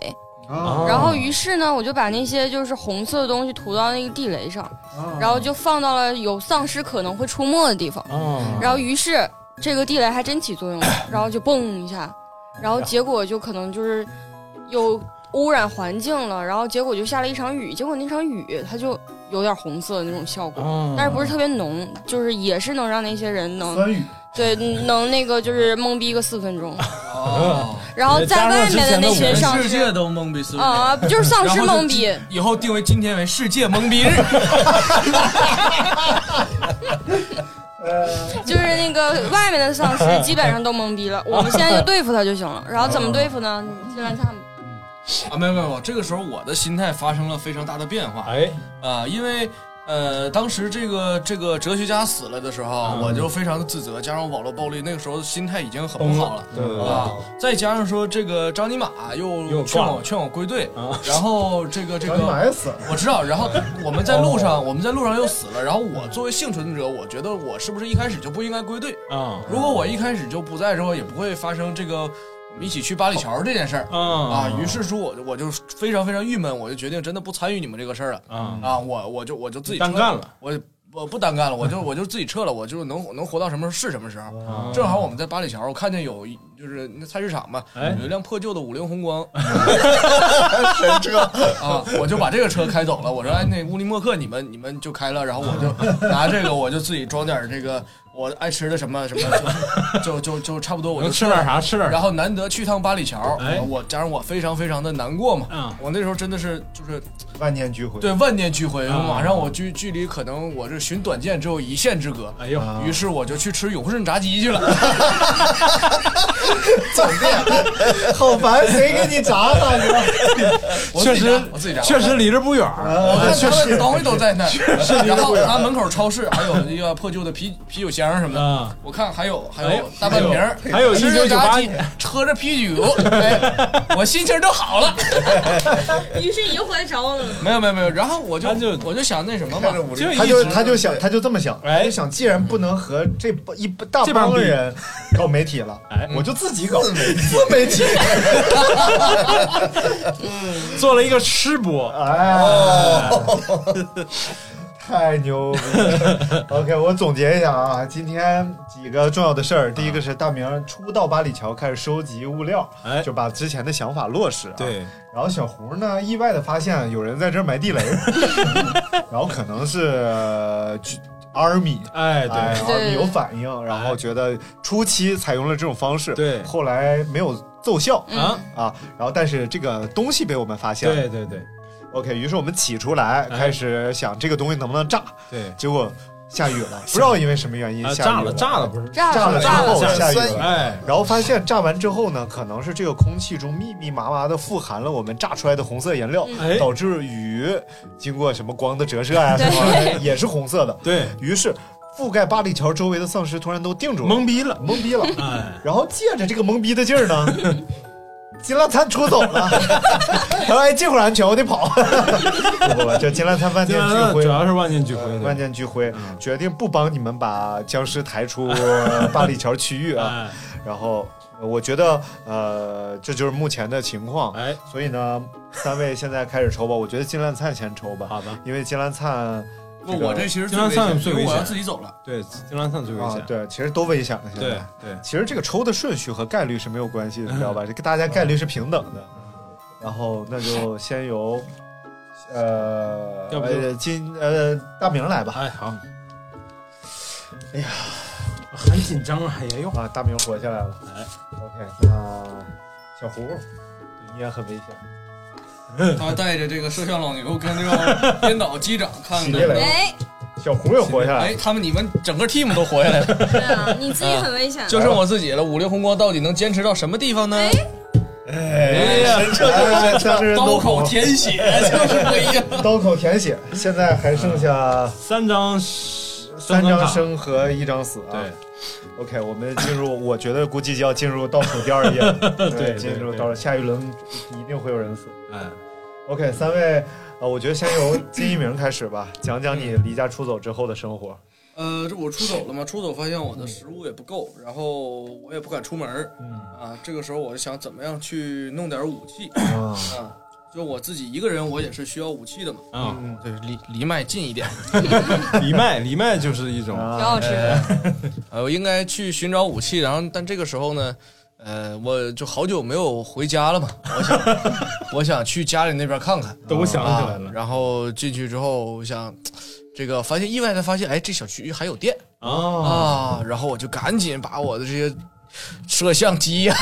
A: 啊，
D: 然后于是呢，我就把那些就是红色的东西涂到那个地雷上，
A: 啊
D: 然后就放到了有丧尸可能会出没的地方，
B: 啊，
D: 然后于是这个地雷还真起作用了，然后就嘣一下，然后结果就可能就是有污染环境了，然后结果就下了一场雨，结果那场雨它就有点红色的那种效果，
B: 啊
D: 但是不是特别浓，就是也是能让那些人能
A: 酸雨，
D: 对能那个就是懵逼个四分钟，
F: 哦，
D: 然后在外面的那群
B: 全
D: 丧
F: 世界哦
D: 尸
F: 都懵逼死了。
D: 啊，就是丧尸
F: 然后就
D: 懵逼，
F: 以后定为今天为世界懵逼日，
D: 就是那个外面的丧尸基本上都懵逼了，我们现在就对付它就行了，然后怎么对付呢？你进来看吧。
F: 啊，没有没有，没有这个时候我的心态发生了非常大的变化
B: 哎，
F: 啊，因为呃，当时这个这个哲学家死了的时候，
B: 嗯
F: 我就非常的自责，加上网络暴力，那个时候心态已经很不好了。
A: 对对对
F: 啊，再加上说这个张尼玛又
B: 嗯又
F: 劝
B: 挂
F: 我
B: 了啊
F: 劝我归队，然后这个这
D: 嗯
A: 张尼玛
F: 个
A: 也死了，
F: 我知道，然后我们在路
B: 哦
F: 上我们在路上又死了，然后我作为幸存者，我觉得我是不是一开始就不应该归队？
B: 啊
F: 如果我一开始就不在之后，也不会发生这个我们一起去八里桥这件事儿。
B: 啊
E: 哦
F: 啊，于是说我就我就非常非常郁闷，我就决定真的不参与你们这个事儿了
E: 嗯
B: 啊，
F: 啊，我我就我就自己
B: 单
F: 撤
B: 干了，
F: 我我不单干了，我就我就自己撤了，我就能能活到什么时候是什么时候。
E: 哦
B: 啊
F: 正好我们在八里桥，我看见有一就是那菜市场嘛，
B: 哎
F: 有一辆破旧的五菱 宏光
E: 神车，
F: 啊，我就把这个车开走了。我说，哎，那乌尼莫克你们你们就开了，然后我 就拿这个，我就自己装点这个我爱吃的什么什么，就就就就差不多我就
B: 能吃
F: 撤了啊
B: 点啥吃点啥
F: 然后难得去趟八里桥，
B: 哎
F: 我加上我非常非常的难过嘛，
B: 嗯
F: 我那时候真的是就是
A: 万念俱灰。
F: 对万念俱灰，
B: 啊
F: 马上我距距离可能我是寻短见只有一线之隔，
B: 哎呦，
A: 啊
F: 于是我就去吃永顺炸鸡 去了。
A: 总店，好烦，谁给你炸大哥？
F: 我
B: 确
F: 自己
B: 实
F: 炸我自己炸，
B: 确实离这不远儿，
F: 我
A: 啊
F: 看他们都会都在那儿，然后
A: 不远
F: 他门口超市还有一个破旧的啤啤酒箱什么
B: 啊
F: 的，我看还有还
B: 哎
F: 有大半瓶儿，
B: 还有
F: 吃着炸鸡
B: 1998年，
F: 喝着啤酒，哎，我心情都好了。
D: 于是你就回来找我了。
F: 没有没有没有，然后我就
B: 他就
F: 我就想那什么嘛
E: 开，着五
B: 就
E: 菱，
A: 他
B: 一
A: 就
B: 直
A: 他就想他就这么想，
B: 哎
A: 他就想既然不能和这帮一大
B: 这帮
A: 帮
B: 比
A: 人搞媒体了
B: 哎，
A: 我就自己搞自媒体，
B: 做了一个吃
A: 啊
B: 播，
A: 哎，
B: 哦
A: 太牛逼了！OK，我总结一下啊，今天几个重要的事儿，第一个是大明初到八里桥开始收集物料，
B: 哎
A: 就把之前的想法落实、啊。
B: 对，
A: 然后小胡呢，意外的发现有人在这儿埋地雷， 然后可能是呃就 Army。哎
B: 哎对，
A: ，Army
D: 对
A: 有反应，然后觉得初期采用了这种方式，
B: 对
A: 后来没有奏效
D: 嗯
B: 啊，
A: 啊，然后但是这个东西被我们发现了，
B: 对对对
A: OK，于是我们起出来，
B: 哎
A: 开始想这个东西能不能炸。
B: 对，
A: 结果下雨了，不知道因为什么原因
B: 啊
A: 下雨
B: 炸了炸
A: 了，
B: 了不是，
D: 炸
A: 炸
D: 了
A: 之
D: 炸
A: 后
E: 炸了
A: 下雨
E: 酸
A: 了。
B: 哎
A: 然后发现炸完之后呢，可能是这个空气中密密麻麻的富含了我们炸出来的红色颜料，
B: 哎
A: 导致雨经过什么光的折射呀、
D: 对
A: 什么也是红色的。
B: 对，
A: 于是覆盖八里桥周围的丧尸突然都定住了，
B: 懵逼了，
A: 懵逼了。
B: 哎
A: 然后借着这个懵逼的劲儿呢，金烂摊出走了。他说：“哎，这会儿安全，我得跑。”不不不，这金烂摊万念俱灰
B: 主。要是万念俱灰
A: 呃，
B: 对
A: 万念俱灰，
B: 嗯
A: 决定不帮你们把僵尸抬出八里桥区域啊。
B: 哎
A: 然后，呃我觉得，呃，这就是目前的情况。
B: 哎，
A: 所以呢，三位现在开始抽吧。我觉得金烂灿先抽吧，
B: 好的，
A: 因为金烂灿
F: 不，我这其实最
B: 经常
F: 危
B: 上
F: 险，
B: 最
F: 因为
B: 危
F: 我要
B: 险
F: 自己走了。
B: 对，金兰灿最危
A: 啊，
B: 险，
A: 对，其实都危险了。现在
B: 对对，
A: 其实这个抽的顺序和概率是没有关系的，你知道吧？这个大家概率是平等的。然后那就先由，呃，
B: 要不就
A: 呃金呃大明来吧。
B: 哎好，
A: 哎呀，
B: 很紧张啊，也用
A: 啊，大明活下来了。
B: 哎
A: OK，那小胡，你也很危险。
F: 他带着这个摄像老牛跟这个编导 机长看
A: 起
F: 看
A: 立啊来
F: 能。
D: 喂，
A: 小胡也活下来
F: 哎，
A: 了。
F: 他们你们整个 team 都活下来了，
D: 对啊，你自己很危险。
F: 就剩我自己了。五菱宏光到底能坚持到什么地方呢？
D: 哎
A: 哎，
F: 呀，
A: 三个人
F: 刀
A: 都
F: 口
A: 活，
F: 舔 血，就是不一样。
A: 刀口舔血。现在还剩下
B: 三张三
A: 三张
B: 卡，
A: 生和一张死啊。
B: 对，
A: OK，我们进入，我觉得估计就要进入倒数第二页 了。
B: 对
A: 进入
B: 对
A: 倒数，下一轮一定会有人死。
B: 哎
A: OK，三位，呃，我觉得先由金一鸣开始吧，讲讲
B: 嗯
A: 你离家出走之后的生 活。
F: 呃，这我出走了嘛？出走发现我的食物也不够，然后我也不敢出门儿
A: 嗯
F: 啊。这个时候我就想怎么样去弄点武器
B: 嗯
A: 啊，
F: 啊？就我自己一个人，我也是需要武器的嘛。
B: 啊，
A: 嗯
F: 对，离离麦近一点。
B: 藜麦藜麦就是一种
D: 挺好
A: 啊，
F: 哎
D: 吃，
F: 呃，我应该去寻找武器，然后但这个时候呢，呃，我就好久没有回家了嘛，我想 我想去家里那边看看
B: 都想起来
F: 啊。
B: 了
F: 然后进去之后，我想这个发现意外的发现，哎，这小区还有店
B: 啊，
F: 啊，然后我就赶紧把我的这些摄像机啊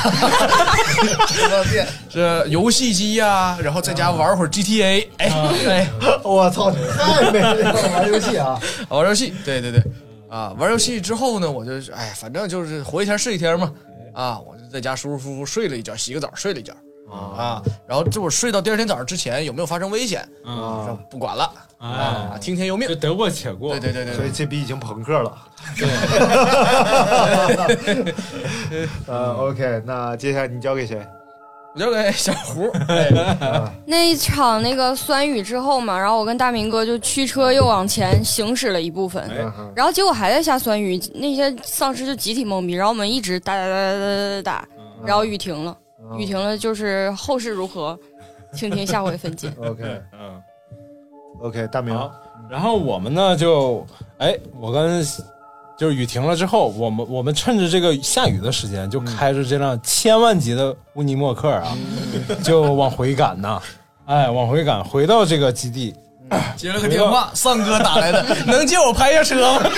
F: 呀、
E: 到店
F: 这游戏机呀、然后在家玩会儿 GTA，哎、
B: 啊
F: 哎，
A: 我操，太没 了！玩游戏啊，
F: 玩游戏，对对对，啊，玩游戏之后呢，我就哎，反正就是活一天是一天嘛，啊，我就在家舒舒服服睡了一觉，洗个澡睡了一觉，啊，然后这我睡到第二天早上之前有没有发生危险，
B: 啊
F: 说不管了啊，
B: 哎，
F: 听天由命
B: 就，得过且过，
F: 对对对对
A: 所以
F: 对，
A: 这逼已经朋克了。 呃，OK，那接下来你交给谁？
F: 我就给小 胡，
D: 那一场那个酸雨之后嘛，然后我跟大明哥就驱车又往前行驶了一部分，
B: 哎
A: 嗯哼。
D: 然后结果还在下酸雨，那些丧尸就集体懵逼，然后我们一直打打打打打打打，然后雨停了，
B: 嗯
D: 雨停了就是后事如何，请听下回分解
A: OK
B: 嗯，
A: OK，大明，
B: 好。然后我们呢就，哎，我跟就是雨停了之后，我们我们趁着这个下雨的时间，就开着这辆千万级的乌尼默克啊， 就往回赶呐，哎，往回赶，回到这个基地，
F: 接了个电话，丧哥打来的， 能借我拍一下车吗？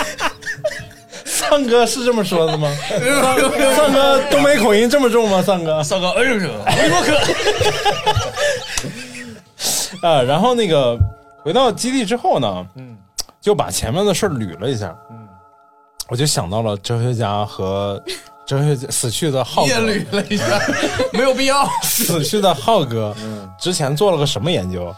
B: 三哥是这么说的吗？ 三哥东北口音这么重吗？三哥
F: 丧哥，哎呦呦，
B: 啊，然后那个回到基地之后呢，嗯，就把前面的事儿捋了一下，嗯，我就想到了哲学家和哲学家死去的 浩
F: 也
B: 哥，
F: 捋了一下，没有必要，
B: 死去的浩哥之前做了个什么研究？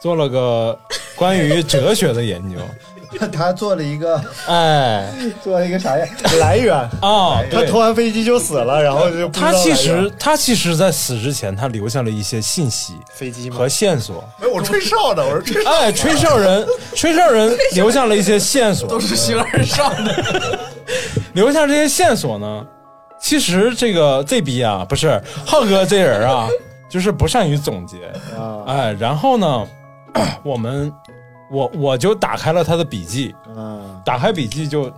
B: 做了个关于哲学的研究，
A: 他做了一个
B: 哎
A: 做了一个啥呀？来源。
B: 啊，
A: 哎他
B: 对
A: 拖，完飞机就死了，然后就不知道
B: 他其
A: 来源
B: 实他其实在死之前，他留下了一些信息
A: 飞机嘛
B: 和，线索。
E: 没有，我吹哨的，我说吹哨
B: 哎，吹哨人，吹哨人留下了一些线索，
F: 都是形而上的。
B: 留下这些线索呢，其实这个这逼啊，不是浩哥这人啊， 就是不善于总结。
A: 啊
B: 哎，然后呢， 我们我我就打开了他的笔记，
A: 啊
B: 打开笔记就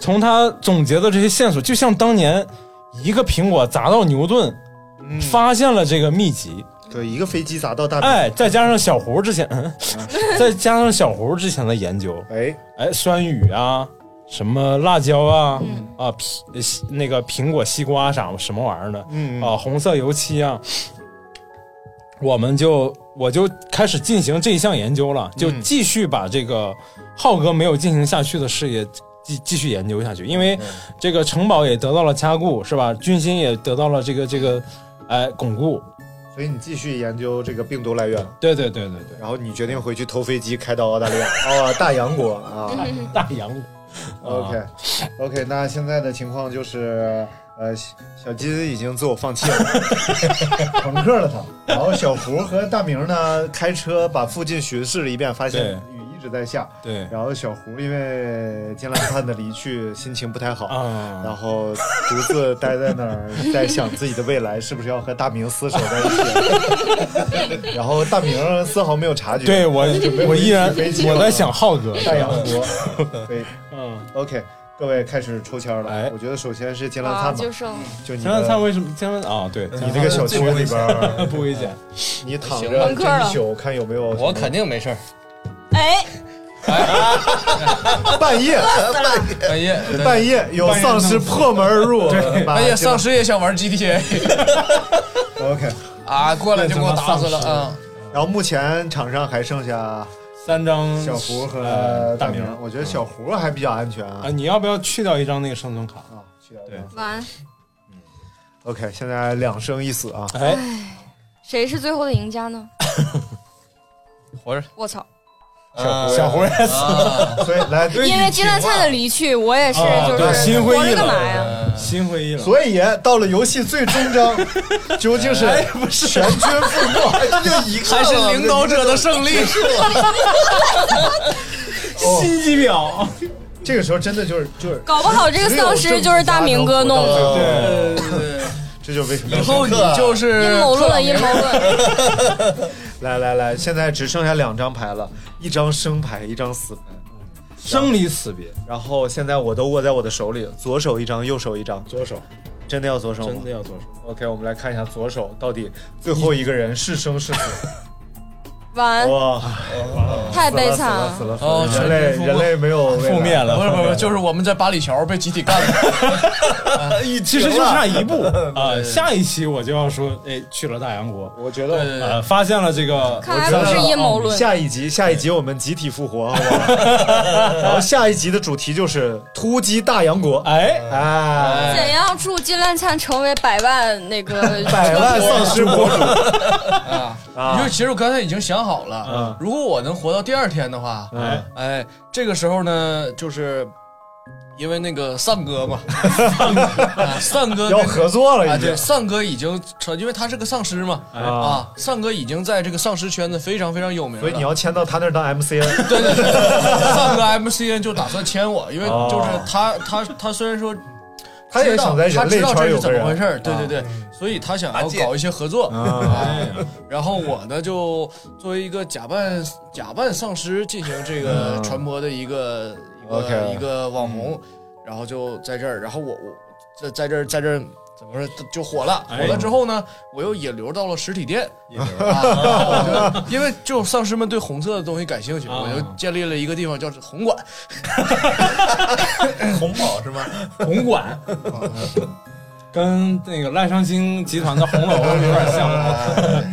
B: 从他总结的这些线索，就像当年一个苹果砸到牛顿，
A: 嗯，
B: 发现了这个秘籍。
A: 对，一个飞机砸到大饼，
B: 哎，再加上小胡之前， 嗯再加上小胡之前的研究，
A: 哎，
B: 哎，酸雨啊，什么辣椒啊，
A: 嗯
B: 啊苹那个苹果、西瓜啥什么玩意儿的，
A: 嗯
B: 啊，红色油漆啊，我们就我就开始进行这一项研究
A: 嗯
B: 了，就继续把这个浩哥没有进行下去的事业继继续研究下去，因为
A: 嗯
B: 这个城堡也得到了加固，是吧？军心也得到了这个这个，哎，巩固。
A: 所以你继续研究这个病毒来源，
B: 对对对对对，
A: 然后你决定回去偷飞机开到澳大利亚哦，大洋国 啊。
B: 大洋啊谷
A: OK OK，那现在的情况就是，呃，小小金已经自我放弃了， 朋克了他。然后小胡和大明呢，开车把附近巡视了一遍，发现
B: 对
A: 雨一直在下。
B: 对
A: 然后小胡因为金兰灿的离去，心情不太好。
B: 啊，
A: 然后独自待在那儿，在想自己的未来是不是要和大明厮守在一起。 然后大明丝毫没有察觉，
B: 对我我依然
A: 飞机了
B: 我在想浩哥，
A: 大洋国。对
B: 嗯，
A: ，OK，各位开始抽签了。
B: 哎
A: 我觉得首先是金兰
D: 啊，
A: 灿吧，
D: 就剩
A: 就你
B: 前万灿
A: 的
B: 为什么前万啊？对，
A: 你这个小区里边儿，
B: 不危险，
A: 你躺
F: 行
A: 着
D: 朋克了
A: 这一宿，看有没有什么
F: 我肯定没事儿，
D: 哎，
A: 半夜
F: 哎半夜对
A: 半夜有丧尸破门而入，
F: 半夜
A: 上
F: 哎丧尸也想玩 GTA。
A: OK。
F: 啊，过来就给我打死了啊！
A: 然后目前场上还剩下
B: 三张
A: 小胡和
B: 呃
A: 大
B: 大
A: 明
B: 明，
A: 我觉得小胡还比较安全啊
B: 啊，。你要不要去掉一张那个生存卡？
A: 啊，去掉一
B: 对
A: 张
D: 晚安。
A: OK，现在两生一死啊！
B: 哎，
D: 谁是最后的赢家呢？
F: 活着，
D: 我操！
A: 呃
B: 小小 胡也死
F: 啊，
A: 所以来，
D: 因为金蛋灿的离去，我也是
B: 啊
D: 就
B: 对
D: 是
B: 心灰
D: 活
B: 意
D: 着干嘛
B: 冷
D: 呀？
B: 心灰意冷。
A: 所以到了游戏最终章， 究竟哎是全军覆没？
E: 哎， 这就一个
F: 还是领导者的胜 利。
B: 心机婊，
A: 这个时候真的就是就是，
D: 搞不好这个丧尸就是大明哥弄的。
A: 的。
B: 对，
A: 这就是为什么
F: 以
A: 要
F: 后你就是
D: 阴谋论，阴谋论，
A: 来来来，现在只剩下两张牌了，一张生牌，一张死牌。
B: 生离死别，
A: 然后现在我都握在我的手里，左手一张，右手一张，
B: 左手
A: 真的要左手吗
B: 真的要左手。
A: ？OK，我们来看一下左手到底最后一个人是生是死。
D: 完，
A: 哇，
D: 哎太悲
A: 死
D: 惨
A: 了死
D: 了。
A: 了死
F: 哦
A: 了！人类
F: 全军覆没
A: 人类没有未来
B: 覆灭了
F: 不是不是，就是我们在八里桥被集体干了。
B: 其实就差一步啊、下一期我就要说，哎，去了大洋国，
A: 我觉
F: 对
A: 得
F: 对对，
B: 呃，发现了这个
D: 看来不是阴谋论，
A: 下一集下一集我们集体复活，好不 好？然后下一集的主题就是突击大洋国。
B: 哎，
A: 哎，
D: 怎样助金烂灿成为百万那个
A: 百万丧尸博主，啊
F: 因为其实我刚才已经想好了
A: 嗯，
F: 如果我能活到第二天的话，
A: 哎，
F: 哎，这个时候呢，就是因为那个丧哥 嘛，啊丧哥
A: 要
F: 跟
A: 合作了
F: 啊，
A: 已经
F: 对，。丧哥已经成，因为他是个丧尸嘛，
A: 哎
F: 啊，丧哥已经在这个丧尸圈子非常非常有名了。
A: 所以你要签到他那儿当 MCN，
F: 对对对， 丧哥 MCN 就打算签我，因为
A: 哦
F: 就是他他他虽然说
A: 他也想在
F: 知道
A: 人类圈
F: 他知道这
A: 有
F: 是
A: 个
F: 怎么回
A: 人
F: 事。儿，对对对，所以他想要搞一些合作。
A: 啊，
B: 哎
F: 然后我呢，就作为一个假扮假扮丧尸进行这个
A: 嗯
F: 传播的一个、一个
A: OK 嗯
F: 一个网红，然后就在这儿，然后我我在在这儿在这儿怎么说就火了，火
B: 哎
F: 了之后呢，我又引流到了实体店，啊然 后我就因为就丧尸们对红色的东西感兴趣，
B: 啊
F: 我就建立了一个地方叫红馆，
E: 红宝是吗？
B: 红馆， 跟那个赖上京集团的红楼有点像啊。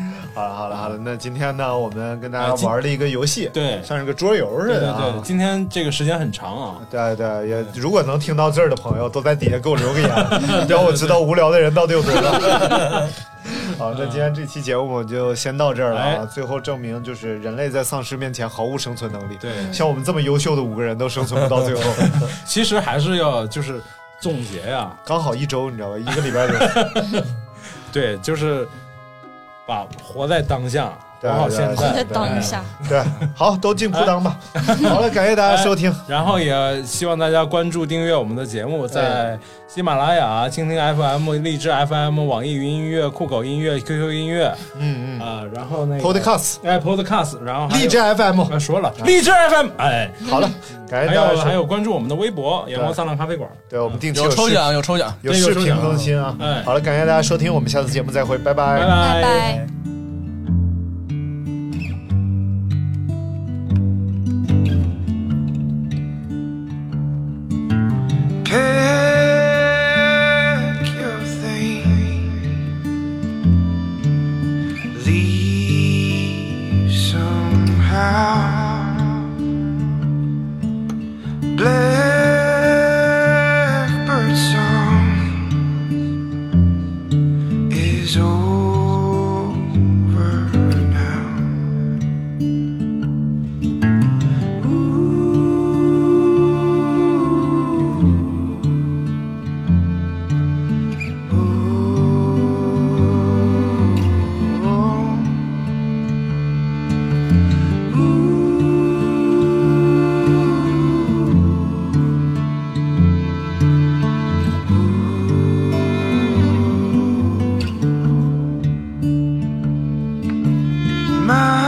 A: 好了好了好了，那今天呢，我们跟大
B: 啊
A: 家
B: 今
A: 玩了一个游戏，
B: 对
A: 像是个啊桌游似
B: 对
A: 的
B: 对
A: 啊。
B: 对，今天这个时间很长啊。
A: 对对，也如果能听到这儿的朋友，都在底下给我留个言， 让我知道无聊的人到底有多少。好，那今天这期节目我就先到这儿了啊。
B: 哎
A: 最后证明就是人类在丧尸面前毫无生存能力，
B: 对，
A: 像我们这么优秀的五个人都生存不到 最后，
B: 其实还是要就是总结呀、
A: 刚好一周，你知道吧？一个礼拜就
B: 对，就是把活在当下，
A: 对
B: 活好现
A: 对
B: 在
A: 对
D: 再。等一下，
A: 对，好，都进裤裆吧。
B: 哎
A: 好了，感谢大家收听，
B: 然后也希望大家关注、订阅我们的节目，在喜马拉雅、蜻蜓 FM、荔枝 FM、网易云音乐、酷狗音乐、QQ 音乐啊、
A: 嗯嗯
B: 呃然后那个
A: ，Podcast
B: 哎 Podcast，然后还有
A: 荔枝 FM，
B: 啊说了荔枝 FM，哎，
A: 好了，感
B: 还
A: 谢大
B: 有
A: 家
B: 还
A: 收。
B: 有关注我们的微博“阳光灿烂咖啡馆
A: 对，我们定期
F: 有抽
A: 视
F: 奖有抽奖。
A: 有视频更新啊
B: 哎。
A: 好了，感谢大家收听，我们下次节目再会，”，
B: 拜
D: 拜拜。
G: Pack your things. Leave somehow. Blackbird song is over now. My